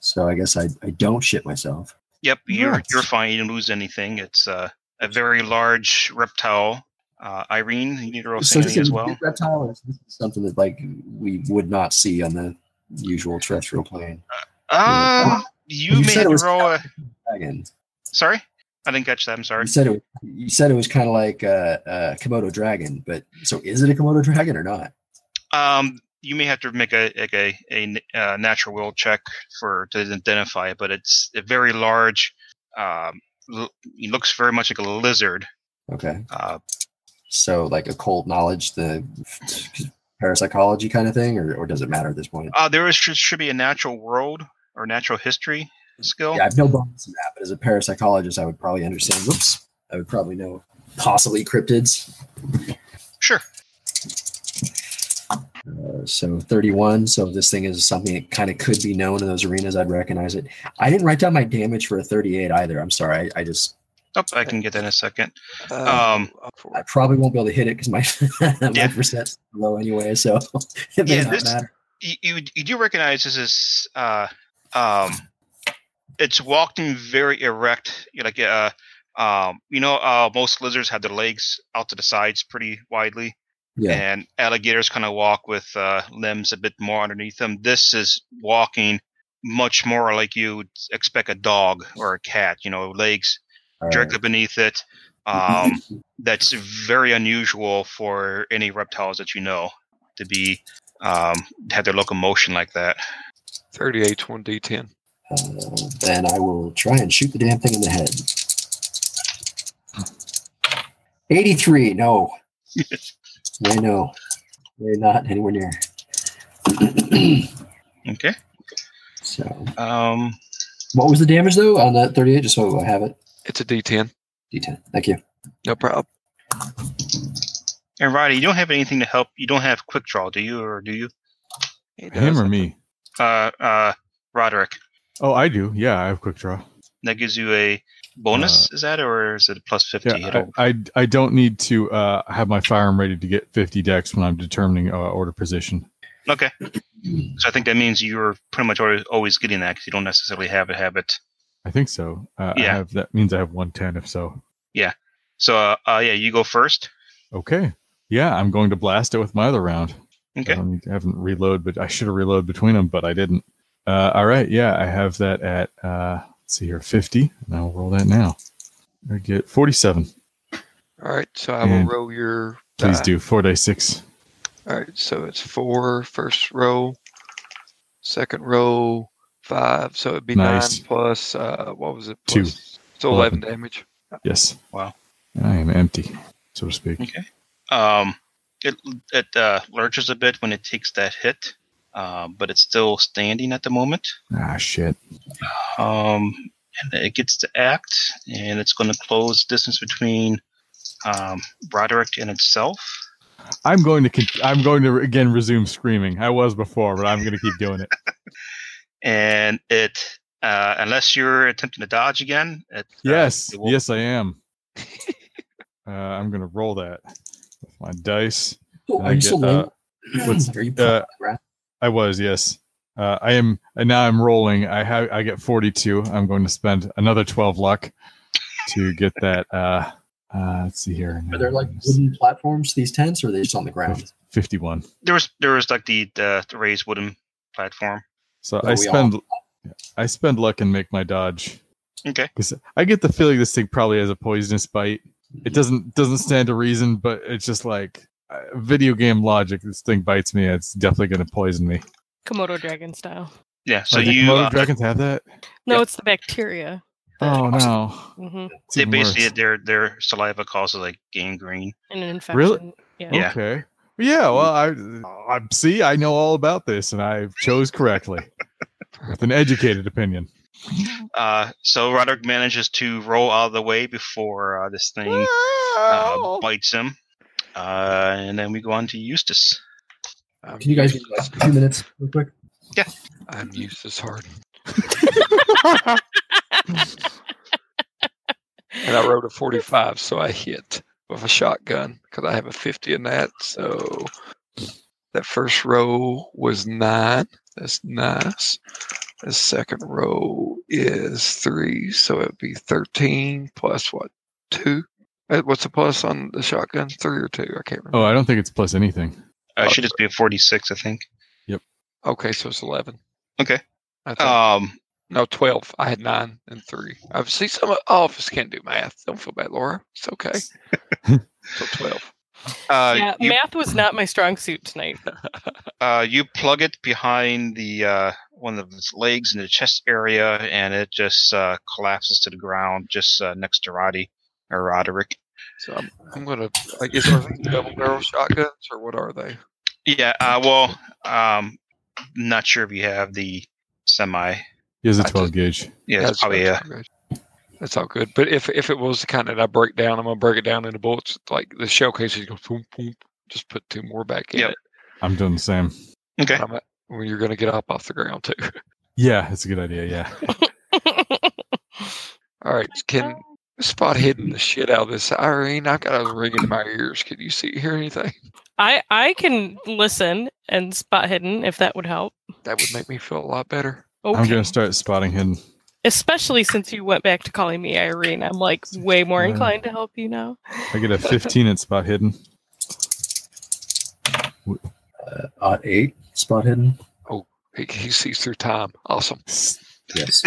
[SPEAKER 5] So I guess I, I don't shit myself.
[SPEAKER 2] Yep, you're
[SPEAKER 4] Nuts.
[SPEAKER 2] you're fine. You didn't lose anything. It's uh, a very large reptile. Uh, Irene, you need to roll sanity
[SPEAKER 5] this
[SPEAKER 2] as
[SPEAKER 5] is
[SPEAKER 2] well.
[SPEAKER 5] big reptile, or is this something that like we would not see on the usual terrestrial plane.
[SPEAKER 2] Uh, you,
[SPEAKER 5] You
[SPEAKER 2] may
[SPEAKER 5] said
[SPEAKER 2] have
[SPEAKER 5] it
[SPEAKER 2] to
[SPEAKER 5] was-
[SPEAKER 2] roll a.
[SPEAKER 5] Dragon.
[SPEAKER 2] Sorry. I didn't catch that. I'm sorry.
[SPEAKER 5] You said it. You said it was kind of like a, a Komodo dragon, but so is it a Komodo dragon or not?
[SPEAKER 2] Um, you may have to make a like a, a, uh natural will check for to identify it, but it's a very large. Um, l- it looks very much like a lizard.
[SPEAKER 5] Okay,
[SPEAKER 2] Uh,
[SPEAKER 5] so like occult knowledge, the parapsychology kind of thing, or, or does it matter at this point?
[SPEAKER 2] uh, there is should, should be a natural world or natural history skill.
[SPEAKER 5] Yeah, I have no bones in that, but as a parapsychologist, I would probably understand. Whoops, I would probably know possibly cryptids.
[SPEAKER 2] Sure.
[SPEAKER 5] Uh, so 31. So this thing is something that kind of could be known in those arenas. I'd recognize it. I didn't write down my damage for a 38 either. I'm sorry. I, I just
[SPEAKER 2] Oh, I can get that in a second.
[SPEAKER 1] Uh,
[SPEAKER 2] Um,
[SPEAKER 1] up for
[SPEAKER 5] I
[SPEAKER 1] it.
[SPEAKER 5] probably won't be able to hit it because my my
[SPEAKER 2] Yeah.
[SPEAKER 5] percent's low anyway. So it may
[SPEAKER 2] Yeah,
[SPEAKER 5] not
[SPEAKER 2] this-
[SPEAKER 5] matter.
[SPEAKER 2] You, you, you do recognize this is uh, um, it's walking very erect. You know, like uh, um, you know, uh, most lizards have their legs out to the sides pretty widely.
[SPEAKER 5] Yeah.
[SPEAKER 2] and alligators kind of walk with uh, limbs a bit more underneath them. This is walking much more like you would expect a dog or a cat. You know, legs
[SPEAKER 5] all right.
[SPEAKER 2] directly beneath it. Um, that's very unusual for any reptiles that you know to be um, have their locomotion like that.
[SPEAKER 1] 38 's 1d10.
[SPEAKER 5] Uh, then I will try and shoot the damn thing in the head. 83. No. Way no. Way not anywhere near.
[SPEAKER 2] Okay.
[SPEAKER 5] so,
[SPEAKER 2] Um,
[SPEAKER 5] what was the damage though on that 38? Just so I have it.
[SPEAKER 1] It's a d10.
[SPEAKER 5] D10. Thank you.
[SPEAKER 1] No problem.
[SPEAKER 2] and Roddy, you don't have anything to help. You don't have quick draw, do you, or do you?
[SPEAKER 1] He does.
[SPEAKER 4] Him or me?
[SPEAKER 2] Uh, uh, Roderick,
[SPEAKER 4] Oh, I do. Yeah, I have quick draw.
[SPEAKER 2] that gives you a bonus. is that or is it a plus fifty? I
[SPEAKER 4] Yeah,
[SPEAKER 2] don't-
[SPEAKER 4] I, I I don't need to uh, have my firearm ready to get 50 decks when I'm determining uh, order position.
[SPEAKER 2] Okay. So I think that means you're pretty much always, always getting that because you don't necessarily have it. Have it.
[SPEAKER 4] I think so. Uh, I
[SPEAKER 2] Yeah.
[SPEAKER 4] have, that means I have 110 if so.
[SPEAKER 2] So uh, uh, yeah, you go first.
[SPEAKER 4] Okay. Yeah, I'm going to blast it with my other round.
[SPEAKER 2] Okay.
[SPEAKER 4] I, don't need- Um, I haven't reload, but I should have reloaded between them, but I didn't. Uh, all right. Yeah, I have that at, uh, let's see here, 50. And I'll roll that now. I get 47.
[SPEAKER 1] All right, so I will
[SPEAKER 4] And-
[SPEAKER 1] roll your.
[SPEAKER 4] Please
[SPEAKER 1] die.
[SPEAKER 4] do. Four day six.
[SPEAKER 1] All right, so it's four, first row, second row, five. So it'd be
[SPEAKER 4] Nice.
[SPEAKER 1] nine plus, uh, what was it?
[SPEAKER 4] Two.
[SPEAKER 1] Plus- So 11, damage.
[SPEAKER 4] Yes.
[SPEAKER 2] Wow.
[SPEAKER 4] I am empty, so to speak.
[SPEAKER 2] Um, it it uh, lurches a bit when it takes that hit, um, but it's still standing at the moment.
[SPEAKER 4] Ah, shit.
[SPEAKER 2] Um, and it gets to act, and it's going to close distance between um, Roderick and itself.
[SPEAKER 4] I'm going to, con- I'm going to again resume screaming. I was before, but I'm going to keep doing it.
[SPEAKER 2] And it, uh, unless you're attempting to dodge again, it, uh,
[SPEAKER 4] Yes.
[SPEAKER 2] it will-
[SPEAKER 4] Yes, I am. Uh, I'm going to roll that with my dice.
[SPEAKER 6] Oh,
[SPEAKER 4] I
[SPEAKER 6] are you still
[SPEAKER 4] get, uh,
[SPEAKER 6] laying-
[SPEAKER 4] what's-
[SPEAKER 6] are you
[SPEAKER 4] uh,
[SPEAKER 6] right?
[SPEAKER 4] I was, yes. Uh, I am and now. I'm rolling. I have. I get 42. I'm going to spend another 12 luck to get that. Uh, uh, let's see here.
[SPEAKER 6] Are there like wooden platforms? These tents, or are they just on the ground?
[SPEAKER 4] 51?
[SPEAKER 2] There was there was like the the, the raised wooden platform.
[SPEAKER 4] So
[SPEAKER 6] Well,
[SPEAKER 4] I
[SPEAKER 6] we
[SPEAKER 4] spend. I spend luck and make my dodge
[SPEAKER 2] Okay.
[SPEAKER 4] because I get the feeling this thing probably has a poisonous bite. It doesn't doesn't stand to reason, but it's just like uh, video game logic. This thing bites me. It's definitely going to poison me.
[SPEAKER 3] Komodo dragon style.
[SPEAKER 2] Yeah. So
[SPEAKER 4] Are the
[SPEAKER 2] you
[SPEAKER 4] Komodo
[SPEAKER 2] uh,
[SPEAKER 4] dragons have that?
[SPEAKER 3] No,
[SPEAKER 2] Yeah.
[SPEAKER 3] it's the bacteria.
[SPEAKER 4] Oh no!
[SPEAKER 3] hmm
[SPEAKER 4] It's
[SPEAKER 2] they
[SPEAKER 4] even
[SPEAKER 2] basically
[SPEAKER 4] worse.
[SPEAKER 2] their their saliva causes like gangrene.
[SPEAKER 3] And an infection.
[SPEAKER 4] Really?
[SPEAKER 3] Yeah.
[SPEAKER 2] Yeah.
[SPEAKER 4] Okay. Yeah. Well, I, I see. I know all about this, and I chose correctly with an educated opinion.
[SPEAKER 2] Uh, so Roderick manages to roll out of the way before uh, this thing
[SPEAKER 1] Um,
[SPEAKER 2] uh, bites him. Uh, and then we go on to Eustace.
[SPEAKER 1] I'm
[SPEAKER 6] Can you guys give me
[SPEAKER 1] useless.
[SPEAKER 6] like two minutes, real quick?
[SPEAKER 1] I'm useless hard. And I rolled a 45, so I hit with a shotgun because I have a 50 in that. So that first row was nine. That's nice. The second row is three, so it'd be 13 plus what? Two? Uh, What's the plus on the shotgun? Three or two? I can't remember.
[SPEAKER 4] Oh, I don't think it's plus anything.
[SPEAKER 2] Uh, it should just be a forty-six, I think.
[SPEAKER 1] Okay, so it's 11.
[SPEAKER 2] Okay.
[SPEAKER 1] I think.
[SPEAKER 2] Um,
[SPEAKER 1] No, 12. I had nine and three. I see some all of us can't do math. Don't feel bad, Laura. It's okay. so 12.
[SPEAKER 2] Uh,
[SPEAKER 3] yeah,
[SPEAKER 2] you,
[SPEAKER 3] math was not my strong suit tonight.
[SPEAKER 2] uh, you plug it behind the uh, one of its legs in the chest area, and it just uh, collapses to the ground just uh, next to Roddy or Roderick.
[SPEAKER 1] So I'm, I'm going to, like, is there double barrel shotguns or what are they?
[SPEAKER 2] Yeah. Uh, well, um, not sure if you have the semi.
[SPEAKER 4] He has a
[SPEAKER 1] I
[SPEAKER 4] 12 gauge.
[SPEAKER 2] Yeah, it's probably
[SPEAKER 1] that's
[SPEAKER 2] a,
[SPEAKER 1] all good. That's all good. But if if it was the kind that I break down, I'm gonna break it down into bullets. Like the shell cases go boom, boom. Just put two more back in
[SPEAKER 2] Yep.
[SPEAKER 1] it.
[SPEAKER 4] I'm doing the same.
[SPEAKER 2] uh, okay.
[SPEAKER 1] I'm at, well, you're gonna get up off the ground too.
[SPEAKER 4] Yeah, it's a good idea. Yeah.
[SPEAKER 1] All right, can
[SPEAKER 3] Oh.
[SPEAKER 1] spot hidden the shit out of this Irene? I've got a ringing in my ears. Can you see hear anything?
[SPEAKER 3] I I can listen and spot hidden if that would help.
[SPEAKER 1] That would make me feel a lot better.
[SPEAKER 4] I'm
[SPEAKER 3] Okay.
[SPEAKER 4] going to start spotting hidden.
[SPEAKER 3] Especially since you went back to calling me Irene, I'm like way more inclined to help you now.
[SPEAKER 4] I get a 15 at spot hidden.
[SPEAKER 5] Uh, odd eight spot hidden.
[SPEAKER 1] He, he sees through time. Awesome.
[SPEAKER 5] Yes.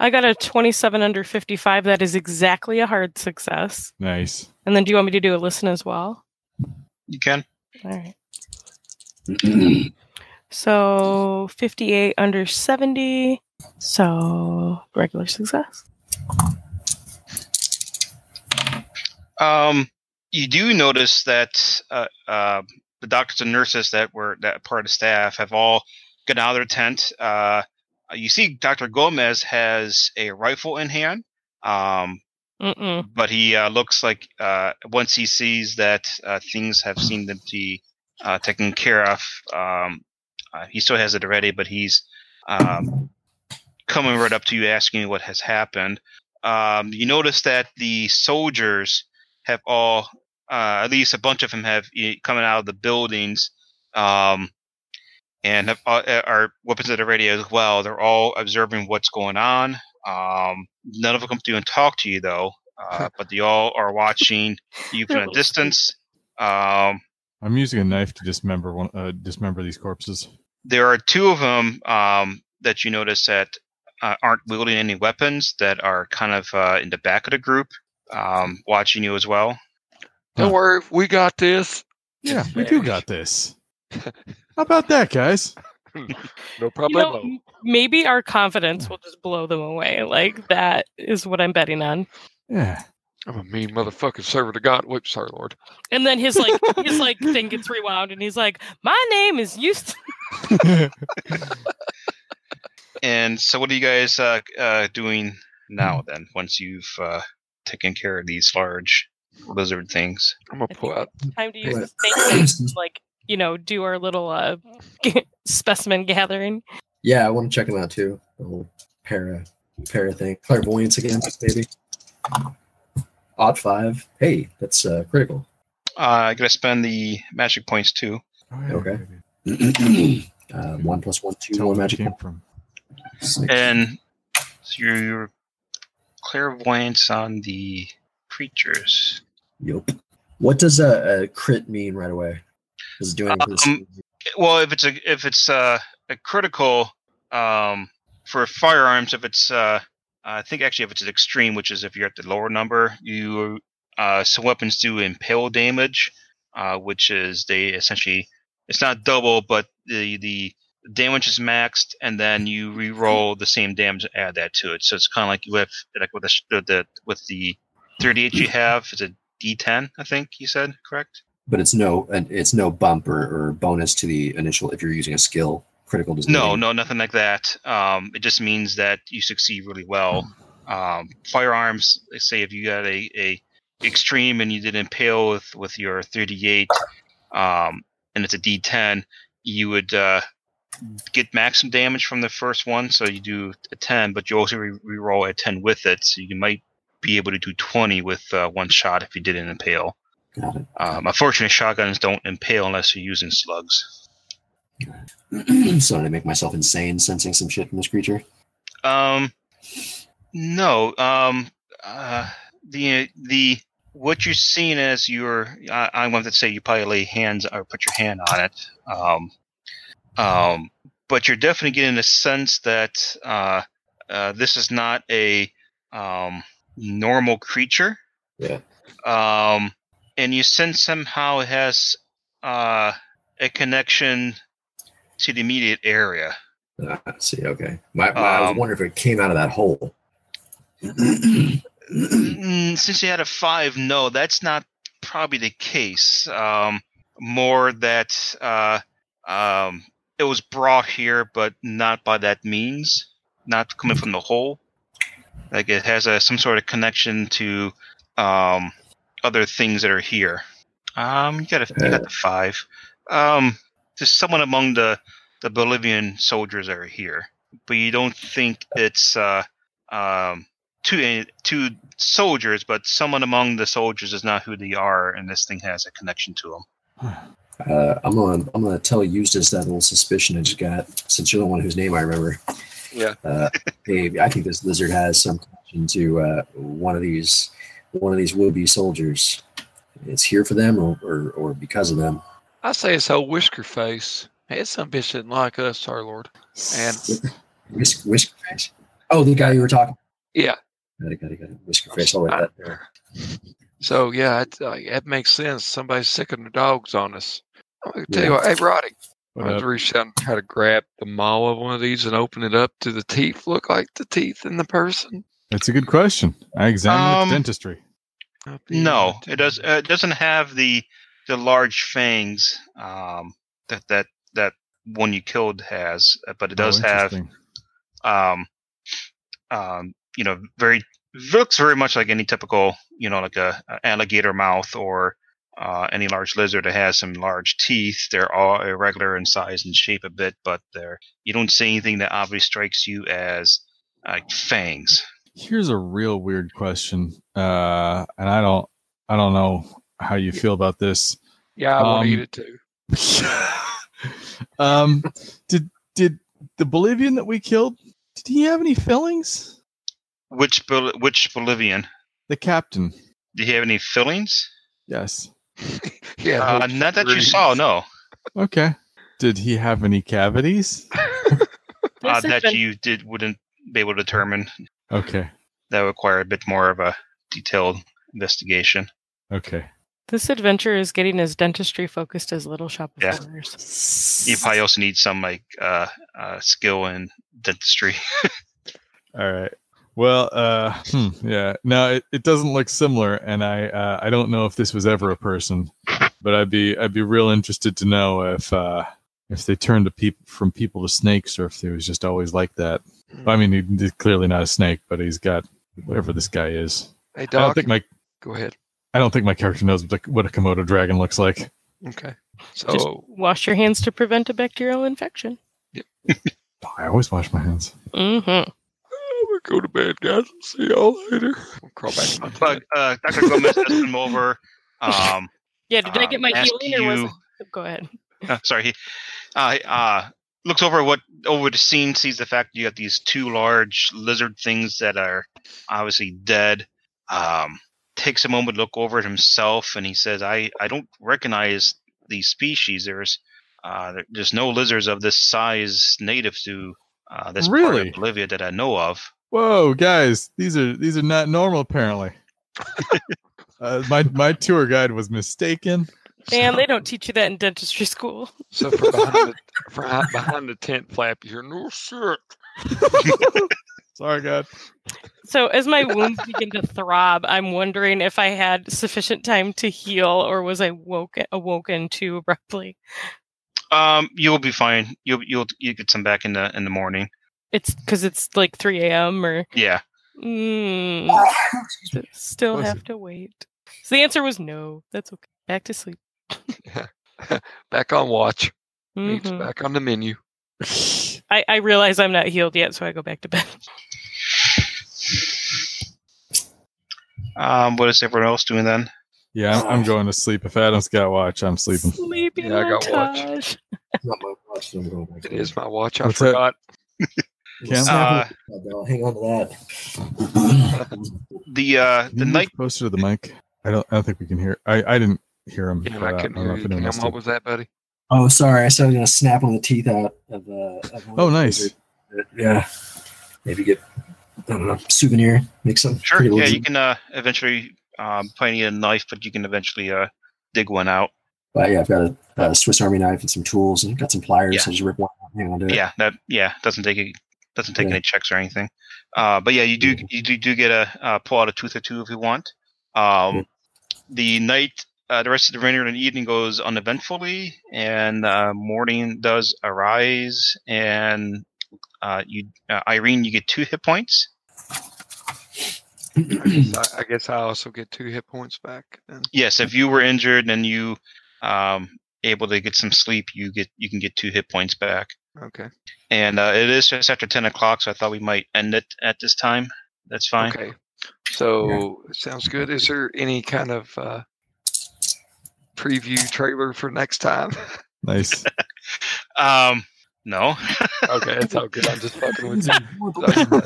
[SPEAKER 3] I got a 27 under 55. That is exactly a hard success.
[SPEAKER 4] Nice.
[SPEAKER 3] And then do you want me to do a listen as well?
[SPEAKER 2] You can.
[SPEAKER 3] All right. So 58 under 70. So regular success.
[SPEAKER 2] Um, you do notice that uh, uh, the doctors and nurses that were that part of the staff have all gotten out of their tent. Uh, you see, Doctor Gomez has a rifle in hand. Um,
[SPEAKER 3] Mm-mm.
[SPEAKER 2] but he uh, looks like uh, once he sees that uh, things have seemed to be uh, taken care of, um, uh, he still has it ready, but he's um, coming right up to you asking you what has happened. Um, you notice that the soldiers have all, uh, at least a bunch of them, have eh, coming out of the buildings um, and have, uh, eh, are weapons at the radio as well. They're all observing what's going on. Um, none of them come through and talk to you though, uh, but they all are watching you from a distance. Um,
[SPEAKER 4] I'm using a knife to dismember one, uh, dismember these corpses.
[SPEAKER 2] there are two of them um, that you notice that uh, aren't wielding any weapons that are kind of uh, in the back of the group, um, watching you as well.
[SPEAKER 1] Don't
[SPEAKER 4] Huh.
[SPEAKER 1] worry, we got this.
[SPEAKER 4] Yeah, we do got this. How about that, guys?
[SPEAKER 1] Hmm. No
[SPEAKER 3] You know,
[SPEAKER 1] problem.
[SPEAKER 3] m- maybe our confidence will just blow them away. Like that is what I'm betting on.
[SPEAKER 4] Yeah.
[SPEAKER 1] I'm a mean motherfucking server to God. Whoops, sorry, Lord.
[SPEAKER 3] And then his like his like thing gets rewound, and he's like, "My name is Houston."
[SPEAKER 2] And so, what are you guys uh, uh, doing now then? Once you've uh, taken care of these large lizard things,
[SPEAKER 1] I'm gonna pull out.
[SPEAKER 3] Time to use
[SPEAKER 5] Right.
[SPEAKER 3] the snake to, like you know do our little uh specimen gathering.
[SPEAKER 5] Yeah, I want to check them out too. The whole para para thing. Clairvoyance again, maybe. Odd five. Hey, that's uh, critical.
[SPEAKER 2] uh, I gotta spend the magic points too.
[SPEAKER 5] Okay. uh, one plus one, two,
[SPEAKER 4] Tell
[SPEAKER 5] one
[SPEAKER 4] where it
[SPEAKER 5] magic.
[SPEAKER 4] came from.
[SPEAKER 5] Six.
[SPEAKER 2] And so your clairvoyance on the creatures.
[SPEAKER 5] Yup. What does a, a crit mean right away? Does it do anything? for the
[SPEAKER 2] Um, well if it's a if it's uh a critical um for firearms if it's uh i think actually if it's an extreme which is if you're at the lower number you uh some weapons do impale damage uh which is they essentially it's not double but the the damage is maxed and then you re-roll the same damage and add that to it so it's kind of like you have like with the, sh- the- the with the 38 you have it's a d10 i think you said correct
[SPEAKER 5] but it's no, and it's no bump or, or bonus to the initial if you're using a skill. Critical does
[SPEAKER 2] No, no, nothing like that. Um, it just means that you succeed really well. Um, firearms, let's say if you got a, a extreme and you did impale with, with your 38, um, and it's a D10, you would uh, get maximum damage from the first one. So you do a 10, but you also re- reroll a 10 with it. So you might be able to do 20 with uh, one shot if you did an impale.
[SPEAKER 5] Got
[SPEAKER 2] Um, unfortunately, shotguns don't impale unless you're using slugs.
[SPEAKER 5] it. so did I make myself insane sensing some shit from this creature?
[SPEAKER 2] Um, no. Um, uh, the the what you're seeing as your I, I'm going to say you probably lay hands or put your hand on it. Um, um, but you're definitely getting a sense that uh, Uh, this is not a um, normal creature.
[SPEAKER 5] Yeah.
[SPEAKER 2] Um, and you sense somehow it has uh, a connection to the immediate area.
[SPEAKER 5] Ah, I see, okay. My, my, I was
[SPEAKER 2] Um,
[SPEAKER 5] wondering if it came out of that hole.
[SPEAKER 2] Mm, Since you had a five, no, that's not probably the case. Um, more that uh, um, it was brought here, but not by that means, not coming from the hole. Like it has a, some sort of connection to um, other things that are here. Um, you got a, you got the five. Um, just someone among the the Bolivian soldiers that are here, but you don't think it's uh, um, two two soldiers, but someone among the soldiers is not who they are, and this thing has a connection to them.
[SPEAKER 5] Uh, I'm gonna I'm gonna tell Eustace that little suspicion I just got, since you're the one whose name I remember.
[SPEAKER 1] Yeah.
[SPEAKER 5] Uh, hey, I think this lizard has some connection to uh, one of these one of these would-be soldiers. It's here for them, or, or, or because of them.
[SPEAKER 1] I say it's old whisker face. It's some bitch didn't like us, our lord. And
[SPEAKER 5] Whisk, whisker face. Oh, the guy you were talking.
[SPEAKER 1] yeah,
[SPEAKER 5] Got it, got it, got it. Whisker face. I'll write that there.
[SPEAKER 1] so yeah, it, uh, it makes sense. Somebody's sicking their dogs on us. I'm gonna tell you what, hey, Roddy,
[SPEAKER 4] What
[SPEAKER 1] I was
[SPEAKER 4] up?
[SPEAKER 1] reaching out and try to grab the maw of one of these and open it up. Do the teeth look like the teeth in the person?
[SPEAKER 4] That's a good question. I examined
[SPEAKER 2] Um,
[SPEAKER 4] its dentistry.
[SPEAKER 1] I'd be
[SPEAKER 2] No,
[SPEAKER 1] interested
[SPEAKER 2] it does.
[SPEAKER 1] in-
[SPEAKER 2] Uh, it doesn't have the the large fangs um, that that that one you killed has, uh, but it does
[SPEAKER 4] Oh,
[SPEAKER 2] have
[SPEAKER 4] interesting.
[SPEAKER 2] um, um, you know, very looks very much like any typical, you know, like a, a alligator mouth or uh, any large lizard that has some large teeth. They're all irregular in size and shape a bit, but they're you don't see anything that obviously strikes you as like fangs.
[SPEAKER 4] Here's a real weird question, uh, and I don't, I don't know how you feel about this.
[SPEAKER 1] Yeah, I want
[SPEAKER 4] um,
[SPEAKER 1] to eat it too.
[SPEAKER 4] um, did did the Bolivian that we killed? Did he have any fillings?
[SPEAKER 2] Which Bol- which Bolivian?
[SPEAKER 4] The captain.
[SPEAKER 2] Do you have any fillings?
[SPEAKER 4] Yes.
[SPEAKER 1] Yeah,
[SPEAKER 2] Uh,
[SPEAKER 1] those
[SPEAKER 2] not that you
[SPEAKER 1] roots.
[SPEAKER 2] saw, no. Uh,
[SPEAKER 4] Okay. Did he have any cavities?
[SPEAKER 3] This
[SPEAKER 2] Uh,
[SPEAKER 3] has
[SPEAKER 2] that
[SPEAKER 3] been-
[SPEAKER 2] you did wouldn't be able to determine.
[SPEAKER 4] Okay.
[SPEAKER 2] That would require a bit more of a detailed investigation.
[SPEAKER 4] Okay.
[SPEAKER 3] This adventure is getting as dentistry focused as Little Shop of
[SPEAKER 2] Yeah.
[SPEAKER 3] Horrors.
[SPEAKER 2] You probably also need some like uh, uh, skill in dentistry.
[SPEAKER 4] All right. Well, uh, hmm, yeah. No, it, it doesn't look similar, and I uh, I don't know if this was ever a person, but I'd be I'd be real interested to know if uh, if they turned to peop- from people to snakes, or if they was just always like that. I mean, he- he's clearly not a snake, but he's got whatever this guy is.
[SPEAKER 1] Hey,
[SPEAKER 4] I don't
[SPEAKER 1] Doc,
[SPEAKER 4] think my
[SPEAKER 1] go ahead.
[SPEAKER 4] I don't think my character knows what a- what a Komodo dragon looks like.
[SPEAKER 1] Okay.
[SPEAKER 3] Just
[SPEAKER 1] So,
[SPEAKER 3] wash your hands to prevent a bacterial infection.
[SPEAKER 4] I always wash my hands.
[SPEAKER 3] Mm-hmm.
[SPEAKER 1] I'm going to go to bed, guys. See y'all later. I'll crawl back to my
[SPEAKER 2] But
[SPEAKER 1] bed.
[SPEAKER 2] uh, Dr. Gomez does come over. Um,
[SPEAKER 3] Yeah, did I get
[SPEAKER 2] Um,
[SPEAKER 3] my
[SPEAKER 2] ask
[SPEAKER 3] healing or
[SPEAKER 2] you-
[SPEAKER 3] was I... Go ahead.
[SPEAKER 2] uh, sorry, he uh, uh, looks over what over the scene, sees the fact you got these two large lizard things that are obviously dead. Um, takes a moment to look over at himself, and he says, "I I don't recognize these species. There's uh, there, there's no lizards of this size native to uh, this part
[SPEAKER 4] Really?
[SPEAKER 2] of Bolivia that I know of."
[SPEAKER 4] Whoa, guys, these are these are not normal apparently. uh, my my tour guide was mistaken.
[SPEAKER 3] Man, they don't teach you that in dentistry school.
[SPEAKER 1] So, from behind the, from hi- behind the tent flap, you hear, no shit.
[SPEAKER 4] Sorry, God.
[SPEAKER 3] So as my wounds begin to throb, I'm wondering if I had sufficient time to heal or was I woke awoken too abruptly.
[SPEAKER 2] Um, you'll be fine. You'll you'll you get some back in the in the morning.
[SPEAKER 3] It's because it's like 3 a.m. or
[SPEAKER 2] Yeah.
[SPEAKER 3] mm, still
[SPEAKER 4] Bless
[SPEAKER 3] have to wait. So the answer was no. That's okay. Back to sleep.
[SPEAKER 1] Back on watch. Meat's
[SPEAKER 3] Mhm.
[SPEAKER 1] back on the menu.
[SPEAKER 3] Mm-hmm. I, I realize I'm not healed yet, so I go back to bed.
[SPEAKER 2] Um, what is everyone else doing then?
[SPEAKER 4] Yeah, I'm, I'm going to sleep. If Adam's got watch, I'm sleeping.
[SPEAKER 3] Sleepy
[SPEAKER 1] Yeah, I got watch.
[SPEAKER 3] montage.
[SPEAKER 5] It's not my watch, so I'm going back.
[SPEAKER 1] It is my watch. I
[SPEAKER 4] What's that?
[SPEAKER 1] forgot.
[SPEAKER 4] Cam?
[SPEAKER 2] Uh,
[SPEAKER 5] I'll hang on to that.
[SPEAKER 2] The uh,
[SPEAKER 4] Can
[SPEAKER 2] the
[SPEAKER 4] you
[SPEAKER 2] night.
[SPEAKER 4] move closer to the mic. I don't. I don't think we can hear. I I didn't hear him.
[SPEAKER 1] Yeah,
[SPEAKER 4] but, uh,
[SPEAKER 1] I couldn't hear
[SPEAKER 4] if
[SPEAKER 1] you.
[SPEAKER 4] anyone
[SPEAKER 1] Cam,
[SPEAKER 4] else
[SPEAKER 1] what
[SPEAKER 4] did.
[SPEAKER 1] was that, buddy?
[SPEAKER 5] oh, sorry. I said I was gonna snap one of the teeth out of. Uh, of one
[SPEAKER 4] Oh,
[SPEAKER 5] of the
[SPEAKER 4] nice.
[SPEAKER 5] lizard- Yeah. Maybe get I don't know souvenir. Make some
[SPEAKER 2] Sure.
[SPEAKER 5] pretty
[SPEAKER 2] Yeah,
[SPEAKER 5] legit-
[SPEAKER 2] you can uh, eventually um, probably need a knife, but you can eventually uh, dig one out.
[SPEAKER 5] But yeah, I've got a, a Swiss Army knife and some tools, and got some pliers.
[SPEAKER 2] Yeah.
[SPEAKER 5] So just rip one out, and hang on to it.
[SPEAKER 2] Yeah, that yeah doesn't take it doesn't take
[SPEAKER 5] Yeah.
[SPEAKER 2] any checks or anything. Uh, but yeah, you do you do, do get a uh, pull out a tooth or two if you want. Um,
[SPEAKER 5] Yeah.
[SPEAKER 2] The night, uh, the rest of the dinner and evening goes uneventfully, and uh, morning does arise, and uh, you uh, Irene, you get two hit points.
[SPEAKER 1] I guess I, I guess I also get two hit points back. Then.
[SPEAKER 2] Yes, if you were injured and you um, able to get some sleep, you get you can get two hit points back.
[SPEAKER 1] Okay.
[SPEAKER 2] And uh, it is just after ten o'clock, so I thought we might end it at this time. That's fine.
[SPEAKER 1] Okay. So sounds good. Is there any kind of uh, preview trailer for next time?
[SPEAKER 4] Nice.
[SPEAKER 2] Um, no.
[SPEAKER 1] okay, it's all good. I'm just fucking with you.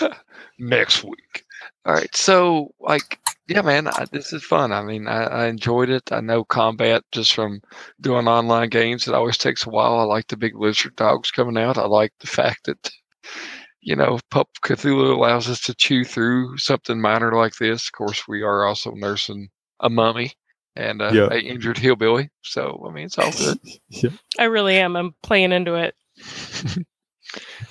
[SPEAKER 4] yeah,
[SPEAKER 1] next week. All right. So, like, yeah, man, I, this is fun. I mean, I, I enjoyed it. I know combat just from doing online games, it always takes a while. I like the big lizard dogs coming out. I like the fact that, you know, Pup Cthulhu allows us to chew through something minor like this. Of course, we are also nursing a mummy and uh,
[SPEAKER 4] Yeah.
[SPEAKER 1] a injured hillbilly. So, I mean, it's all good.
[SPEAKER 3] I really am. I'm playing into it.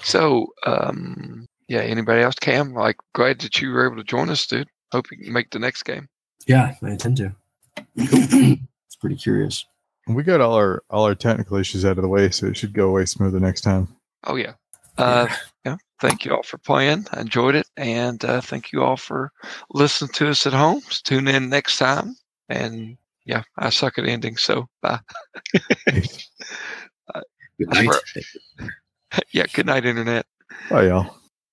[SPEAKER 1] So, um, yeah, anybody else? Cam, like, glad that you were able to join us, dude. Hope you can make the next game.
[SPEAKER 5] Yeah, I intend to. it's pretty curious.
[SPEAKER 4] we got all our all our technical issues out of the way, so it should go away smoother next time.
[SPEAKER 1] Oh yeah. Uh, yeah. Thank you all for playing. I enjoyed it, and uh, thank you all for listening to us at home. Tune in next time, and yeah, I suck at ending. So bye.
[SPEAKER 5] Good night.
[SPEAKER 1] yeah. Good night, internet.
[SPEAKER 4] Bye, y'all.